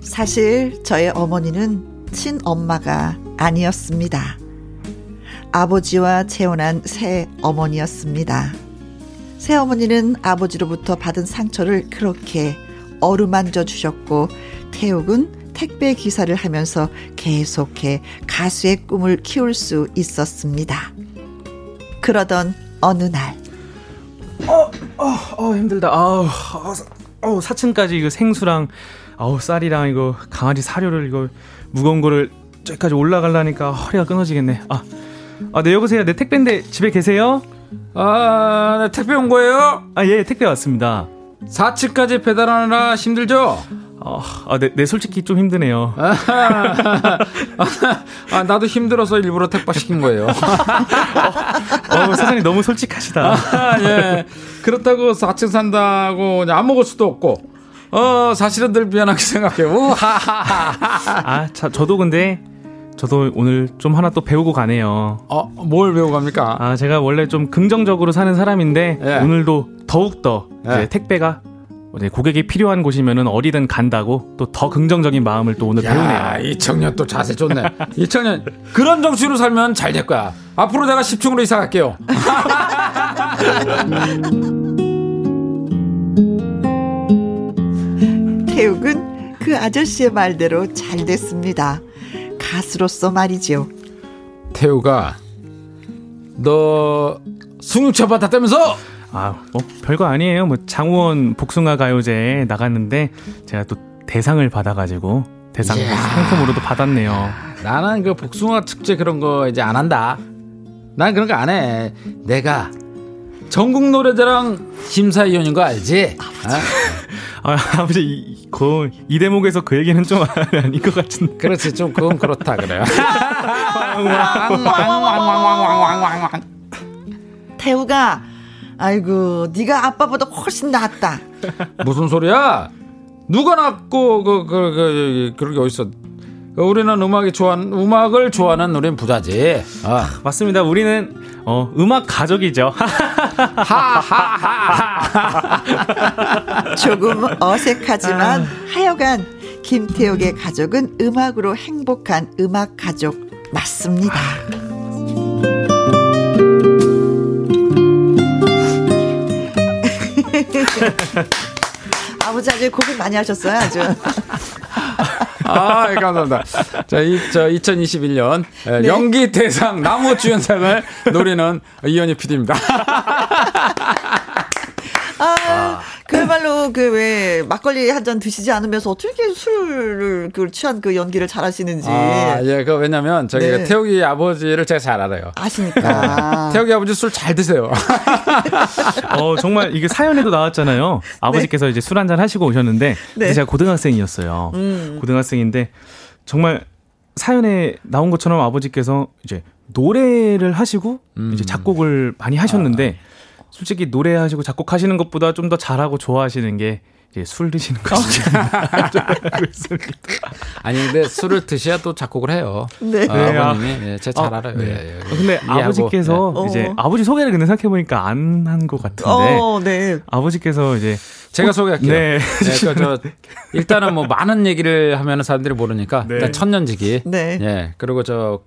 Speaker 1: 사실 저의 어머니는 친엄마가 아니었습니다. 아버지와 재혼한 새 어머니였습니다. 새 어머니는 아버지로부터 받은 상처를 그렇게 어루만져 주셨고 태욱은 택배 기사를 하면서 계속해 가수의 꿈을 키울 수 있었습니다. 그러던 어느 날
Speaker 4: 어 힘들다. 아우 어, 사- 어, 사층까지 이거 생수랑 아우 쌀이랑 이거 강아지 사료를 이거 무거운 거를 저기까지 올라가려니까 허리가 끊어지겠네. 아, 아, 네 여보세요. 네 택배인데 집에 계세요?
Speaker 6: 아, 네, 택배 온 거예요?
Speaker 4: 아, 예 택배 왔습니다.
Speaker 6: 4층까지 배달하느라 힘들죠?
Speaker 4: 아, 아, 네, 네 솔직히 좀 힘드네요.
Speaker 6: 아, 나도 힘들어서 일부러 택배 시킨 거예요.
Speaker 4: 어, 사장님 너무 솔직하시다.
Speaker 6: 아, 예. 그렇다고 4층 산다고 그냥 안 먹을 수도 없고. 어, 사실은 늘 미안하게 생각해요. 우하하하.
Speaker 4: 아, 자, 저도 근데 저도 오늘 좀 하나 또 배우고 가네요.
Speaker 6: 어, 뭘 배우고 갑니까?
Speaker 4: 아, 제가 원래 좀 긍정적으로 사는 사람인데
Speaker 6: 예.
Speaker 4: 오늘도 더욱더 이제
Speaker 6: 예.
Speaker 4: 택배가 이제 고객이 필요한 곳이면은 어디든 간다고 또 더 긍정적인 마음을 또 오늘
Speaker 6: 야,
Speaker 4: 배우네요.
Speaker 6: 이 청년 또 자세 좋네. 이 청년, 그런 정신으로 살면 잘 될 거야. 앞으로 내가 10층으로 이사 갈게요.
Speaker 1: 태욱은 그 아저씨의 말대로 잘 됐습니다. 가수로서 말이지요.
Speaker 6: 태우가, 너, 승용차 받았다면서?
Speaker 4: 아, 뭐 별거 아니에요. 뭐 장원 복숭아 가요제에 나갔는데 제가 또 대상을 받아가지고 대상 상품으로도 받았네요.
Speaker 6: 나는 그 복숭아 축제 그런 거 이제 안 한다. 난 그런 거 안 해. 내가 전국 노래자랑 심사위원인 거 알지? 어?
Speaker 4: 아, 아버지 이, 그, 이 대목에서 그 얘기는 좀 아닌 것 같은데.
Speaker 6: 그렇지 좀 그건 그렇다 그래요.
Speaker 1: 태우가 아이고 네가 아빠보다 훨씬 낫다.
Speaker 6: 무슨 소리야? 누가 낫고 그그 그, 그, 그런 게 어딨어? 우리는 음악이 좋아 음악을 좋아하는 우리는 부자지. 어.
Speaker 4: 맞습니다. 우리는 어, 음악 가족이죠.
Speaker 1: 조금 어색하지만 하여간 김태욱의 가족은 음악으로 행복한 음악 가족 맞습니다. 아버지 아주 고생 많이 하셨어요 아주.
Speaker 6: 아, 예, 감사합니다. 자, 이, 저 2021년 예,
Speaker 1: 네.
Speaker 6: 연기 대상 나무 주연상을 노리는 이현희 PD입니다.
Speaker 1: 아, 그야말로 그 왜 막걸리 한 잔 드시지 않으면서 어떻게 술을 그 취한 그 연기를 잘하시는지
Speaker 6: 아, 예, 그 왜냐면 저희가
Speaker 1: 네.
Speaker 6: 태욱이 아버지를 제가 잘 알아요.
Speaker 1: 아시니까.
Speaker 6: 태욱이 아버지 술 잘 드세요.
Speaker 4: 어, 정말 이게 사연에도 나왔잖아요.
Speaker 1: 네.
Speaker 4: 아버지께서 이제 술 한잔 하시고 오셨는데 그때 제가 고등학생이었어요.
Speaker 1: 음.
Speaker 4: 고등학생인데 정말 사연에 나온 것처럼 아버지께서 이제 노래를 하시고
Speaker 6: 음.
Speaker 4: 이제 작곡을 많이 하셨는데
Speaker 6: 아.
Speaker 4: 솔직히 노래하시고 작곡하시는 것보다 좀 더 잘하고 좋아하시는 게 이제 술 드시는
Speaker 6: 아,
Speaker 4: 것이지 않나 좀 알고 있습니다.
Speaker 6: 아니 근데 술을 드셔야 또 작곡을 해요.
Speaker 1: 네. 어,
Speaker 6: 아,
Speaker 4: 네, 아.
Speaker 6: 버님이 예, 제가 잘
Speaker 4: 아,
Speaker 6: 알아요.
Speaker 4: 네.
Speaker 6: 예, 예.
Speaker 4: 근데
Speaker 6: 이해하고, 네.
Speaker 4: 아버지께서
Speaker 1: 예.
Speaker 4: 이제
Speaker 1: 어.
Speaker 4: 아버지 소개를 근데 생각해 보니까 안 한 것 같은데
Speaker 1: 어, 네.
Speaker 4: 아버지께서 이제
Speaker 6: 예. 제가 소개할게요.
Speaker 4: 네.
Speaker 6: 예, 그, 저, 일단은 뭐 많은 얘기를 하면 사람들이 모르니까
Speaker 4: 네.
Speaker 6: 일단 천년지기.
Speaker 1: 네.
Speaker 6: 예. 그리고 저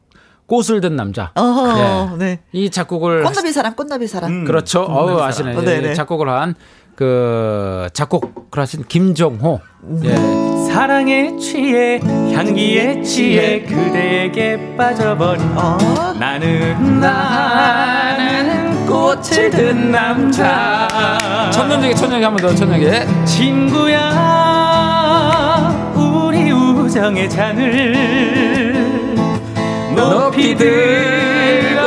Speaker 6: 꽃을 든 남자.
Speaker 1: 어허,
Speaker 6: 예.
Speaker 1: 네.
Speaker 6: 이 작곡을
Speaker 1: 꽃나비 사랑, 꽃나비 사랑.
Speaker 6: 그렇죠. 어우 아시네.
Speaker 1: 음, 어, 네네.
Speaker 6: 예, 작곡을 한 그 작곡을 하신 김종호. 예.
Speaker 4: 사랑에 취해 향기에 취해 그대에게 빠져버린
Speaker 1: 어.
Speaker 4: 나는 나는 꽃을 든
Speaker 1: 아.
Speaker 4: 남자
Speaker 6: 천년지기 천년기 한 번 더 천년기.
Speaker 1: 네.
Speaker 4: 친구야 우리 우정의 잔을 높이 들고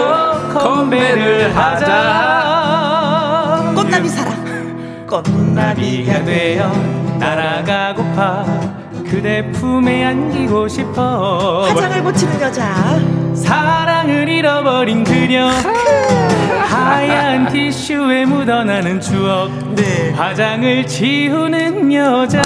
Speaker 4: 건배를 하자
Speaker 1: 꽃나비 사랑. 꽃.
Speaker 4: 나비가 되어 날아가고파 그대 품에 안기고 싶어
Speaker 1: 화장을 고치는 여자.
Speaker 4: 사랑을 잃어버린 그녀 하얀 티슈에 묻어나는 추억
Speaker 1: 네.
Speaker 4: 화장을 지우는 여자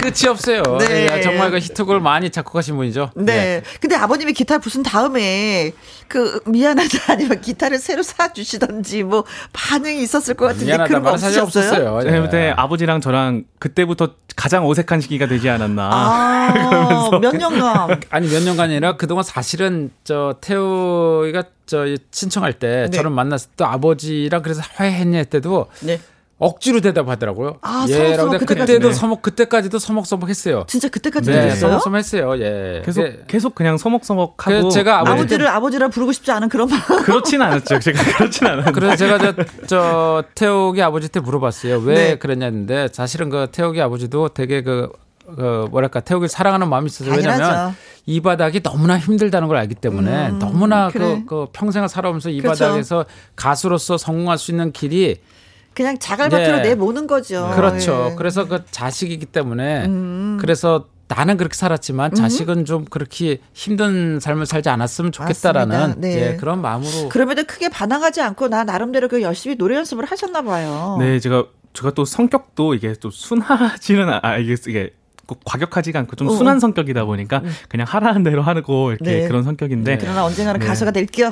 Speaker 6: 끝이 없어요.
Speaker 1: 네.
Speaker 6: 예, 정말 그 히트곡을 많이 작곡하신 분이죠. 예.
Speaker 1: 네. 근데 아버님이 기타 부순 다음에 그 미안하다 아니면 기타를 새로 사 주시던지 뭐 반응이 있었을 것 같은데
Speaker 6: 미안하다
Speaker 1: 그런 거
Speaker 6: 말은 사실
Speaker 1: 없으셨어요?
Speaker 6: 없었어요. 예.
Speaker 4: 네, 그때 아버지랑 저랑 그때부터 가장 어색한 시기가 되지 않았나
Speaker 1: 아, 몇 년간.
Speaker 6: 아니 몇 년간이 아니라 그동안 사실은 저 태우가 저이 신청할 때 저를 만났을 때 아버지랑 그래서 화해했냐 했대도
Speaker 1: 네.
Speaker 6: 억지로 대답하더라고요.
Speaker 1: 아,
Speaker 6: 예,
Speaker 1: 서먹서먹
Speaker 6: 근데
Speaker 1: 그때까지.
Speaker 6: 그때도
Speaker 4: 네.
Speaker 6: 서먹 그때까지도 서먹서먹했어요.
Speaker 1: 진짜 그때까지
Speaker 6: 네,
Speaker 1: 그랬어요?
Speaker 6: 서먹서먹했어요. 예.
Speaker 4: 계속
Speaker 6: 예.
Speaker 4: 계속 그냥 서먹서먹하고 네.
Speaker 6: 그래서 제가 아버지-
Speaker 1: 아버지를 아버지라 부르고 싶지 않은 그런 마음.
Speaker 4: 그렇진 않았죠 제가 그렇진 않았는데
Speaker 6: 그래서 제가 저, 저 태욱이 아버지한테 물어봤어요. 왜
Speaker 1: 네.
Speaker 6: 그랬냐 했는데 사실은 그 태욱이 아버지도 되게 그, 그 뭐랄까 태욱이 사랑하는 마음이 있어서 왜냐면
Speaker 1: 당연하죠. 음,
Speaker 6: 이 바닥이 너무나 힘들다는 걸 알기 때문에 너무나
Speaker 1: 그래.
Speaker 6: 그, 그 평생을 살아오면서 이
Speaker 1: 그렇죠.
Speaker 6: 바닥에서 가수로서 성공할 수 있는 길이
Speaker 1: 그냥 자갈밭으로
Speaker 6: 네.
Speaker 1: 내모는 거죠.
Speaker 6: 그렇죠.
Speaker 1: 예. 음.
Speaker 6: 그래서 그 자식이기 때문에 그래서 나는 그렇게 살았지만 자식은 좀 그렇게 힘든 삶을 살지 않았으면 좋겠다라는
Speaker 1: 맞습니다. 네.
Speaker 6: 예, 그런
Speaker 7: 어.
Speaker 6: 마음으로
Speaker 1: 그럼에도 크게 반항하지 않고 나 나름대로 그 열심히 노래 연습을 하셨나 봐요.
Speaker 4: 네, 제가 제가 또 성격도 이게 또 순하지는 아- 아 이게 이게 꼭 과격하지가 않고 좀
Speaker 1: 어,
Speaker 4: 순한 성격이다 보니까 그냥 하라는 대로 하고 이렇게
Speaker 1: 네.
Speaker 4: 그런 성격인데
Speaker 1: 그러나 언젠가는
Speaker 7: 네.
Speaker 1: 가수가 될게요.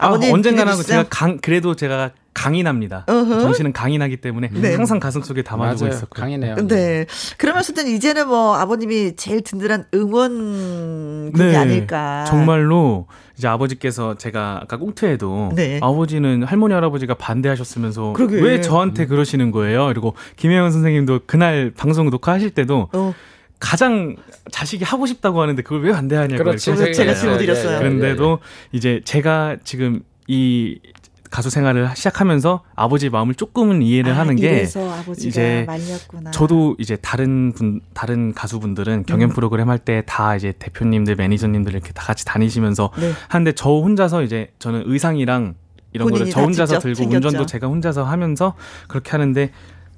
Speaker 4: 아,
Speaker 1: 아버님
Speaker 7: 그
Speaker 4: 언젠가는
Speaker 1: 기대해주세요.
Speaker 4: 제가 강 그래도 제가 강인합니다.
Speaker 1: 어허.
Speaker 4: 정신은 강인하기 때문에 항상 가슴 속에 담아두고
Speaker 6: 맞아요.
Speaker 4: 있었고.
Speaker 6: 강이네요.
Speaker 1: 네. 그러면서든 이제는 뭐 아버님이 제일 든든한 응원군이
Speaker 7: 네.
Speaker 1: 아닐까.
Speaker 4: 네. 정말로 이제 아버지께서 제가 아까 꽁트에도
Speaker 1: 네.
Speaker 4: 아버지는 할머니 할아버지가 반대하셨으면서
Speaker 1: 그러게. 음.
Speaker 4: 왜 저한테 그러시는 거예요? 그리고 김혜영 선생님도 그날 방송 녹화하실 때도
Speaker 1: 어,
Speaker 4: 가장 자식이 하고 싶다고 하는데 그걸 왜
Speaker 6: 예,
Speaker 4: 반대하냐고
Speaker 6: 그렇지.
Speaker 4: 이렇게
Speaker 1: 그렇죠. 제가
Speaker 4: 하셨잖아요.
Speaker 1: 질문 드렸어요.
Speaker 4: 그런데도 이제 제가 지금 이
Speaker 7: 가수 생활을 시작하면서 아버지 마음을 조금은 이해를
Speaker 1: 아,
Speaker 7: 하는 게
Speaker 1: 이래서 아버지가
Speaker 7: 이제
Speaker 1: 말렸구나.
Speaker 7: 저도 이제 다른 분 다른 가수분들은 경연
Speaker 1: 음.
Speaker 7: 프로그램 할 때 다 이제 대표님들 매니저님들 이렇게 다 같이 다니시면서
Speaker 1: 네.
Speaker 7: 하는데 저 혼자서 이제 저는 의상이랑 이런
Speaker 1: 본인이
Speaker 7: 거를 저
Speaker 1: 다
Speaker 7: 혼자서
Speaker 1: 직접
Speaker 7: 들고
Speaker 1: 챙겼죠.
Speaker 7: 운전도 제가 혼자서 하면서 그렇게 하는데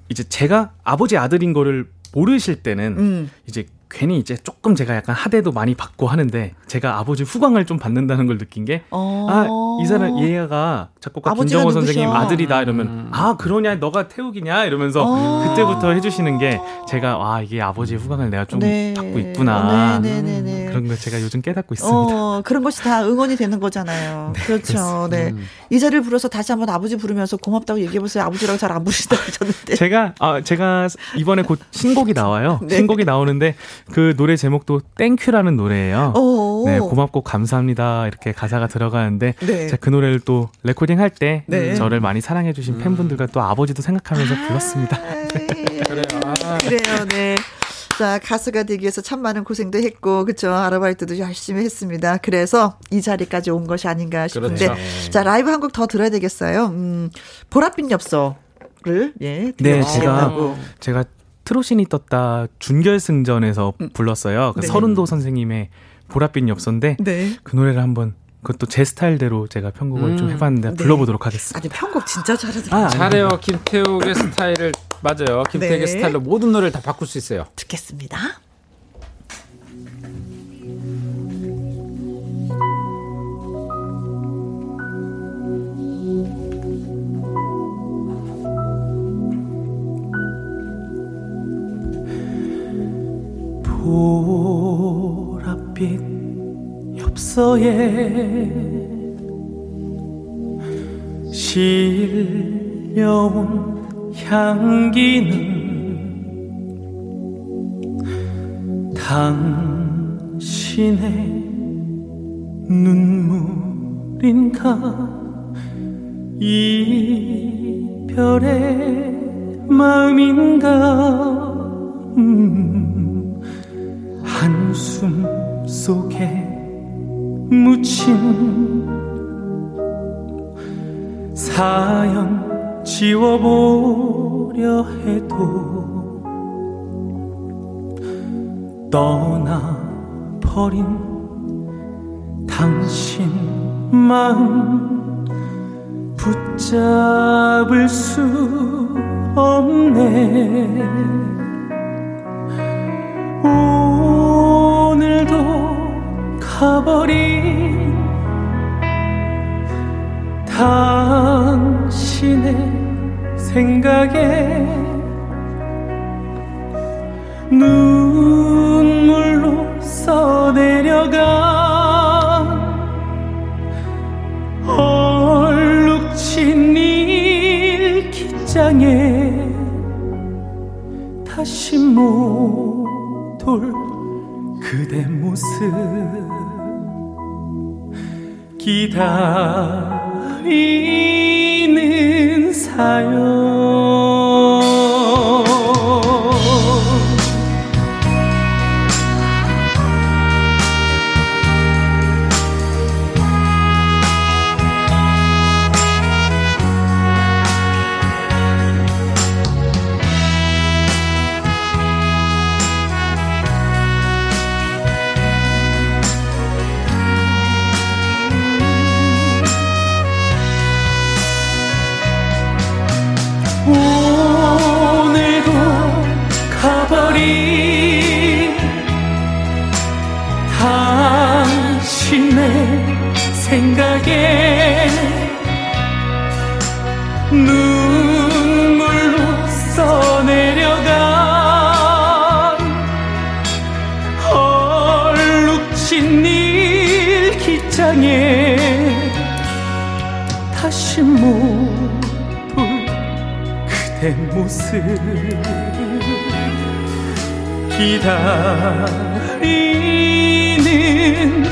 Speaker 7: 이제 제가 아버지 아들인 거를 모르실 때는
Speaker 4: 음.
Speaker 7: 이제 괜히 이제 조금 제가 약간 하대도 많이 받고 하는데 제가 아버지 후광을 좀 받는다는 걸 느낀 게
Speaker 1: 어.
Speaker 7: 아, 이 사람 얘가 작곡가
Speaker 1: 아버지가
Speaker 7: 김정호
Speaker 1: 누구셔?
Speaker 7: 선생님 아들이다 이러면 아 그러냐 너가 태욱이냐 이러면서
Speaker 1: 어.
Speaker 7: 그때부터 해주시는 게 제가 와 이게 아버지의 후광을 내가 좀
Speaker 1: 네.
Speaker 7: 받고 있구나 음,
Speaker 1: 어, 네, 네, 네, 네.
Speaker 7: 그런 걸 제가 요즘 깨닫고 있습니다.
Speaker 1: 어, 그런 것이 다 응원이 되는 거잖아요. 그렇죠. 네.
Speaker 7: 음.
Speaker 1: 이 자리를 불어서 다시 한번 아버지 부르면서 고맙다고 얘기해보세요. 아버지라고 잘 안 부르시다고 하셨는데.
Speaker 7: 제가 아 제가 이번에 곧 신곡이 나와요.
Speaker 1: 네.
Speaker 7: 신곡이 나오는데 그 노래 제목도 땡큐라는 노래예요.
Speaker 1: 어.
Speaker 7: 네, 고맙고 감사합니다. 이렇게 가사가 들어가는데
Speaker 1: 네.
Speaker 7: 제가 그 노래를 또 레코딩 할 때
Speaker 1: 네.
Speaker 7: 저를 많이 사랑해 주신 팬분들과 또 아버지도 생각하면서 불렀습니다.
Speaker 1: 그래요. 네. 그래요. 네. 자, 가수가 되기 위해서 참 많은 고생도 했고, 그쵸. 아르바이트도 열심히 했습니다. 그래서 이 자리까지 온 것이 아닌가
Speaker 7: 그렇죠.
Speaker 1: 싶은데.
Speaker 7: 네.
Speaker 1: 자, 라이브 한 곡 더 들어야 되겠어요. 음, 보랏빛 엽서를, 예.
Speaker 7: 네, 제가
Speaker 1: 들려주시겠다고.
Speaker 7: 제가 트로신이 떴다 준결승전에서 불렀어요. 그
Speaker 1: 네.
Speaker 7: 서른도 선생님의 보랏빛 엽서인데
Speaker 1: 네.
Speaker 7: 그 노래를 한번 그것도 제 스타일대로 제가 편곡을 좀 해봤는데
Speaker 1: 네.
Speaker 7: 불러보도록 하겠습니다.
Speaker 1: 아니, 편곡 진짜 잘하더라고요.
Speaker 7: 아,
Speaker 6: 잘해요. 김태욱의 스타일을 맞아요. 김태욱의
Speaker 1: 예, 네.
Speaker 6: 스타일로 모든 노래를 다 바꿀 수 있어요.
Speaker 1: 듣겠습니다.
Speaker 7: 보랏빛 엽서에 실려온 향기는 당신의 눈물인가 이별의 마음인가 음. 한숨 속에 묻힌 사연 지워보려 해도 떠나버린 당신 마음 붙잡을 수 없네 오늘도 가버린 당신의 생각에 눈물로 써내려간 얼룩진 일기장에 다시 못올 그대 모습 기다리는 사연 오늘도 가버린 당신의 생각에 눈물로 써내려간 얼룩진 일기장에 다시 못볼 그대 모습 기다리는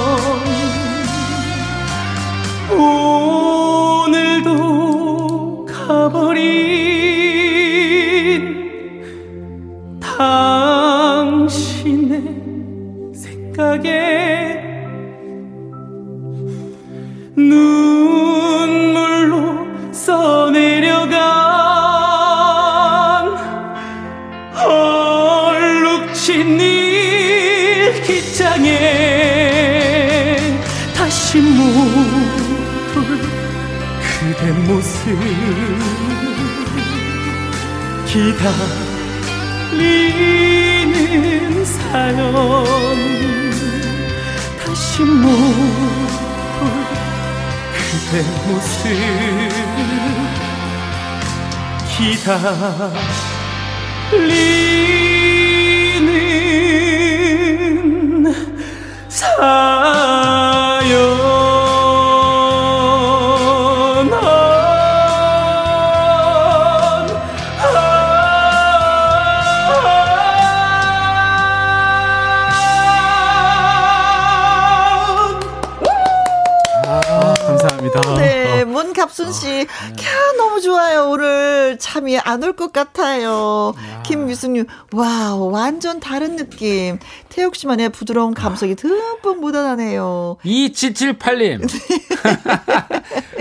Speaker 7: 사연 오늘도 가버린 당신의 생각에 모습 기다리는 사연 다시 못볼 그대 모습 기다리는 사연
Speaker 4: 감사합니다.
Speaker 1: 네, 문갑순 씨. 캬, 너무 좋아요. 오늘 잠이 안 올 것 같아요. 김미숙님, 와, 완전 다른 느낌. 태욱 씨만의 부드러운 감성이 듬뿍 묻어나네요.
Speaker 6: 2778님.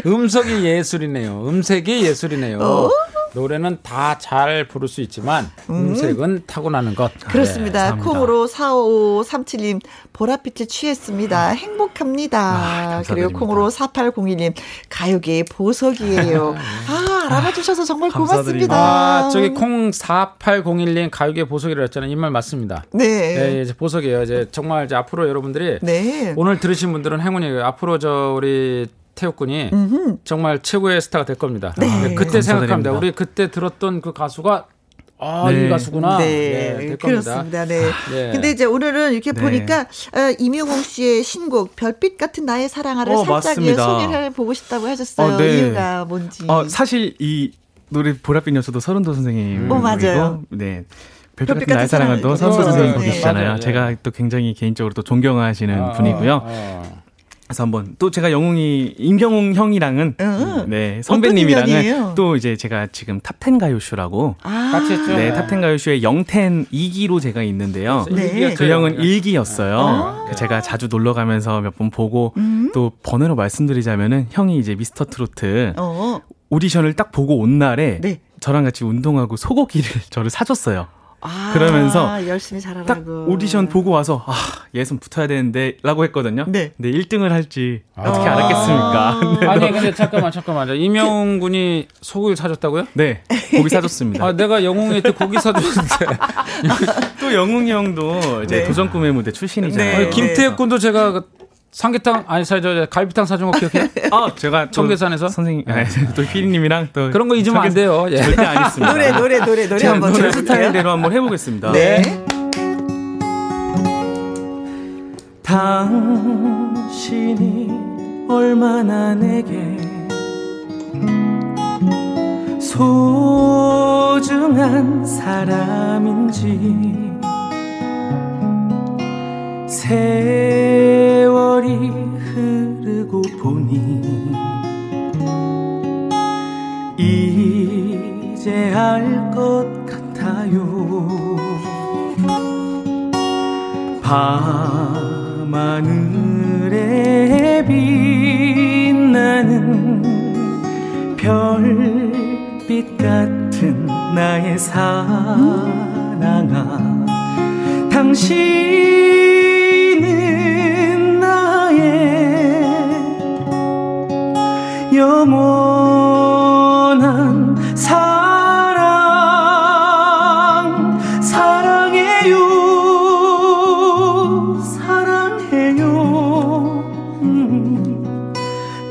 Speaker 6: 음성이 예술이네요. 음색이 예술이네요.
Speaker 1: 어?
Speaker 6: 노래는 다 잘 부를 수 있지만 음색은 타고나는 것.
Speaker 1: 그렇습니다.
Speaker 6: 네, 감사합니다.
Speaker 1: 콩으로 4537님, 보랏빛에 취했습니다. 행복합니다. 그리고
Speaker 4: 감사드립니다.
Speaker 1: 콩으로 4801님, 가요계의 보석이에요. 아, 알아봐주셔서 정말 고맙습니다.
Speaker 6: 아, 저기 콩 4801님 가요계 보석이라고 했잖아요. 이 말 맞습니다.
Speaker 1: 네.
Speaker 6: 네, 이제 보석이에요. 이제 정말 이제 앞으로 여러분들이
Speaker 1: 네.
Speaker 6: 오늘 들으신 분들은 행운이에요. 앞으로 저 우리 태욱 군이 정말 최고의 스타가 될 겁니다. 네, 그때 생각합니다. 우리 그때 들었던 그 가수가 아, 이
Speaker 4: 네.
Speaker 6: 가수구나.
Speaker 1: 네,
Speaker 6: 네, 될 겁니다.
Speaker 1: 그렇습니다. 네.
Speaker 6: 예.
Speaker 1: 근데 이제 오늘은 이렇게
Speaker 4: 네.
Speaker 1: 보니까 어, 이명웅 씨의 신곡 별빛 같은 나의 사랑아를
Speaker 4: 어,
Speaker 1: 살짝 예,
Speaker 4: 맞습니다.
Speaker 1: 소개해 보고 싶다고 하셨어요.
Speaker 4: 어, 네.
Speaker 1: 이유가 뭔지.
Speaker 4: 어, 사실 이 노래 보랏빛녀서도 서른도 선생님.
Speaker 1: 오, 음. 어, 맞아요.
Speaker 4: 네.
Speaker 1: 별빛 같은
Speaker 4: 별빛 같은 나의 사랑은 또
Speaker 1: 사랑.
Speaker 4: 서른도 선생님
Speaker 1: 네,
Speaker 4: 곡이시잖아요. 아.
Speaker 6: 맞아요.
Speaker 4: 제가 또 굉장히 개인적으로 또 존경하시는
Speaker 6: 아,
Speaker 4: 분이고요.
Speaker 6: 어.
Speaker 4: 그래서 한번 또 제가 영웅이 임경웅 형이랑은
Speaker 1: 응.
Speaker 4: 네
Speaker 1: 음. 어떤 인연이에요?
Speaker 4: 선배님이랑은 또 이제 제가 지금 탑텐 가요쇼라고
Speaker 1: 아,
Speaker 6: 같이 했죠.
Speaker 4: 네 탑텐 가요쇼의 영텐 2기로 제가 있는데요.
Speaker 1: 네. 아.
Speaker 4: 그 형은 일기였어요. 그러니까 제가 자주 놀러 가면서 몇 번 보고
Speaker 1: 음.
Speaker 4: 또 번외로 말씀드리자면은 형이 이제 미스터 트로트
Speaker 1: 어.
Speaker 4: 오디션을 딱 보고 온 날에
Speaker 1: 네.
Speaker 4: 저랑 같이 운동하고 소고기를 저를 사줬어요.
Speaker 1: 아,
Speaker 4: 그러면서
Speaker 1: 열심히
Speaker 4: 딱
Speaker 1: 잘하라고.
Speaker 4: 오디션 보고 와서 아 예선 붙어야 되는데라고 했거든요.
Speaker 1: 네.
Speaker 4: 근데 1등을 할지 어떻게 알았겠습니까?
Speaker 6: 아니 근데 잠깐만 잠깐만 이명 군이 소고기를 사줬다고요?
Speaker 4: 네, 고기 사줬습니다.
Speaker 6: 아 내가 영웅이한테 고기 사줬는데
Speaker 4: 또 영웅이 형도 이제 도전 꿈의 무대
Speaker 1: 네.
Speaker 4: 출신이잖아요.
Speaker 6: 아니, 김태혁 군도 제가 그 삼계탕 아니 사 저 갈비탕 사준 거 기억해?
Speaker 4: 아, 제가 또
Speaker 6: 청계산에서?
Speaker 4: 선생님, 아니, 또 휘리님이랑 또
Speaker 6: 그런 거 잊으면 안
Speaker 4: 청계-
Speaker 6: 돼요. 예.
Speaker 4: 절대 안 있습니다.
Speaker 1: 노래 노래 노래 노래
Speaker 4: 제가
Speaker 1: 한번
Speaker 4: 노래
Speaker 1: 들어볼게요.
Speaker 4: 스타일대로 한번 해보겠습니다.
Speaker 1: 네.
Speaker 7: 당신이 얼마나 내게 소중한 사람인지 세월이 흐르고 보니 이제 알 것 같아요. 밤하늘에 빛나는 별빛 같은 나의 사랑아 당신은 나의 영원한 사랑 사랑해요 사랑해요 음,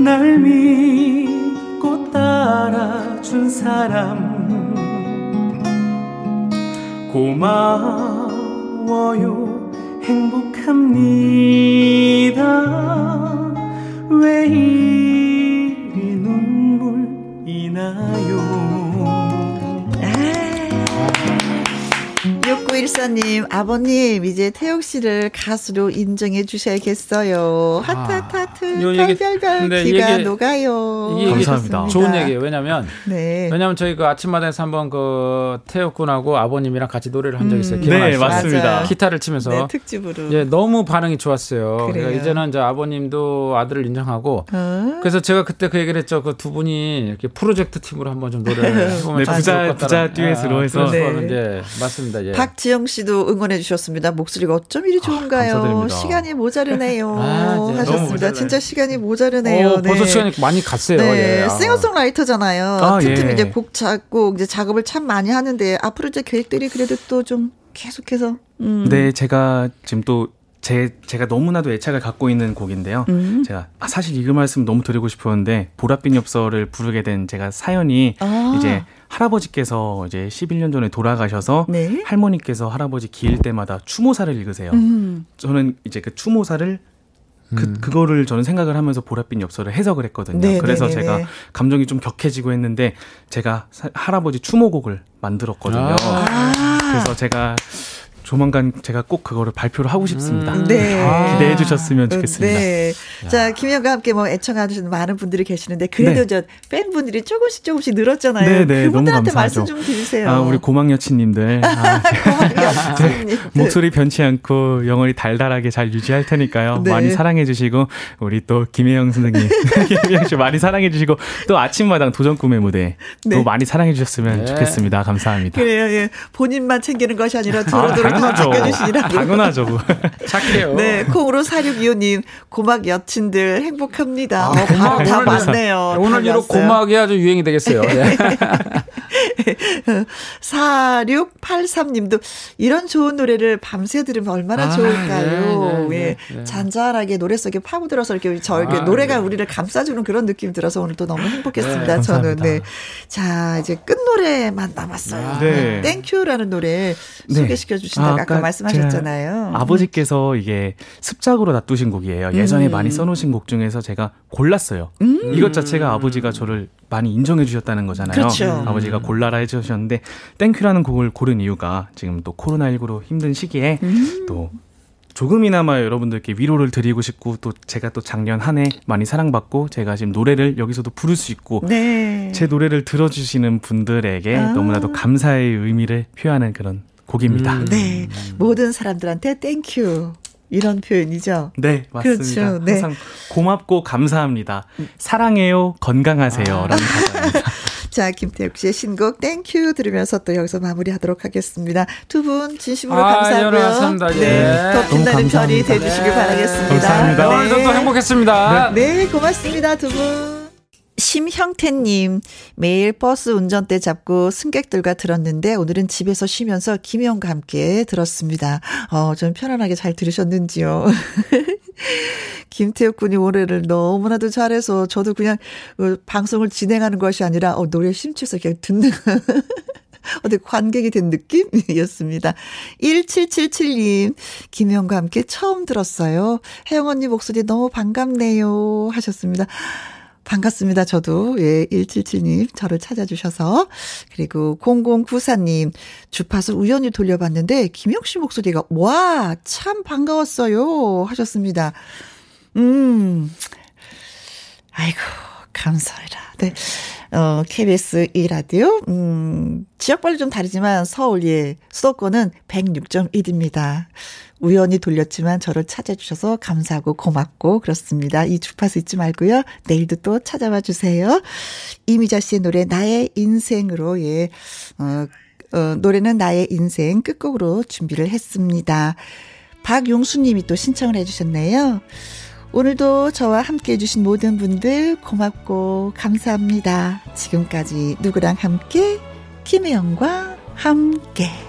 Speaker 7: 날 믿고 따라준 사람 고마워요 행복합니다 왜 이리 눈물이 나요
Speaker 1: 네. 육구일사님 아버님 이제 태욱 씨를 가수로 인정해 주셔야겠어요.
Speaker 4: 아,
Speaker 1: 하트하트하트
Speaker 6: 요 얘기-
Speaker 1: 별별별
Speaker 6: 근데
Speaker 1: 귀가
Speaker 6: 얘기-
Speaker 1: 녹아요.
Speaker 6: 이 얘기
Speaker 4: 감사합니다.
Speaker 6: 좋은 얘기예요. 왜냐면
Speaker 1: 네.
Speaker 6: 왜냐면 저희 그 아침마당에서 한번 그 태혁 군하고 아버님이랑 같이 노래를 한 적이 있어요. 기억나시죠?
Speaker 4: 네, 맞습니다.
Speaker 1: 음. 맞아요.
Speaker 6: 기타를 치면서
Speaker 1: 네, 특집으로.
Speaker 6: 예, 너무 반응이 좋았어요.
Speaker 1: 그래요.
Speaker 6: 그러니까 이제는 이제 아버님도 아들을 인정하고
Speaker 1: 어?
Speaker 6: 그래서 제가 그때 그 얘기를 했죠. 그 두 분이 이렇게 프로젝트 팀으로 한번 좀 노래를 해보면
Speaker 4: 네,
Speaker 6: 참
Speaker 4: 부자-
Speaker 6: 좋을 것 같다는-
Speaker 4: 부자 듀엣으로
Speaker 6: 아,
Speaker 4: 해서.
Speaker 6: 그런
Speaker 1: 네.
Speaker 6: 예, 맞습니다. 예.
Speaker 1: 박지영 씨도 응원해 주셨습니다. 목소리가 어쩜 이리 좋은가요?
Speaker 4: 아, 감사드립니다.
Speaker 1: 시간이 모자르네요.
Speaker 6: 아, 네. 너무
Speaker 1: 하셨습니다.
Speaker 4: 모자라요. 네.
Speaker 1: 진짜 시간이 모자르네요.
Speaker 6: 어, 벌써 시간이 많이 갔어요.
Speaker 1: 네,
Speaker 6: 예. 아.
Speaker 1: 싱어송라이터잖아요.
Speaker 4: 아,
Speaker 1: 틈틈이
Speaker 4: 예.
Speaker 1: 이제 곡 찾고 이제 작업을 참 많이 하는데 앞으로 이제 계획들이 그래도 또 좀 계속해서 음.
Speaker 4: 네, 제가 지금 또 제 제가 너무나도 애착을 갖고 있는 곡인데요.
Speaker 1: 음.
Speaker 4: 제가 아, 사실 이 말씀 너무 드리고 싶었는데 보랏빛 엽서를 부르게 된 제가 사연이
Speaker 1: 아.
Speaker 4: 이제 할아버지께서 이제 11년 전에 돌아가셔서
Speaker 1: 네. 음.
Speaker 4: 할머니께서 할아버지 기일 때마다 추모사를 읽으세요. 저는 이제 그 추모사를 그 그거를 저는 생각을 하면서 보랏빛 엽서를 해석을 했거든요.
Speaker 1: 네,
Speaker 4: 그래서
Speaker 1: 네, 네, 네.
Speaker 4: 제가 감정이 좀 격해지고 했는데 제가 사- 할아버지 추모곡을 만들었거든요.
Speaker 1: 아.
Speaker 4: 그래서 제가 조만간 제가 꼭 그거를 발표를 하고 싶습니다.
Speaker 1: 네.
Speaker 4: 기대해 주셨으면 좋겠습니다.
Speaker 1: 네. 자, 김영과 함께 뭐 애청하시는 많은 분들이 계시는데 그래도
Speaker 4: 네.
Speaker 1: 저 팬분들이 조금씩 조금씩 늘었잖아요.
Speaker 4: 네, 네, 너무
Speaker 1: 그분들한테
Speaker 4: 감사하죠.
Speaker 1: 말씀 좀 드리세요.
Speaker 4: 아, 우리 고막 여친님들 아,
Speaker 1: 고맙습니다.
Speaker 4: 목소리 변치 않고 영원히 달달하게 잘 유지할 테니까요.
Speaker 1: 네.
Speaker 4: 많이 사랑해 주시고 우리 또 김혜영 선생님, 김혜영 씨 많이 사랑해 주시고 또 아침마당 도전 꿈의 무대
Speaker 1: 네.
Speaker 4: 또 많이 사랑해 주셨으면 좋겠습니다. 감사합니다.
Speaker 1: 그래요, 예. 본인만 챙기는 것이 아니라
Speaker 4: 아,
Speaker 1: 두루두루 다
Speaker 4: 당연하죠.
Speaker 1: 챙겨주시라고.
Speaker 4: 당연하죠.
Speaker 6: 착해요.
Speaker 1: 네, 콩으로 4625님, 고막 여친들 행복합니다. 어,
Speaker 6: 아, 고마-
Speaker 1: 바로 다
Speaker 6: 오늘-
Speaker 1: 맞네요.
Speaker 6: 오늘 이로
Speaker 1: 다 맞어요.
Speaker 6: 고막이 아주 유행이 되겠어요. 네.
Speaker 1: 4683님도 이런 좋은 노래를 밤새 들으면 얼마나
Speaker 6: 아,
Speaker 1: 좋을까요?
Speaker 6: 네, 네,
Speaker 1: 예.
Speaker 6: 네, 네.
Speaker 1: 잔잔하게 노래 속에 파고들어서 이렇게 저 이렇게
Speaker 6: 아,
Speaker 1: 노래가
Speaker 6: 네.
Speaker 1: 우리를 감싸주는 그런 느낌 들어서 오늘 또 너무 행복했습니다.
Speaker 4: 예. 네,
Speaker 1: 저는
Speaker 4: 감사합니다.
Speaker 1: 네. 자, 이제 끝 노래만 남았어요.
Speaker 4: 아, 네.
Speaker 1: 땡큐라는 노래 소개시켜 주신다고 아까, 말씀하셨잖아요.
Speaker 4: 제가 아버지께서 이게 습작으로 놔두신 곡이에요. 예전에
Speaker 1: 음.
Speaker 4: 많이 써놓으신 곡 중에서 제가 골랐어요. 이것 자체가 아버지가 저를 많이 인정해 주셨다는 거잖아요.
Speaker 1: 그렇죠.
Speaker 4: 아버지가 골라라 해주셨는데 땡큐라는 곡을 고른 이유가 지금 또 코로나19로 힘든 시기에
Speaker 1: 음.
Speaker 4: 또 조금이나마 여러분들께 위로를 드리고 싶고 또 제가 또 작년 한 해 많이 사랑받고 제가 지금 노래를 여기서도 부를 수 있고
Speaker 1: 네.
Speaker 4: 제 노래를 들어주시는 분들에게
Speaker 1: 아.
Speaker 4: 너무나도 감사의 의미를 표현하는 그런 곡입니다.
Speaker 1: 네. 모든 사람들한테 땡큐. 이런 표현이죠.
Speaker 4: 네, 맞습니다.
Speaker 1: 그렇죠. 네.
Speaker 4: 항상 고맙고 감사합니다. 사랑해요, 건강하세요라는
Speaker 1: 아.
Speaker 4: 가사입니다.
Speaker 1: 자, 김태욱 씨의 신곡 땡큐 들으면서 또 여기서 마무리하도록 하겠습니다. 두 분 진심으로
Speaker 6: 아,
Speaker 1: 감사하고요.
Speaker 6: 여러분 감사합니다. 예.
Speaker 1: 네, 더
Speaker 6: 너무
Speaker 1: 빛나는 별이
Speaker 4: 감사합니다.
Speaker 1: 되주시길 바라겠습니다.
Speaker 4: 감사합니다.
Speaker 1: 네.
Speaker 6: 오늘 저도 행복했습니다.
Speaker 1: 네, 고맙습니다. 두 분. 심형태님, 매일 버스 운전대 잡고 승객들과 들었는데, 오늘은 집에서 쉬면서 김희영과 함께 들었습니다. 어, 좀 편안하게 잘 들으셨는지요. 김태욱 군이 노래를 너무나도 잘해서, 저도 그냥 어, 방송을 진행하는 것이 아니라, 어, 노래 심취해서 그냥 듣는. 어디 관객이 된 느낌이었습니다. 1777님, 김영과 함께 처음 들었어요. 혜영 언니 목소리 너무 반갑네요. 하셨습니다. 반갑습니다. 저도, 예, 1777님, 저를 찾아주셔서. 그리고 0094님, 주파수 우연히 돌려봤는데, 김영 씨 목소리가, 와, 참 반가웠어요. 하셨습니다. 음, 아이고, 감사해라. 네. 어, KBS 1라디오, 음, 지역별로 좀 다르지만 서울, 예, 수도권은 106.1입니다. 우연히 돌렸지만 저를 찾아주셔서 감사하고 고맙고 그렇습니다. 이 주파수 잊지 말고요. 내일도 또 찾아와 주세요. 이미자 씨의 노래, 나의 인생으로, 예, 어, 어, 노래는 나의 인생 끝곡으로 준비를 했습니다. 박용수 님이 또 신청을 해주셨네요. 오늘도 저와 함께 해주신 모든 분들 고맙고 감사합니다. 지금까지 누구랑 함께? 김혜영과 함께.